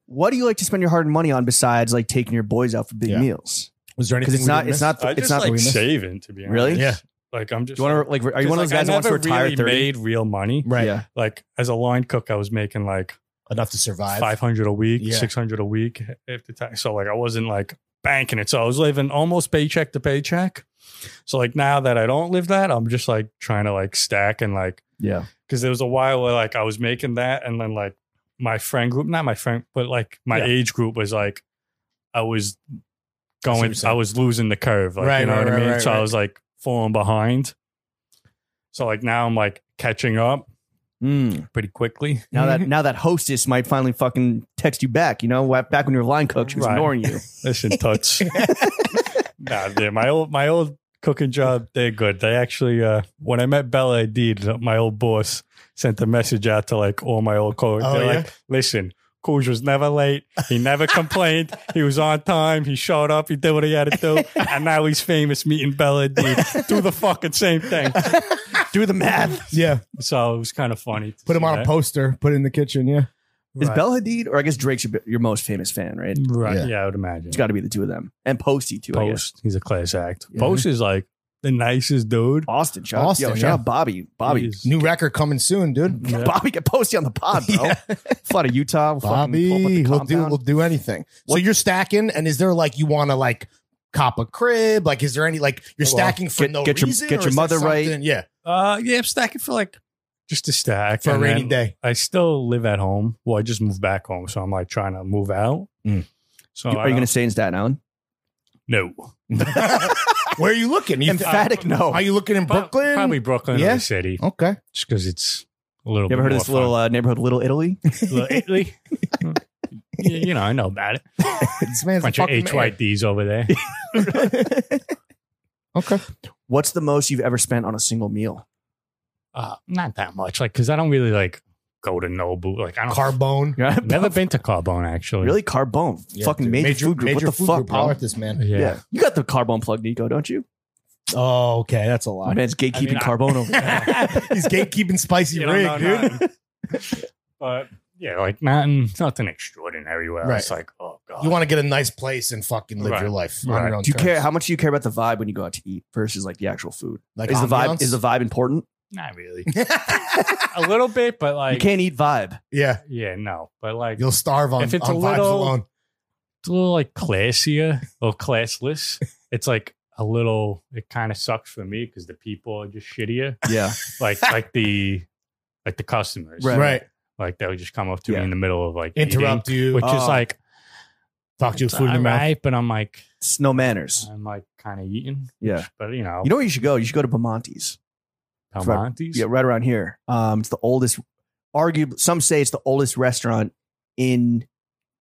Speaker 1: what do you like to spend your hard money on besides like taking your boys out for big
Speaker 3: Yeah.
Speaker 1: meals?
Speaker 3: Was there
Speaker 1: Because
Speaker 3: anything?
Speaker 1: it's not, it's not,
Speaker 2: I
Speaker 1: it's
Speaker 2: just
Speaker 1: not.
Speaker 2: like
Speaker 1: do
Speaker 2: saving to be honest.
Speaker 1: Really?
Speaker 3: Yeah.
Speaker 2: Like I'm just.
Speaker 1: you want to like? Are you one of those guys that wants to retire at
Speaker 2: really
Speaker 1: thirty?
Speaker 2: made real money?
Speaker 3: right
Speaker 1: Yeah.
Speaker 2: Like as a line cook, I was making like
Speaker 3: enough to survive.
Speaker 2: five hundred a week,
Speaker 3: Yeah.
Speaker 2: six hundred a week after tax. So like I wasn't like banking it. So I was living almost paycheck to paycheck. So like now that I don't live that, I'm just like trying to like stack and like
Speaker 1: Yeah.
Speaker 2: because there was a while where like I was making that, and then like my friend group, not my friend, but like my
Speaker 3: Yeah.
Speaker 2: age group was like, I was
Speaker 3: what
Speaker 2: going,
Speaker 3: you're saying.
Speaker 2: I was losing the curve, like,
Speaker 3: Right,
Speaker 2: you know
Speaker 3: right,
Speaker 2: what I
Speaker 3: right,
Speaker 2: mean.
Speaker 3: right,
Speaker 2: so
Speaker 3: right.
Speaker 2: I was like falling behind. So like now I'm like catching up
Speaker 1: Mm.
Speaker 2: pretty quickly.
Speaker 1: Now that now that hostess might finally fucking text you back. You know, wha- back when you were line cook, she was
Speaker 2: Right.
Speaker 1: ignoring you.
Speaker 2: Listen, touch. nah, dude, my old my old cooking job, they're good. They actually, uh, when I met Bella Hadid, my old boss sent a message out to like all my old coworkers.
Speaker 3: Oh,
Speaker 2: they're
Speaker 3: yeah?
Speaker 2: like, listen, Cooj was never late. He never complained. He was on time. He showed up. He did what he had to do. And now he's famous meeting Bella Hadid. Do the fucking same thing.
Speaker 1: Do the math.
Speaker 3: Yeah.
Speaker 2: So it was kind of funny. to
Speaker 3: Put him
Speaker 2: see
Speaker 3: on a
Speaker 2: that.
Speaker 3: poster, put it in the kitchen. Yeah.
Speaker 1: Is
Speaker 2: Right.
Speaker 1: Bel Hadid, or I guess Drake's your, your most famous fan, right?
Speaker 2: Right.
Speaker 3: Yeah.
Speaker 2: Yeah, I would imagine.
Speaker 1: It's got to be the two of them, and Posty too. I guess
Speaker 2: Post. He's a class act.
Speaker 1: Yeah.
Speaker 2: Post is like the nicest dude.
Speaker 1: Austin, shout
Speaker 3: Austin,
Speaker 1: out, yo, shout
Speaker 3: yeah.
Speaker 1: out Bobby, Bobby,
Speaker 2: He's-
Speaker 3: New record coming soon, dude.
Speaker 2: Yeah.
Speaker 1: Bobby, get Posty on the pod, bro. Fly to Utah, we'll fucking pull up at
Speaker 3: Bobby,
Speaker 1: the
Speaker 3: we'll do
Speaker 1: compound.
Speaker 3: we'll do anything. So you're stacking, and is there like you want to like cop a crib? Like, is there any like you're
Speaker 1: Well,
Speaker 3: stacking for
Speaker 1: get-
Speaker 3: no
Speaker 1: get your-
Speaker 3: reason?
Speaker 1: get
Speaker 3: or
Speaker 1: your
Speaker 3: is there
Speaker 1: mother right.
Speaker 3: something- yeah,
Speaker 2: Uh, yeah, I'm stacking for like just a stack
Speaker 3: for a
Speaker 2: and
Speaker 3: rainy
Speaker 2: then
Speaker 3: day.
Speaker 2: I still live at home. Well, I just moved back home, so I'm like trying to move out.
Speaker 3: Mm.
Speaker 2: So
Speaker 1: You-
Speaker 2: I
Speaker 1: are you
Speaker 2: don't-
Speaker 1: going to stay in Staten Island?
Speaker 2: no?
Speaker 3: Where are you looking? You th-
Speaker 1: Emphatic no.
Speaker 3: are you looking in
Speaker 2: Pro-
Speaker 3: Brooklyn?
Speaker 2: probably Brooklyn or
Speaker 3: Yeah.
Speaker 2: the city,
Speaker 3: Okay.
Speaker 2: just because it's a little.
Speaker 1: You ever heard of
Speaker 2: bit more
Speaker 1: this little
Speaker 2: fun.
Speaker 1: uh, neighborhood, Little Italy?
Speaker 2: Little Italy? Mm. Yeah, you know, I know about it.
Speaker 3: This man's a
Speaker 2: Bunch of
Speaker 3: fucking man.
Speaker 2: HYDs over there.
Speaker 3: Okay.
Speaker 1: What's the most you've ever spent on a single meal?
Speaker 2: Uh, not that much, like because I don't really like go to Nobu. Like I don't.
Speaker 3: Carbone.
Speaker 2: Never been to Carbone actually.
Speaker 1: Really, Carbone,
Speaker 3: Yeah,
Speaker 1: fucking
Speaker 3: dude.
Speaker 1: major, food group.
Speaker 3: major
Speaker 1: what the
Speaker 3: food
Speaker 1: fuck,
Speaker 3: group.
Speaker 1: bro?
Speaker 3: Holler at this man.
Speaker 1: Yeah.
Speaker 2: Yeah.
Speaker 1: you got the Carbone plug, Nico, don't you?
Speaker 3: Oh, okay, that's a
Speaker 1: My
Speaker 3: lot.
Speaker 1: man's gatekeeping
Speaker 2: I mean, I-
Speaker 1: Carbone over there.
Speaker 3: He's gatekeeping spicy
Speaker 2: You
Speaker 3: rig,
Speaker 2: don't know
Speaker 3: dude.
Speaker 2: nothing. but yeah, like nothing, nothing extraordinary. Well,
Speaker 3: Right.
Speaker 2: it's like, oh god,
Speaker 3: You want to get a nice place and fucking live
Speaker 2: Right.
Speaker 3: your life on
Speaker 2: Right.
Speaker 3: your own.
Speaker 1: Do you care?
Speaker 3: terms.
Speaker 1: How much do you care about the vibe when you go out to eat versus like the actual food?
Speaker 3: Like
Speaker 1: is the vibe
Speaker 3: ambiance?
Speaker 1: is the vibe important?
Speaker 2: not really. a little bit, but
Speaker 1: you
Speaker 2: like,
Speaker 1: can't eat vibe.
Speaker 3: yeah,
Speaker 2: yeah, no, but like,
Speaker 3: you'll starve on,
Speaker 2: If it's
Speaker 3: on
Speaker 2: a
Speaker 3: vibes
Speaker 2: little-
Speaker 3: alone.
Speaker 2: it's a little like classier or classless. It's like a little. It kind of sucks for me because the people are just shittier.
Speaker 1: Yeah,
Speaker 2: Like, like the, like the customers,
Speaker 1: Right.
Speaker 3: Right.
Speaker 2: Like they would just come up to
Speaker 1: Yeah.
Speaker 2: me in the middle of like
Speaker 3: Interrupt
Speaker 2: eating,
Speaker 3: you.
Speaker 2: which
Speaker 1: Oh.
Speaker 2: is like
Speaker 3: talk to you
Speaker 2: it's
Speaker 3: with food in
Speaker 2: all
Speaker 3: your mouth.
Speaker 2: right, but I'm like,
Speaker 1: it's no manners.
Speaker 2: I'm like kind of eating.
Speaker 1: Yeah.
Speaker 2: but you know,
Speaker 1: You know where you should go? You should go to Bamonti's.
Speaker 2: Palmonti's.
Speaker 1: Yeah, right around here. Um, it's the oldest. Arguably, some say it's the oldest restaurant in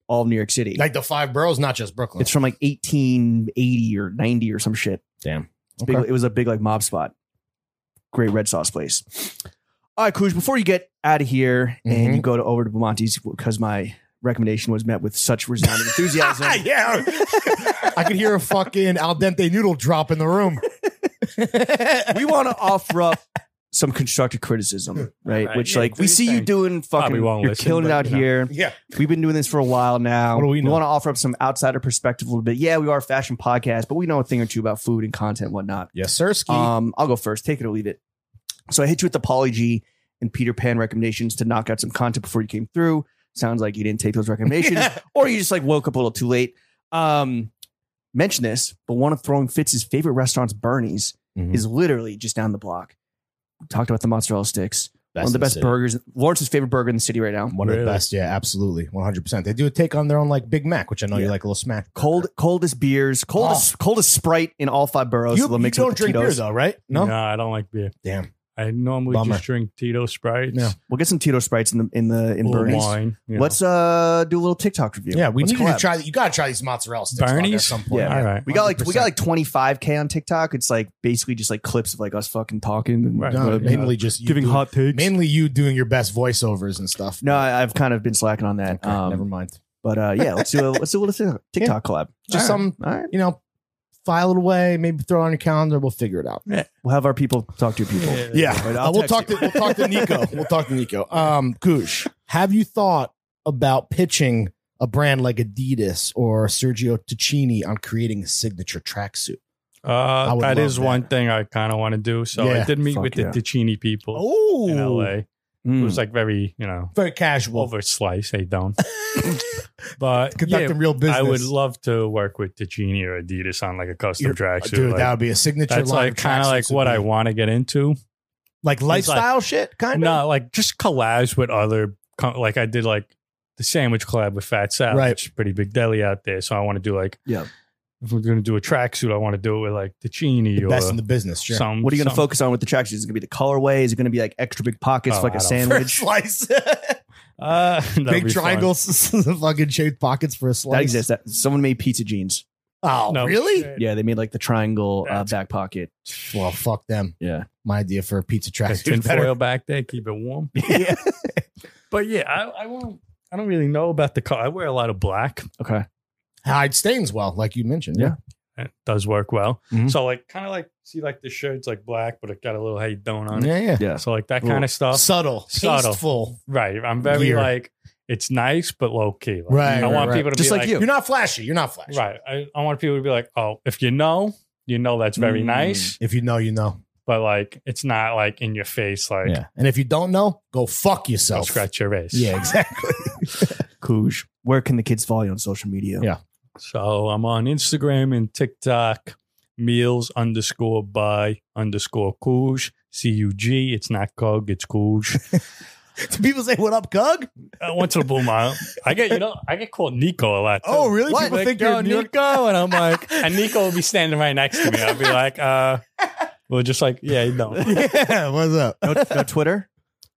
Speaker 1: all of New York City.
Speaker 3: Like the five boroughs, not just Brooklyn.
Speaker 1: It's from like 1880 or 90 or some shit.
Speaker 3: Damn.
Speaker 1: It's big- it was a big like mob spot. Great red sauce place. All right, Kuj, before you get out of here and
Speaker 3: Mhm.
Speaker 1: you go to over to Bamonti's because my recommendation was met with such resounding enthusiasm.
Speaker 3: yeah. I could hear a fucking al dente noodle drop in the room.
Speaker 1: we want to offer up some constructive criticism, right?
Speaker 2: Right,
Speaker 1: Which
Speaker 2: yeah,
Speaker 1: like
Speaker 2: do
Speaker 1: we
Speaker 2: your
Speaker 1: see you
Speaker 2: thing.
Speaker 1: doing fucking,
Speaker 2: Probably won't
Speaker 1: you're
Speaker 2: listen,
Speaker 1: killing it
Speaker 2: but,
Speaker 1: out
Speaker 2: you know.
Speaker 1: here.
Speaker 3: yeah.
Speaker 1: We've been doing this for a while now.
Speaker 3: What do we know?
Speaker 1: want to offer up some outsider perspective a little bit. Yeah, we are a fashion podcast, but we know a thing or two about food and content and whatnot.
Speaker 3: Yes, sir. Ski.
Speaker 1: Um, I'll go first. Take it or leave it. So I hit you with the Poly G and Peter Pan recommendations to knock out some content before you came through. Sounds like you didn't take those recommendations, or you just like woke up a little too late. Um, mention this, but one of Throwing Fitz's favorite restaurants, Bernie's,
Speaker 3: Mhm.
Speaker 1: is literally just down the block. We talked about the mozzarella sticks, one of the best burgers. Lawrence's favorite burger in the city right now.
Speaker 3: One of the
Speaker 2: Really?
Speaker 3: best. Yeah, absolutely. 100%. They do a take on their own like Big Mac, which I know you
Speaker 1: Yeah.
Speaker 3: like a little smack.
Speaker 1: Cold, coldest beers, coldest, coldest Sprite in all five boroughs.
Speaker 3: Oh. You,
Speaker 1: Oh, They'll
Speaker 3: you
Speaker 1: mix it with
Speaker 3: don't drink beer
Speaker 1: Tito's.
Speaker 3: though, right? No.
Speaker 2: no, I don't like beer.
Speaker 3: Damn.
Speaker 2: I normally
Speaker 3: Bummer.
Speaker 2: just drink Tito Sprites.
Speaker 3: Yeah.
Speaker 1: We'll get some Tito Sprites in the in the in
Speaker 3: Oh,
Speaker 2: or
Speaker 1: Bernie's.
Speaker 2: wine. you know.
Speaker 1: Let's uh do a little TikTok review.
Speaker 3: Yeah, we
Speaker 1: Let's
Speaker 3: need you to
Speaker 1: collab.
Speaker 3: try. You gotta try these mozzarella sticks dog, at
Speaker 2: Barney's?
Speaker 3: some point.
Speaker 1: Yeah.
Speaker 2: All right.
Speaker 1: We got like we got like 25k on TikTok. It's like basically just like clips of like us fucking talking and
Speaker 2: Right.
Speaker 1: uh,
Speaker 3: No, mainly just you
Speaker 1: giving
Speaker 3: doing-
Speaker 1: hot takes.
Speaker 3: mainly you doing your best voiceovers and stuff.
Speaker 1: No, I, I've kind of been slacking on that.
Speaker 3: Okay,
Speaker 1: um,
Speaker 3: never mind.
Speaker 1: But uh, yeah, let's do a let's do a little TikTok collab.
Speaker 3: Just
Speaker 1: All right.
Speaker 3: some-
Speaker 1: All right,
Speaker 3: You know, file it away. Maybe throw it on your calendar. We'll figure it out.
Speaker 1: we'll have our people talk to your people.
Speaker 3: Yeah,
Speaker 1: But I'll
Speaker 3: Uh, we'll
Speaker 1: text
Speaker 3: talk.
Speaker 1: you.
Speaker 3: To, we'll talk to Nico. We'll talk to Nico. Um, Kush, have you thought about pitching a brand like Adidas or Sergio Ticini on creating a signature tracksuit?
Speaker 2: uh,
Speaker 3: would
Speaker 2: that
Speaker 3: love
Speaker 2: is
Speaker 3: that.
Speaker 2: one thing I kind of want to do. So
Speaker 3: Yeah. Hmm.
Speaker 2: I did meet
Speaker 1: Fuck
Speaker 2: with
Speaker 1: yeah.
Speaker 2: the Ticini people
Speaker 3: Oh,
Speaker 2: in LA. It
Speaker 1: Mm.
Speaker 2: was like very, you know,
Speaker 3: very casual.
Speaker 2: over slice, they don't. but yeah,
Speaker 3: Conducting real business.
Speaker 2: I would love to work with Ticini or Adidas on like a custom
Speaker 3: You're-
Speaker 2: tracksuit.
Speaker 3: dude.
Speaker 2: like,
Speaker 3: that would be a signature.
Speaker 2: that's
Speaker 3: line
Speaker 2: like kind of
Speaker 3: tracksuits
Speaker 2: like
Speaker 3: would
Speaker 2: what
Speaker 3: be-
Speaker 2: I want to get into.
Speaker 3: like lifestyle shit. Kind of
Speaker 2: No, like just collabs with other, co- like I did like the sandwich collab with Fat Sal,
Speaker 3: Right.
Speaker 2: which is a pretty big deli out there. So I want to do like,
Speaker 1: Yeah.
Speaker 2: if we're going to do a tracksuit, I want to do it with like Ticini
Speaker 3: the
Speaker 2: or
Speaker 3: best in the business. Sure.
Speaker 2: uh, some.
Speaker 1: what are you going to
Speaker 2: some-
Speaker 1: focus on with the tracksuit? Is it going to be the colorway? Is it going to be like extra big pockets
Speaker 2: Oh,
Speaker 1: for like
Speaker 2: I
Speaker 1: a
Speaker 2: don't-
Speaker 1: sandwich?
Speaker 3: slice,
Speaker 2: Uh, that'd
Speaker 3: big
Speaker 2: be fun.
Speaker 3: triangles, fucking shaped pockets for a slice.
Speaker 1: That exists. That someone made pizza jeans.
Speaker 3: Oh,
Speaker 2: No.
Speaker 3: really?
Speaker 1: Yeah, they made like the triangle uh,
Speaker 2: That's-
Speaker 1: back pocket.
Speaker 3: Well, fuck them.
Speaker 1: Yeah.
Speaker 3: My idea for a pizza
Speaker 2: Got
Speaker 3: track. is better.
Speaker 2: tinfoil back there, keep it warm.
Speaker 1: yeah.
Speaker 2: But yeah, I, I won't. I don't really know about the color. I wear a lot of black.
Speaker 1: Okay.
Speaker 3: Hide stains well, like you mentioned. Yeah.
Speaker 2: It does work well.
Speaker 3: Mhm.
Speaker 2: So like, kind of like see like the shirt's like black, but it got a little hey don't on it.
Speaker 3: Yeah, yeah.
Speaker 1: Yeah.
Speaker 2: So like that kind
Speaker 1: Ooh.
Speaker 2: of stuff.
Speaker 3: Subtle,
Speaker 2: Subtle.
Speaker 3: tasteful.
Speaker 2: Right. I'm very
Speaker 3: Gear.
Speaker 2: like it's nice but low key. Like,
Speaker 3: Right,
Speaker 2: I
Speaker 3: right,
Speaker 2: want
Speaker 3: right.
Speaker 2: people to
Speaker 1: Just
Speaker 2: be
Speaker 1: like you.
Speaker 3: You're not flashy. You're not flashy.
Speaker 2: Right. I, I want people to be like, oh, if you know, you know that's very
Speaker 1: Mm.
Speaker 2: nice,
Speaker 3: If you know, you know.
Speaker 2: but like it's not like in your face, like
Speaker 3: Yeah. And if you don't know, go fuck
Speaker 2: don't
Speaker 3: yourself.
Speaker 2: scratch your face.
Speaker 3: Yeah, exactly.
Speaker 1: Cooge. Where can the kids follow you on social media?
Speaker 3: Yeah.
Speaker 2: So I'm on Instagram and TikTok, meals underscore by underscore Cooj, C U G. It's not Cug, it's Cooj.
Speaker 3: Do people say, what up, Cug?
Speaker 2: I went to the blue mile. I get, you know, I get called Nico a lot. too.
Speaker 3: Oh, really?
Speaker 2: What?
Speaker 3: People
Speaker 2: Like,
Speaker 3: think
Speaker 2: "Yo,
Speaker 3: you're Nico?"
Speaker 2: Nico, and I'm like, and Nico will be standing right next to me. I'll be like, uh, well, just like, yeah, you know,
Speaker 3: yeah, what's up?
Speaker 1: No, no Twitter?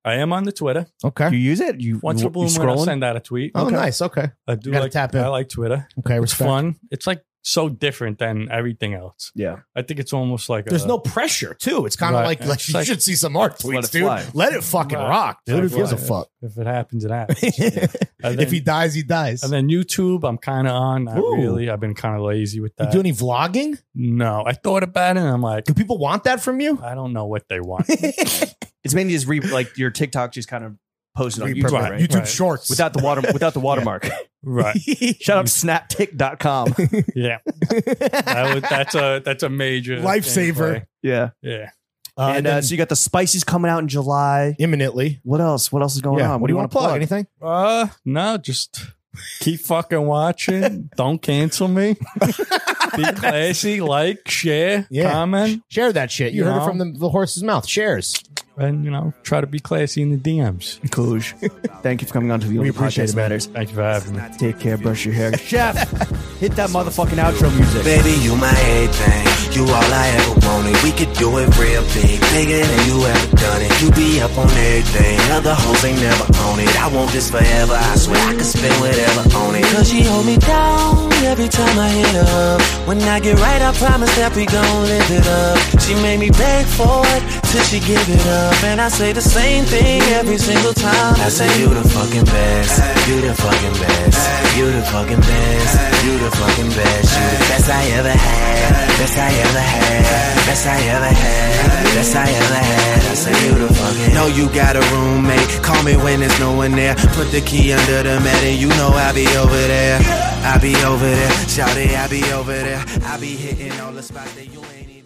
Speaker 2: I am on the Twitter.
Speaker 3: Okay.
Speaker 1: You use it? You,
Speaker 2: Once
Speaker 1: you,
Speaker 2: a blue
Speaker 1: you
Speaker 2: moon, I
Speaker 1: scrolling?
Speaker 2: send out a tweet.
Speaker 3: Oh, nice. Okay.
Speaker 2: I do
Speaker 3: Gotta
Speaker 2: like
Speaker 3: tap in.
Speaker 2: I like Twitter.
Speaker 3: Okay.
Speaker 2: It's
Speaker 3: Respect.
Speaker 2: fun. It's like so different than everything else.
Speaker 1: yeah.
Speaker 2: I think it's almost like
Speaker 3: There's
Speaker 2: a,
Speaker 3: no pressure, too. It's kind of
Speaker 2: Right.
Speaker 3: like, like
Speaker 2: It's
Speaker 3: you
Speaker 2: like-
Speaker 3: should see some art
Speaker 1: Just let
Speaker 3: tweets,
Speaker 1: it
Speaker 3: dude.
Speaker 1: fly.
Speaker 3: Let it fucking
Speaker 2: Right.
Speaker 3: rock, dude.
Speaker 2: Let it
Speaker 3: Who gives a
Speaker 2: fly.
Speaker 3: fuck?
Speaker 2: if it happens, it happens. And
Speaker 3: if
Speaker 2: then-
Speaker 3: he dies, he dies.
Speaker 2: And then YouTube, I'm kind of on. Not
Speaker 3: Ooh.
Speaker 2: really. I've been kind of lazy with
Speaker 3: you
Speaker 2: that.
Speaker 3: do any vlogging?
Speaker 2: no, I thought about it. and I'm like,
Speaker 3: Do people want that from you?
Speaker 2: I don't know what they want.
Speaker 1: It's mainly just re, like your TikTok just kind of posted on
Speaker 3: Repurpose-
Speaker 1: YouTube, right?
Speaker 3: YouTube
Speaker 2: Right.
Speaker 3: Shorts.
Speaker 1: Without the water, without the watermark.
Speaker 2: right?
Speaker 1: Shout out to snaptick.com.
Speaker 2: Yeah. That was, that's a that's a major thing
Speaker 3: Lifesaver.
Speaker 2: for me.
Speaker 1: yeah.
Speaker 2: Yeah.
Speaker 3: Uh,
Speaker 1: and
Speaker 3: then
Speaker 1: uh, so you got the spices coming out in July.
Speaker 3: imminently.
Speaker 1: What else? What else is going
Speaker 3: Yeah.
Speaker 1: on? What, do you want to
Speaker 3: wanna
Speaker 1: plug?
Speaker 3: Anything?
Speaker 2: Uh, no, just keep fucking watching. don't cancel me. Be classy. Like, share,
Speaker 3: Yeah.
Speaker 2: comment,
Speaker 3: Share that shit. You
Speaker 2: You
Speaker 3: heard it
Speaker 2: know.
Speaker 3: from the, the horse's mouth. Shares.
Speaker 2: and you know, try to be classy in the DMs.
Speaker 1: Cooge, thank you for coming on to the Only Podcast
Speaker 3: appreciate it, man.
Speaker 1: Matters.
Speaker 2: Thank you for having me.
Speaker 1: Take care, brush your hair. Chef, hit that motherfucking outro music.
Speaker 5: Baby, you my everything. You all I ever wanted. We could do it real big, bigger than you ever done it. You be up on everything. Other hoes ain't never on it. I want this forever. I swear I could spend whatever on it. Cause she hold me down every time I hit her up. When I get right, I promise that we gon' live it up. She made me beg for it till she give it up. And I say the same thing every single time. I say you the fucking best. You the fucking best. You the fucking best. You the fucking best. You the best I ever had. Best I ever had. Best I ever had. Best I ever had. I say you the fucking. No, you got a roommate. Call me when there's no one there. Put the key under the mat and you know I be over there. I be over there. Shout it, I be over there. I be hitting all the spots that you ain't even.